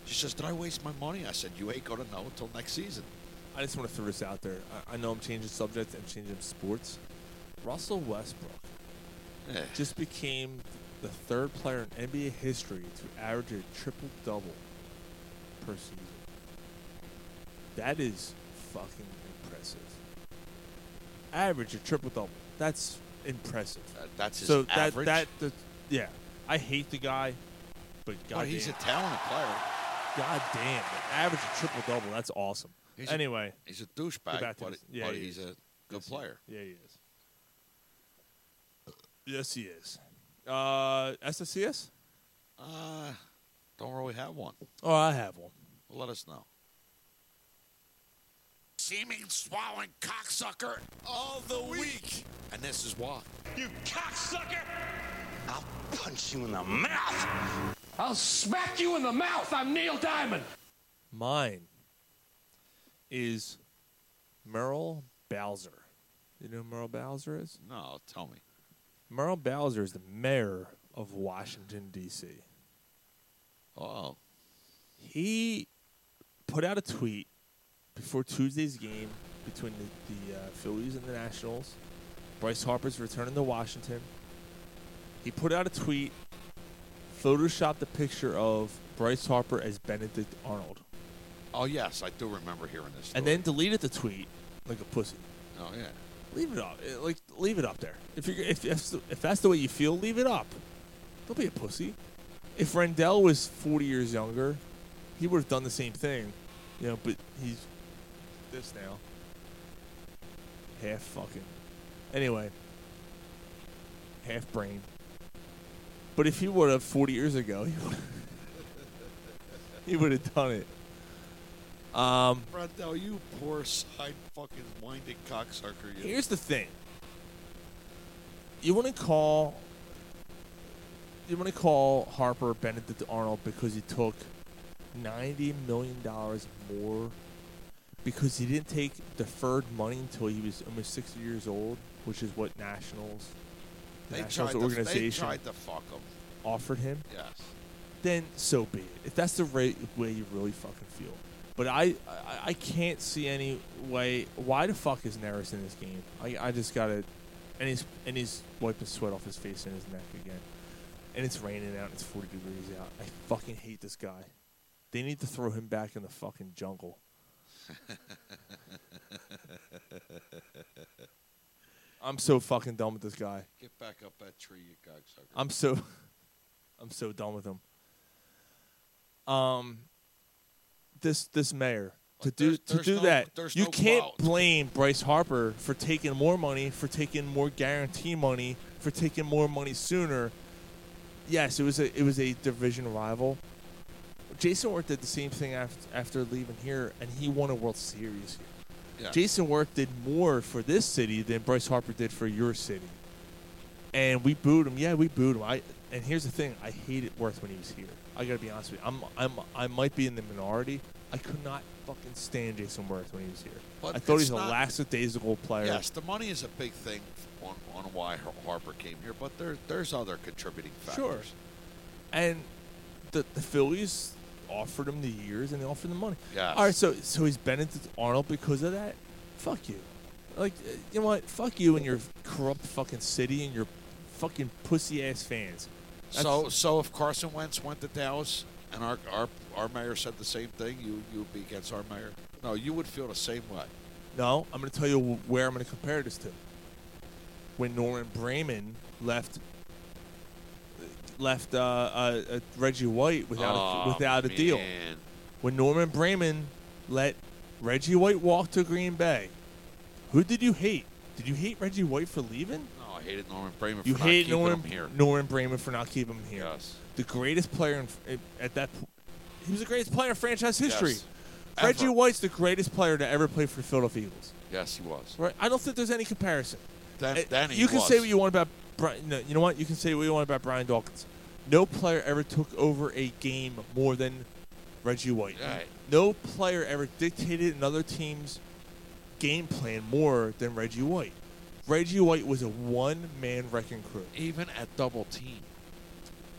Speaker 9: She says, Did I waste my money? I said, You ain't going to know until next season.
Speaker 5: I just want to throw this out there. I, I know I'm changing subjects. I'm changing sports. Russell Westbrook
Speaker 9: Eh.
Speaker 5: just became the third player in NBA history to average a triple double per season. That is fucking impressive. Average a triple double. That's impressive.
Speaker 9: that's his
Speaker 5: so that
Speaker 9: average?
Speaker 5: that the, yeah. I hate the guy, but god
Speaker 9: But he's a talented player.
Speaker 5: God damn, average a triple double. That's awesome.
Speaker 9: He's a-
Speaker 5: anyway,
Speaker 9: he's a
Speaker 5: get
Speaker 9: douchebag,
Speaker 5: back to
Speaker 9: but,
Speaker 5: this. yeah,
Speaker 9: but
Speaker 5: he
Speaker 9: he's
Speaker 5: is.
Speaker 9: a good player.
Speaker 5: Yeah, he is. Yes, he is. Uh, SSCS?
Speaker 9: Uh, don't really have one.
Speaker 5: Oh, I have one.
Speaker 9: Let us know.
Speaker 8: Seeming swallowing cocksucker all the week.
Speaker 9: And this is why.
Speaker 8: You cocksucker!
Speaker 15: I'll punch you in the mouth.
Speaker 8: I'll smack you in the mouth. I'm Neil Diamond.
Speaker 5: Mine is Merle Bowser. You know who Merle Bowser is?
Speaker 9: No, tell me.
Speaker 5: Merle Bowser is the mayor of Washington, D.C.
Speaker 9: Oh.
Speaker 5: He put out a tweet before Tuesday's game between the, the uh, Phillies and the Nationals. Bryce Harper's returning to Washington. He put out a tweet, photoshopped a picture of Bryce Harper as Benedict Arnold,
Speaker 9: Oh, yes, I do remember hearing this.
Speaker 5: and then deleted the tweet like a pussy.
Speaker 9: Oh, yeah.
Speaker 5: Leave it up, Uh, like leave it up there. If you if that's the, if that's the way you feel, leave it up. Don't be a pussy. If Rendell was 40 years younger, he would have done the same thing, you know. But he's this now, half fucking. Anyway, half brain. But if he would have 40 years ago, he would he would have done it. Um,
Speaker 9: Brendel, you poor side fucking minded cocksucker. You.
Speaker 5: Here's the thing. You want to call. You want to call Harper Benedict Arnold because he took ninety million dollars more because he didn't take deferred money until he was almost sixty years old, which is what Nationals, the
Speaker 9: They
Speaker 5: Nationals
Speaker 9: tried, to, they
Speaker 5: organization
Speaker 9: tried to fuck him.
Speaker 5: offered him
Speaker 9: Yes.
Speaker 5: then so be it. If that's the ra- way you really fucking feel. But I, I, I can't see any way. Why the fuck is Neris in this game? I, I just gotta, and he's and he's wiping sweat off his face and his neck again. And it's raining out. It's forty degrees out. I fucking hate this guy. They need to throw him back in the fucking jungle. I'm so fucking done with this guy.
Speaker 9: Get back up that tree, you cocksucker.
Speaker 5: I'm so I'm so done with him. Um this this mayor to do
Speaker 9: there's-
Speaker 5: to
Speaker 9: there's
Speaker 5: do
Speaker 9: no-
Speaker 5: that
Speaker 9: there's
Speaker 5: you
Speaker 9: no
Speaker 5: can't
Speaker 9: clout.
Speaker 5: blame Bryce Harper for taking more money for taking more guarantee money for taking more money sooner. Yes, it was a it was a division rival. Jason Worth did the same thing after after leaving here and he won a World Series here.
Speaker 9: Yeah.
Speaker 5: Jason Worth did more for this city than Bryce Harper did for your city and we booed him. Yeah, we booed him. I and here's the thing: I hated Worth when he was here. I gotta be honest with you. I'm I'm I might be in the minority. I could not fucking stand Jason Worth when he was here.
Speaker 9: But
Speaker 5: I thought he
Speaker 9: it's
Speaker 5: was a
Speaker 9: not-
Speaker 5: lackadaisical player.
Speaker 9: Yes, the money is a big thing on, on why Har- Harper came here, but there there's other contributing factors.
Speaker 5: Sure. And the the Phillies offered him the years and they offered him the money.
Speaker 9: Yes.
Speaker 5: All right, so so he's Benedict Arnold because of that. Fuck you. Like uh, you know what? Fuck you and your corrupt fucking city and your fucking pussy ass fans. That's-
Speaker 9: So so if Carson Wentz went to Dallas, And our, our our mayor said the same thing. You you would be against our mayor. No, you would feel the same way.
Speaker 5: No, I'm going to tell you wh- where I'm going to compare this to. When Norman Brayman left left uh, uh, uh, Reggie White without a,
Speaker 9: Aw,
Speaker 5: without a deal.
Speaker 9: Oh, man.
Speaker 5: When Norman Brayman let Reggie White walk to Green Bay, who did you hate? Did you hate Reggie White for leaving?
Speaker 9: No, I hated Norman Bramer
Speaker 5: You
Speaker 9: for
Speaker 5: hate
Speaker 9: not keeping
Speaker 5: Norman
Speaker 9: him here.
Speaker 5: Norman Brayman for not keeping him here. The greatest player in, f- at that p- he was the greatest player in franchise history.
Speaker 9: Yes.
Speaker 5: Reggie
Speaker 9: Ever.
Speaker 5: White's the greatest player to ever play for the Philadelphia Eagles.
Speaker 9: Yes, he was.
Speaker 5: Right? I don't think there's any comparison.
Speaker 9: Then,
Speaker 5: Uh,
Speaker 9: then he
Speaker 5: you can
Speaker 9: was.
Speaker 5: say what you want about Brian. No, you know what? You can say what you want about Brian Dawkins. No player ever took over a game more than Reggie White.
Speaker 9: Right.
Speaker 5: No player ever dictated another team's game plan more than Reggie White. Reggie White was a one-man wrecking crew.
Speaker 9: Even at double team,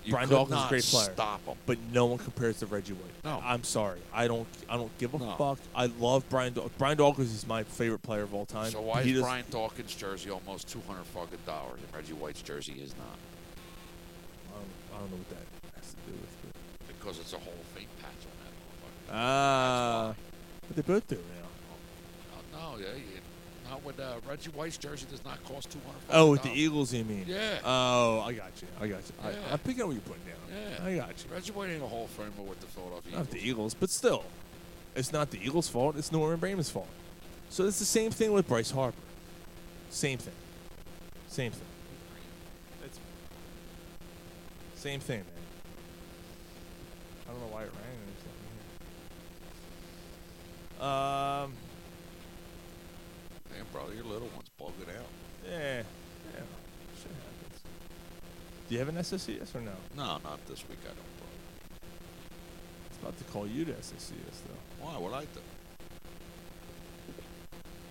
Speaker 9: you
Speaker 5: Brian
Speaker 9: could
Speaker 5: Dawkins is a
Speaker 9: not
Speaker 5: great player.
Speaker 9: Stop him.
Speaker 5: But no one compares to Reggie White.
Speaker 9: No.
Speaker 5: I'm sorry. I don't. I don't give a
Speaker 9: No.
Speaker 5: fuck. I love Brian. Daw- Brian Dawkins is my favorite player of all time.
Speaker 9: So why
Speaker 5: He
Speaker 9: is
Speaker 5: does-
Speaker 9: Brian Dawkins' jersey almost two hundred fucking dollars and Reggie White's jersey is not?
Speaker 5: I don't, I don't know what that has to do with. But.
Speaker 9: Because it's a Hall of Fame patch on that motherfucker.
Speaker 5: Ah, but they both do now.
Speaker 9: Oh, No, no, yeah, yeah. Not with uh, Reggie White's jersey does not cost two hundred.
Speaker 5: Oh, with the Eagles, you mean?
Speaker 9: Yeah.
Speaker 5: Oh, I got you. I got you. I,
Speaker 9: Yeah.
Speaker 5: I'm picking up what you're putting down.
Speaker 9: Yeah.
Speaker 5: I got you.
Speaker 9: Reggie White ain't a Hall of Famer with the Philadelphia.
Speaker 5: Not the
Speaker 9: Eagles.
Speaker 5: Eagles, but still, it's not the Eagles' fault. It's Norman Brayman's fault. So it's the same thing with Bryce Harper. Same thing. Same thing. It's same thing, man. I don't know why it rang or something. Um.
Speaker 9: Damn, brother, your little one's bugging out.
Speaker 5: Yeah. Yeah. Shit happens. Do you have an SSCS or no?
Speaker 9: No, not this week. I don't. Bro.
Speaker 5: I was about to call you to SSCS though.
Speaker 9: Why would I do?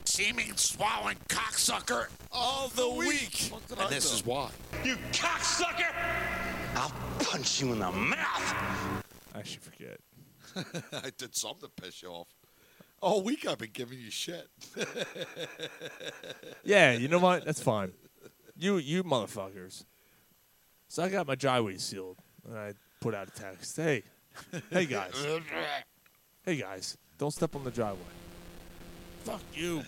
Speaker 9: Seeming swallowing cocksucker all the week. And this is why.
Speaker 20: You cocksucker! I'll punch you in the mouth.
Speaker 5: I should forget.
Speaker 9: I did something to piss you off. Oh, All week I've been giving you shit.
Speaker 5: Yeah, you know what? That's fine. You you motherfuckers. So I got my driveway sealed, and I put out a text. Hey, hey guys, hey guys, don't step on the driveway. Fuck you,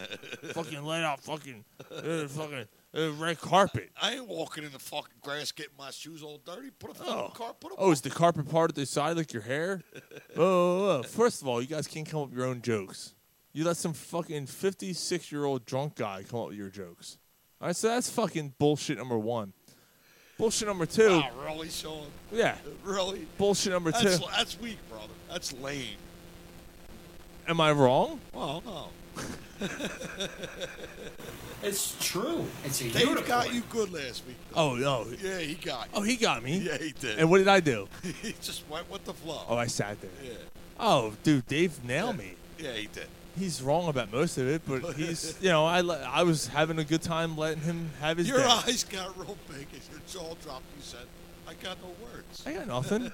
Speaker 5: fucking let out, fucking, uh, fucking uh, red carpet.
Speaker 9: I ain't walking in the fucking grass getting my shoes all dirty. Put a fucking
Speaker 5: Oh.
Speaker 9: car. Put a
Speaker 5: Oh, is the carpet part at the side like your hair? Oh, oh, oh. first of all, you guys can't come up with your own jokes. You let some fucking 56 year old drunk guy come up with your jokes. All right, so that's fucking bullshit number one. Bullshit number two.
Speaker 9: Wow, really, Sean?
Speaker 5: Yeah.
Speaker 9: Really?
Speaker 5: Bullshit number two.
Speaker 9: That's, that's weak, brother. That's lame.
Speaker 5: Am I wrong?
Speaker 9: Well, no.
Speaker 11: It's true. It's a
Speaker 9: Dave got you good last week.
Speaker 5: Oh, no.
Speaker 9: Yeah, he got you.
Speaker 5: Oh, he got me.
Speaker 9: Yeah, he did.
Speaker 5: And what did I do?
Speaker 9: he just went with the flow.
Speaker 5: Oh, I sat there.
Speaker 9: Yeah.
Speaker 5: Oh, dude, Dave nailed me.
Speaker 9: Yeah, he did.
Speaker 5: He's wrong about most of it, but he's, you know, I, le- I was having a good time letting him have his
Speaker 9: your
Speaker 5: day.
Speaker 9: eyes got real big as your jaw dropped. You said, I got no words.
Speaker 5: I got nothing.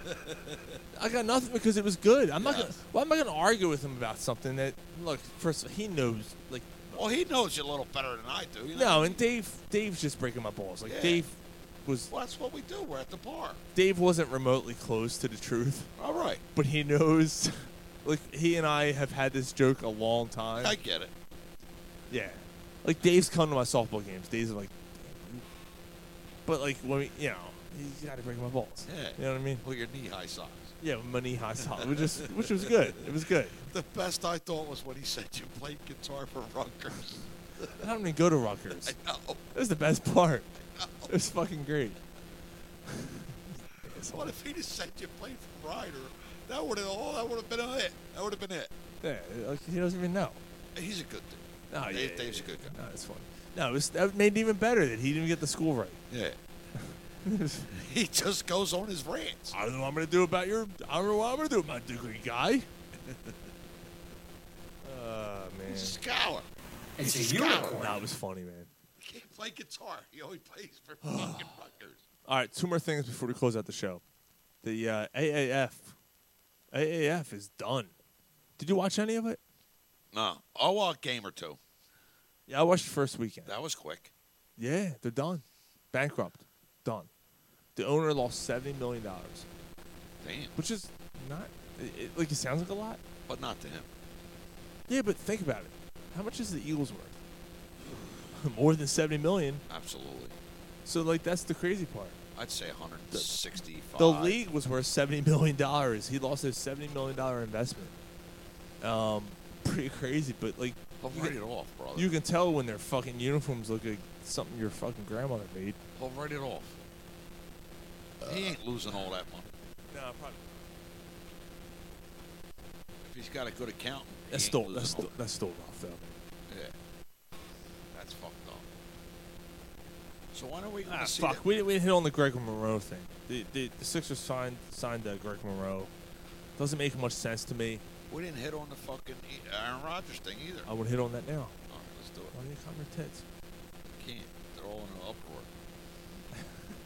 Speaker 5: I got nothing because it was good. I'm not. Gonna,
Speaker 9: Yes.
Speaker 5: why am I going to argue with him about something that? Look, first of all, he knows. Like,
Speaker 9: well, he knows you a little better than I do. You know?
Speaker 5: no, and Dave. Dave's just breaking my balls. Like,
Speaker 9: Yeah.
Speaker 5: Dave was.
Speaker 9: Well, that's what we do. We're at the bar.
Speaker 5: Dave wasn't remotely close to the truth.
Speaker 9: All right.
Speaker 5: But he knows. Like, he and I have had this joke a long time.
Speaker 9: I get it.
Speaker 5: yeah. Like, Dave's come to my softball games. Dave's like, "Damn, you-" but like when we, you know, he's got to break my balls.
Speaker 9: Yeah.
Speaker 5: You know what I mean?
Speaker 9: Well, your knee high socks.
Speaker 5: Yeah, money high solid, which is which was good. It was good.
Speaker 9: The best I thought was when he said you played guitar for Rutgers.
Speaker 5: I don't even go to Rutgers.
Speaker 9: I know.
Speaker 5: That was the best part. It was fucking great.
Speaker 9: What if he just said you played for Ryder? That would have all. That would have been a hit. That would have been it.
Speaker 5: Yeah, like, he doesn't even know.
Speaker 9: He's a good dude.
Speaker 5: No,
Speaker 9: Dave,
Speaker 5: yeah,
Speaker 9: Dave's
Speaker 5: yeah,
Speaker 9: a good guy.
Speaker 5: No, it's fun. No, it was, that made it even better that he didn't get the school right.
Speaker 9: Yeah. He just goes on his rants.
Speaker 5: I don't know what I'm gonna do about your. I don't know what I'm gonna do about degree guy. Oh man,
Speaker 9: He's a scholar.
Speaker 11: It's
Speaker 9: He's
Speaker 11: a unicorn.
Speaker 5: that was funny, man.
Speaker 9: He can't play guitar. He only plays for fucking Rutgers.
Speaker 5: All right, two more things before we close out the show. The uh, AAF, AAF is done. Did you watch any of it?
Speaker 9: No. Oh, well, a game or two.
Speaker 5: Yeah, I watched the first weekend.
Speaker 9: That was quick.
Speaker 5: Yeah, they're done. Bankrupt. Done. The owner lost seventy million dollars,
Speaker 9: Damn.
Speaker 5: which is Not it, it- like it sounds like a lot.
Speaker 9: But not to him.
Speaker 5: Yeah, but think about it. How much is the Eagles worth? More than seventy million.
Speaker 9: Absolutely.
Speaker 5: So like that's the crazy part.
Speaker 9: I'd say 165.
Speaker 5: The league was worth seventy million dollars. He lost his seventy million dollar investment. Um, pretty crazy, but like,
Speaker 9: I'll
Speaker 5: you
Speaker 9: write
Speaker 5: can-
Speaker 9: it off, brother.
Speaker 5: You can tell when their fucking uniforms look like something your fucking grandmother made.
Speaker 9: I'll write it off. he ain't losing all that money.
Speaker 5: No, probably.
Speaker 9: If he's got a good accountant, he
Speaker 5: That's
Speaker 9: ain't
Speaker 5: still
Speaker 9: losing
Speaker 5: that's
Speaker 9: all-
Speaker 5: still, that's still rough though.
Speaker 9: Yeah. That's fucked up. So when are we going to
Speaker 5: Ah,
Speaker 9: see
Speaker 5: fuck,
Speaker 9: that-
Speaker 5: we, we didn't hit on the Greg Monroe thing. The, the, the Sixers signed signed uh, Greg Monroe. Doesn't make much sense to me.
Speaker 9: We didn't hit on the fucking E- Aaron Rodgers thing either.
Speaker 5: I would hit on that now.
Speaker 9: All right, let's do it.
Speaker 5: Why do you cover your tits?
Speaker 9: can't. They're all in an uproar.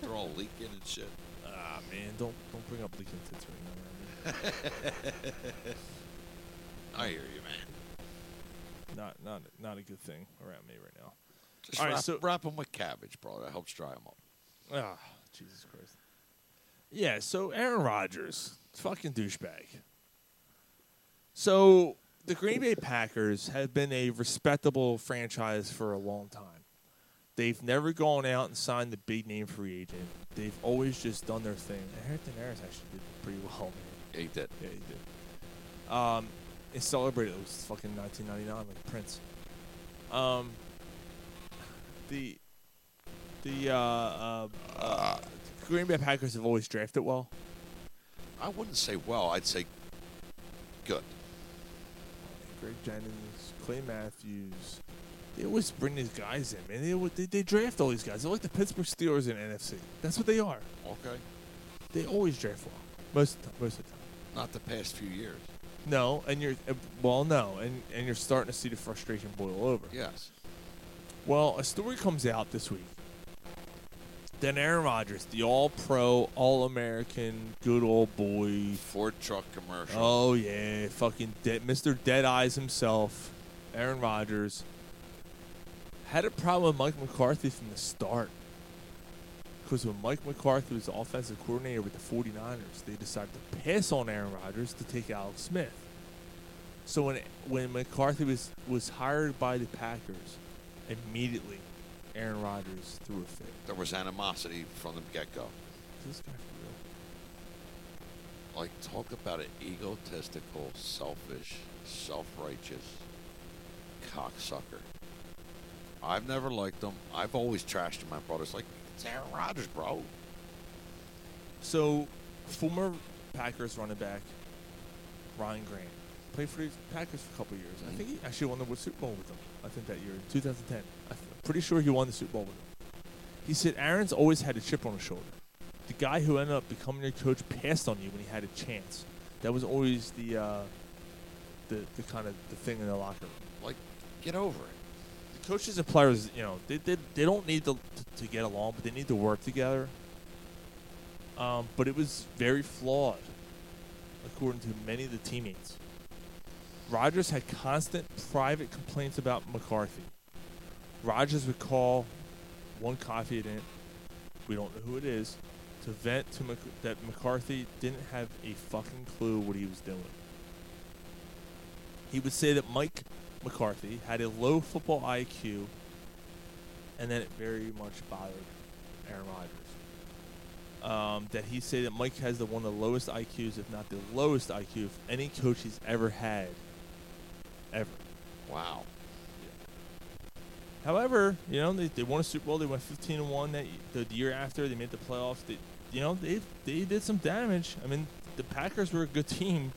Speaker 9: They're all leaking and shit.
Speaker 5: Ah man, don't don't bring up leaking tits right
Speaker 9: I hear you, man.
Speaker 5: now. not not not a good thing around me right now.
Speaker 9: Just
Speaker 5: All right,
Speaker 9: wrap,
Speaker 5: so
Speaker 9: wrap them with cabbage, bro. That helps dry them up.
Speaker 5: ah, Jesus Christ. Yeah, so Aaron Rodgers, fucking douchebag. So the Green Bay Packers have been a respectable franchise for a long time. They've never gone out and signed the big name free agent. They've always just done their thing. And Harrington Harris actually did pretty well, man.
Speaker 9: Yeah, he did.
Speaker 5: Yeah, he did. Um, it celebrated. It was fucking 1999, like Prince. Um, the the uh, uh, uh, Green Bay Packers have always drafted well.
Speaker 9: I wouldn't say well. I'd say good.
Speaker 5: Greg Jennings, Clay Matthews. They always bring these guys in, man. They, always- they, they draft all these guys. They're like the Pittsburgh Steelers in NFC. That's what they are.
Speaker 9: Okay.
Speaker 5: They always draft well. Most of the time, most of the time.
Speaker 9: Not the past few years.
Speaker 5: No, and you're uh, well, no, and and you're starting to see the frustration boil over.
Speaker 9: Yes.
Speaker 5: Well, a story comes out this week. Then Aaron Rodgers, the all-pro, all-American, good old boy.
Speaker 9: Ford truck commercial.
Speaker 5: Oh yeah, fucking dead, Mr. Dead Eyes himself, Aaron Rodgers. Had a problem with Mike McCarthy from the start. Because when Mike McCarthy was the offensive coordinator with the 49ers, they decided to pass on Aaron Rodgers to take Alex Smith. So when when McCarthy was, was hired by the Packers, immediately Aaron Rodgers threw a fit.
Speaker 9: There was animosity from the get go.
Speaker 5: Is this guy for real?
Speaker 9: Like, talk about an egotistical, selfish, self righteous cocksucker. I've never liked him. I've always trashed him. My brother's like, it's Aaron Rodgers, bro.
Speaker 5: So, former Packers running back Ryan Grant played for the Packers for a couple years. I think he actually won the Super Bowl with them. I think that year, 2010. I'm pretty sure he won the Super Bowl with them. He said Aaron's always had a chip on his shoulder. The guy who ended up becoming your coach passed on you when he had a chance. That was always the uh, the, the kind of the thing in the locker room.
Speaker 9: Like, get over it.
Speaker 5: The coaches and players, you know, they they, they don't need to, to to get along, but they need to work together. Um, but it was very flawed, according to many of the teammates. Rogers had constant private complaints about McCarthy. Rogers would call one confidant, we don't know who it is, to vent to Mc- that McCarthy didn't have a fucking clue what he was doing. He would say that Mike McCarthy had a low football IQ, and that it very much bothered Aaron Rodgers. Um, that he said that Mike has the one of the lowest IQs, if not the lowest IQ, of any coach he's ever had, ever.
Speaker 9: Wow.
Speaker 5: However, you know they, they won a Super Bowl. They went 15 and one that y- the year after. They made the playoffs. They, you know they they did some damage. I mean the Packers were a good team.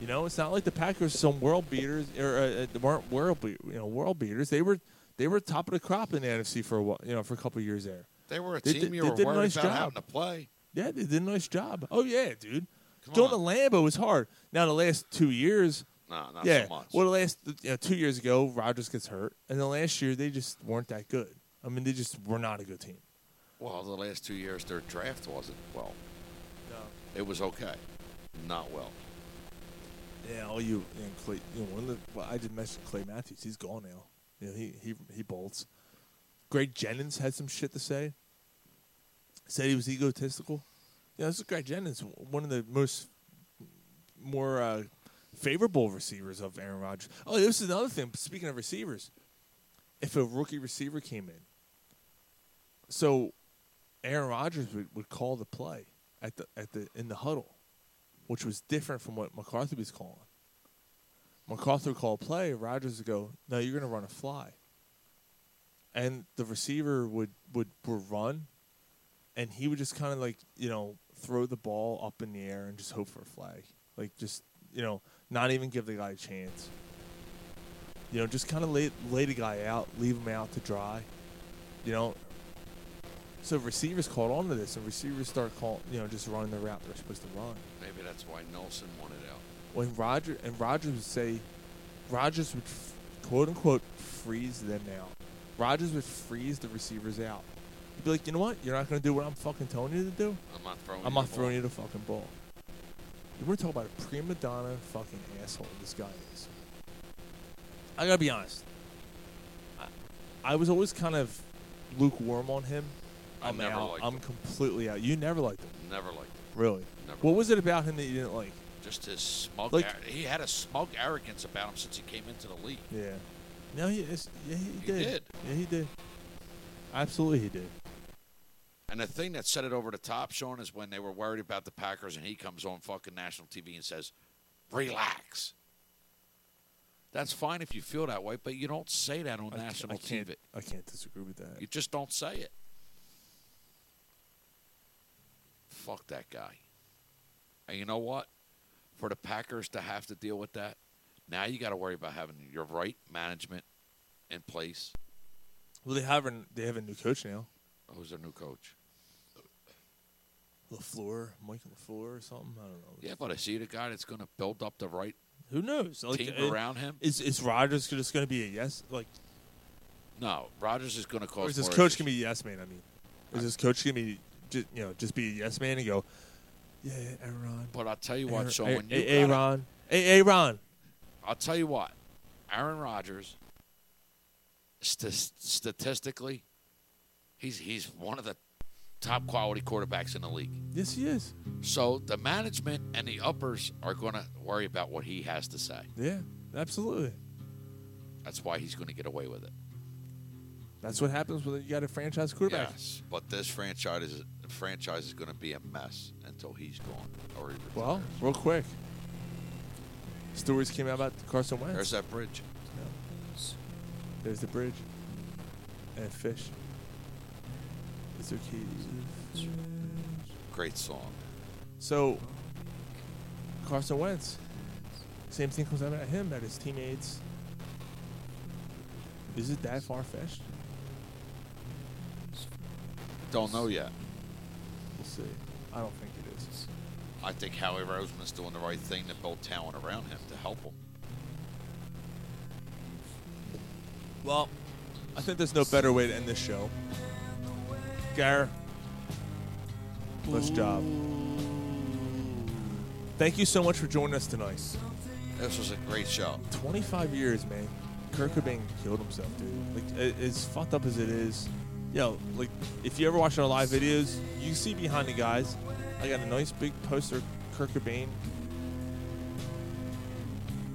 Speaker 5: You know it's not like the Packers were some world beaters or uh, uh, they weren't world be- you know world beaters. They were they were top of the crop in the NFC for a while, you know for a couple years there.
Speaker 9: They were a
Speaker 5: They
Speaker 9: team
Speaker 5: did-
Speaker 9: you
Speaker 5: they
Speaker 9: were
Speaker 5: did a
Speaker 9: worried
Speaker 5: nice
Speaker 9: about
Speaker 5: job.
Speaker 9: having to play.
Speaker 5: Yeah, they did a nice job. Oh yeah, dude. Going to Lambo was hard. Now the last two years,
Speaker 9: Nah, not
Speaker 5: yeah.
Speaker 9: so much.
Speaker 5: Well, the last you know, two years ago, Rodgers gets hurt, and the last year they just weren't that good. I mean, they just were not a good team.
Speaker 9: Well, the last two years, their draft wasn't well.
Speaker 5: No.
Speaker 9: It was okay. Not well.
Speaker 5: Yeah, all you and Clay. You know, one of the, well, I just mentioned Clay Matthews. He's gone now. You know, he he he bolts. Greg Jennings had some shit to say. Said he was egotistical. You know, this is Greg Jennings, one of the most more uh, favorable receivers of Aaron Rodgers. Oh, this is another thing. Speaking of receivers, if a rookie receiver came in, so Aaron Rodgers would, would call the play at the at the in the huddle, which was different from what McCarthy was calling. McCarthy would call a play, Rodgers would go, "No, you're going to run a fly." And the receiver would would, would run, and he would just kind of like you know throw the ball up in the air and just hope for a flag, like just you know not even give the guy a chance. You know, just kind of lay lay the guy out, leave him out to dry. You know, so receivers caught on to this, and receivers start call, you know, just running the route they're supposed to run.
Speaker 9: Maybe that's why Nelson wanted out.
Speaker 5: When Roger and Rogers would say, Rogers would f- quote unquote freeze them out. Rogers would freeze the receivers out. He'd be like, you know what? You're not going to do what I'm fucking telling you to do.
Speaker 9: I'm not throwing.
Speaker 5: I'm
Speaker 9: you
Speaker 5: not
Speaker 9: the
Speaker 5: throwing
Speaker 9: ball.
Speaker 5: you the fucking ball. You want to talk about a prima donna fucking asshole this guy is. I gotta be honest. I, I was always kind of lukewarm on him.
Speaker 9: I
Speaker 5: I'm
Speaker 9: never
Speaker 5: out.
Speaker 9: liked
Speaker 5: I'm completely out. You never liked him,
Speaker 9: Never liked him.
Speaker 5: really.
Speaker 9: Never.
Speaker 5: What was it about him that you didn't like?
Speaker 9: Just his smug.
Speaker 5: Like-
Speaker 9: ar- he had a smug arrogance about him since he came into the league.
Speaker 5: Yeah. No, he is. Yeah, he,
Speaker 9: He did.
Speaker 5: Yeah, he did. Absolutely, he did.
Speaker 9: And the thing that set it over the top, Sean, is when they were worried about the Packers, and he comes on fucking national TV and says, "Relax." That's fine if you feel that way, but you don't say that on
Speaker 5: I ca-
Speaker 9: national
Speaker 5: I can't,
Speaker 9: TV.
Speaker 5: I can't disagree with that.
Speaker 9: You just don't say it. Fuck that guy. And you know what? For the Packers to have to deal with that, now you got to worry about having your right management in place.
Speaker 5: Well, they have a they have a new coach now.
Speaker 9: Who's their new coach?
Speaker 5: Lafleur, Mike Lafleur, or something. I don't know.
Speaker 9: Yeah, but is he the guy that's going to build up the right
Speaker 5: Who knows? Like,
Speaker 9: team
Speaker 5: it-
Speaker 9: around him?
Speaker 5: Is is Rodgers just going to be a yes? Like,
Speaker 9: No, Rodgers is going to
Speaker 5: or
Speaker 9: cause.
Speaker 5: is his
Speaker 9: more
Speaker 5: coach
Speaker 9: issues.
Speaker 5: going to be a yes man? I mean, is his coach going to be just you know just be a yes man and go, yeah, Aaron.
Speaker 9: But I'll tell you
Speaker 5: Aaron,
Speaker 9: what, Sean.
Speaker 5: Aaron,
Speaker 9: when you got a-
Speaker 5: Aaron, Aaron.
Speaker 9: I'll tell you what, Aaron Rodgers, st- statistically, he's he's one of the top quality quarterbacks in the league.
Speaker 5: Yes, he is.
Speaker 9: So the management and the uppers are going to worry about what he has to say.
Speaker 5: Yeah, absolutely.
Speaker 9: That's why he's going to get away with it.
Speaker 5: That's what happens when you got a franchise quarterback.
Speaker 9: Yes, but this franchise is franchise is going to be a mess until he's gone or he retires.
Speaker 5: Well, real quick, stories came out about Carson Wentz.
Speaker 9: there's that bridge.
Speaker 5: There's the bridge. And fish. It's okay.
Speaker 9: Great song.
Speaker 5: So, Carson Wentz. Same thing comes out at him, at his teammates. Is it that far fetched?
Speaker 9: Don't know yet.
Speaker 5: We'll see. I don't think it is.
Speaker 9: I think Howie Roseman's doing the right thing to build talent around him to help him.
Speaker 5: Well, I think there's no better way to end this show. Gar, nice job. Thank you so much for joining us tonight.
Speaker 9: This was a great show.
Speaker 5: 25 years, man. Kirk Cobain killed himself, dude. Like, a- as fucked up as it is, yo, like, if you ever watch our live videos, you see behind the guys, I got a nice big poster of Kurt Cobain.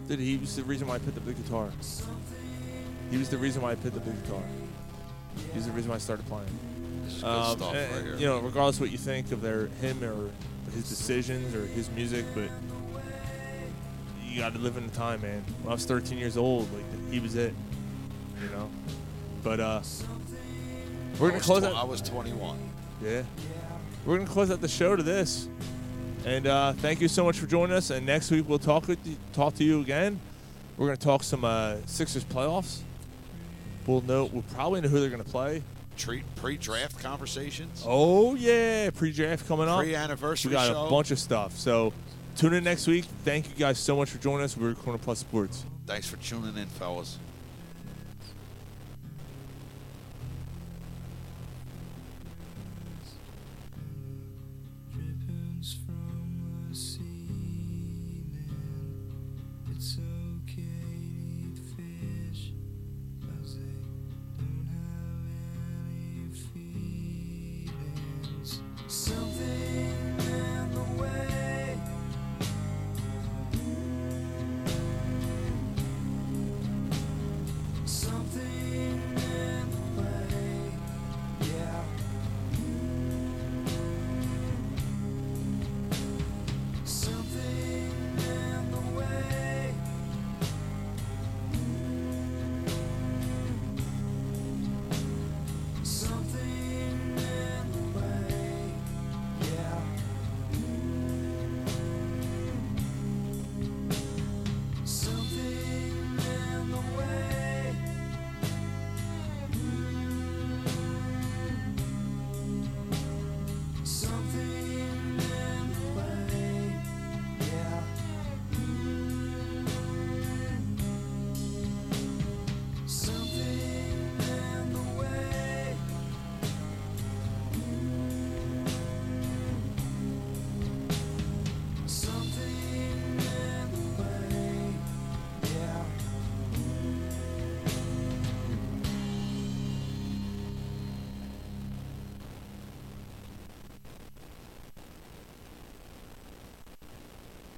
Speaker 5: Dude, he was the reason why I picked up the guitar. He was the reason why I picked up the guitar. He was the reason why I started playing.
Speaker 9: This is good
Speaker 5: Um,
Speaker 9: stuff
Speaker 5: and-
Speaker 9: right here.
Speaker 5: You know, regardless what you think of their him or his decisions or his music, but you got to live in the time, man. When I was 13 years old, like he was it, you know. But uh, we're
Speaker 9: I
Speaker 5: gonna
Speaker 9: was
Speaker 5: close
Speaker 9: tw-
Speaker 5: out.
Speaker 9: I was 21.
Speaker 5: Yeah, we're gonna close out the show to this. And uh, thank you so much for joining us. And next week we'll talk with you, talk to you again. We're gonna talk some uh, Sixers playoffs. We'll know. We'll probably know who they're gonna play.
Speaker 9: Treat pre-draft conversations.
Speaker 5: Oh yeah, pre-draft coming up.
Speaker 9: Pre-anniversary
Speaker 5: We got
Speaker 9: show.
Speaker 5: a bunch of stuff. So tune in next week. Thank you guys so much for joining us. We're Corner Plus Sports.
Speaker 9: Thanks for tuning in, fellas.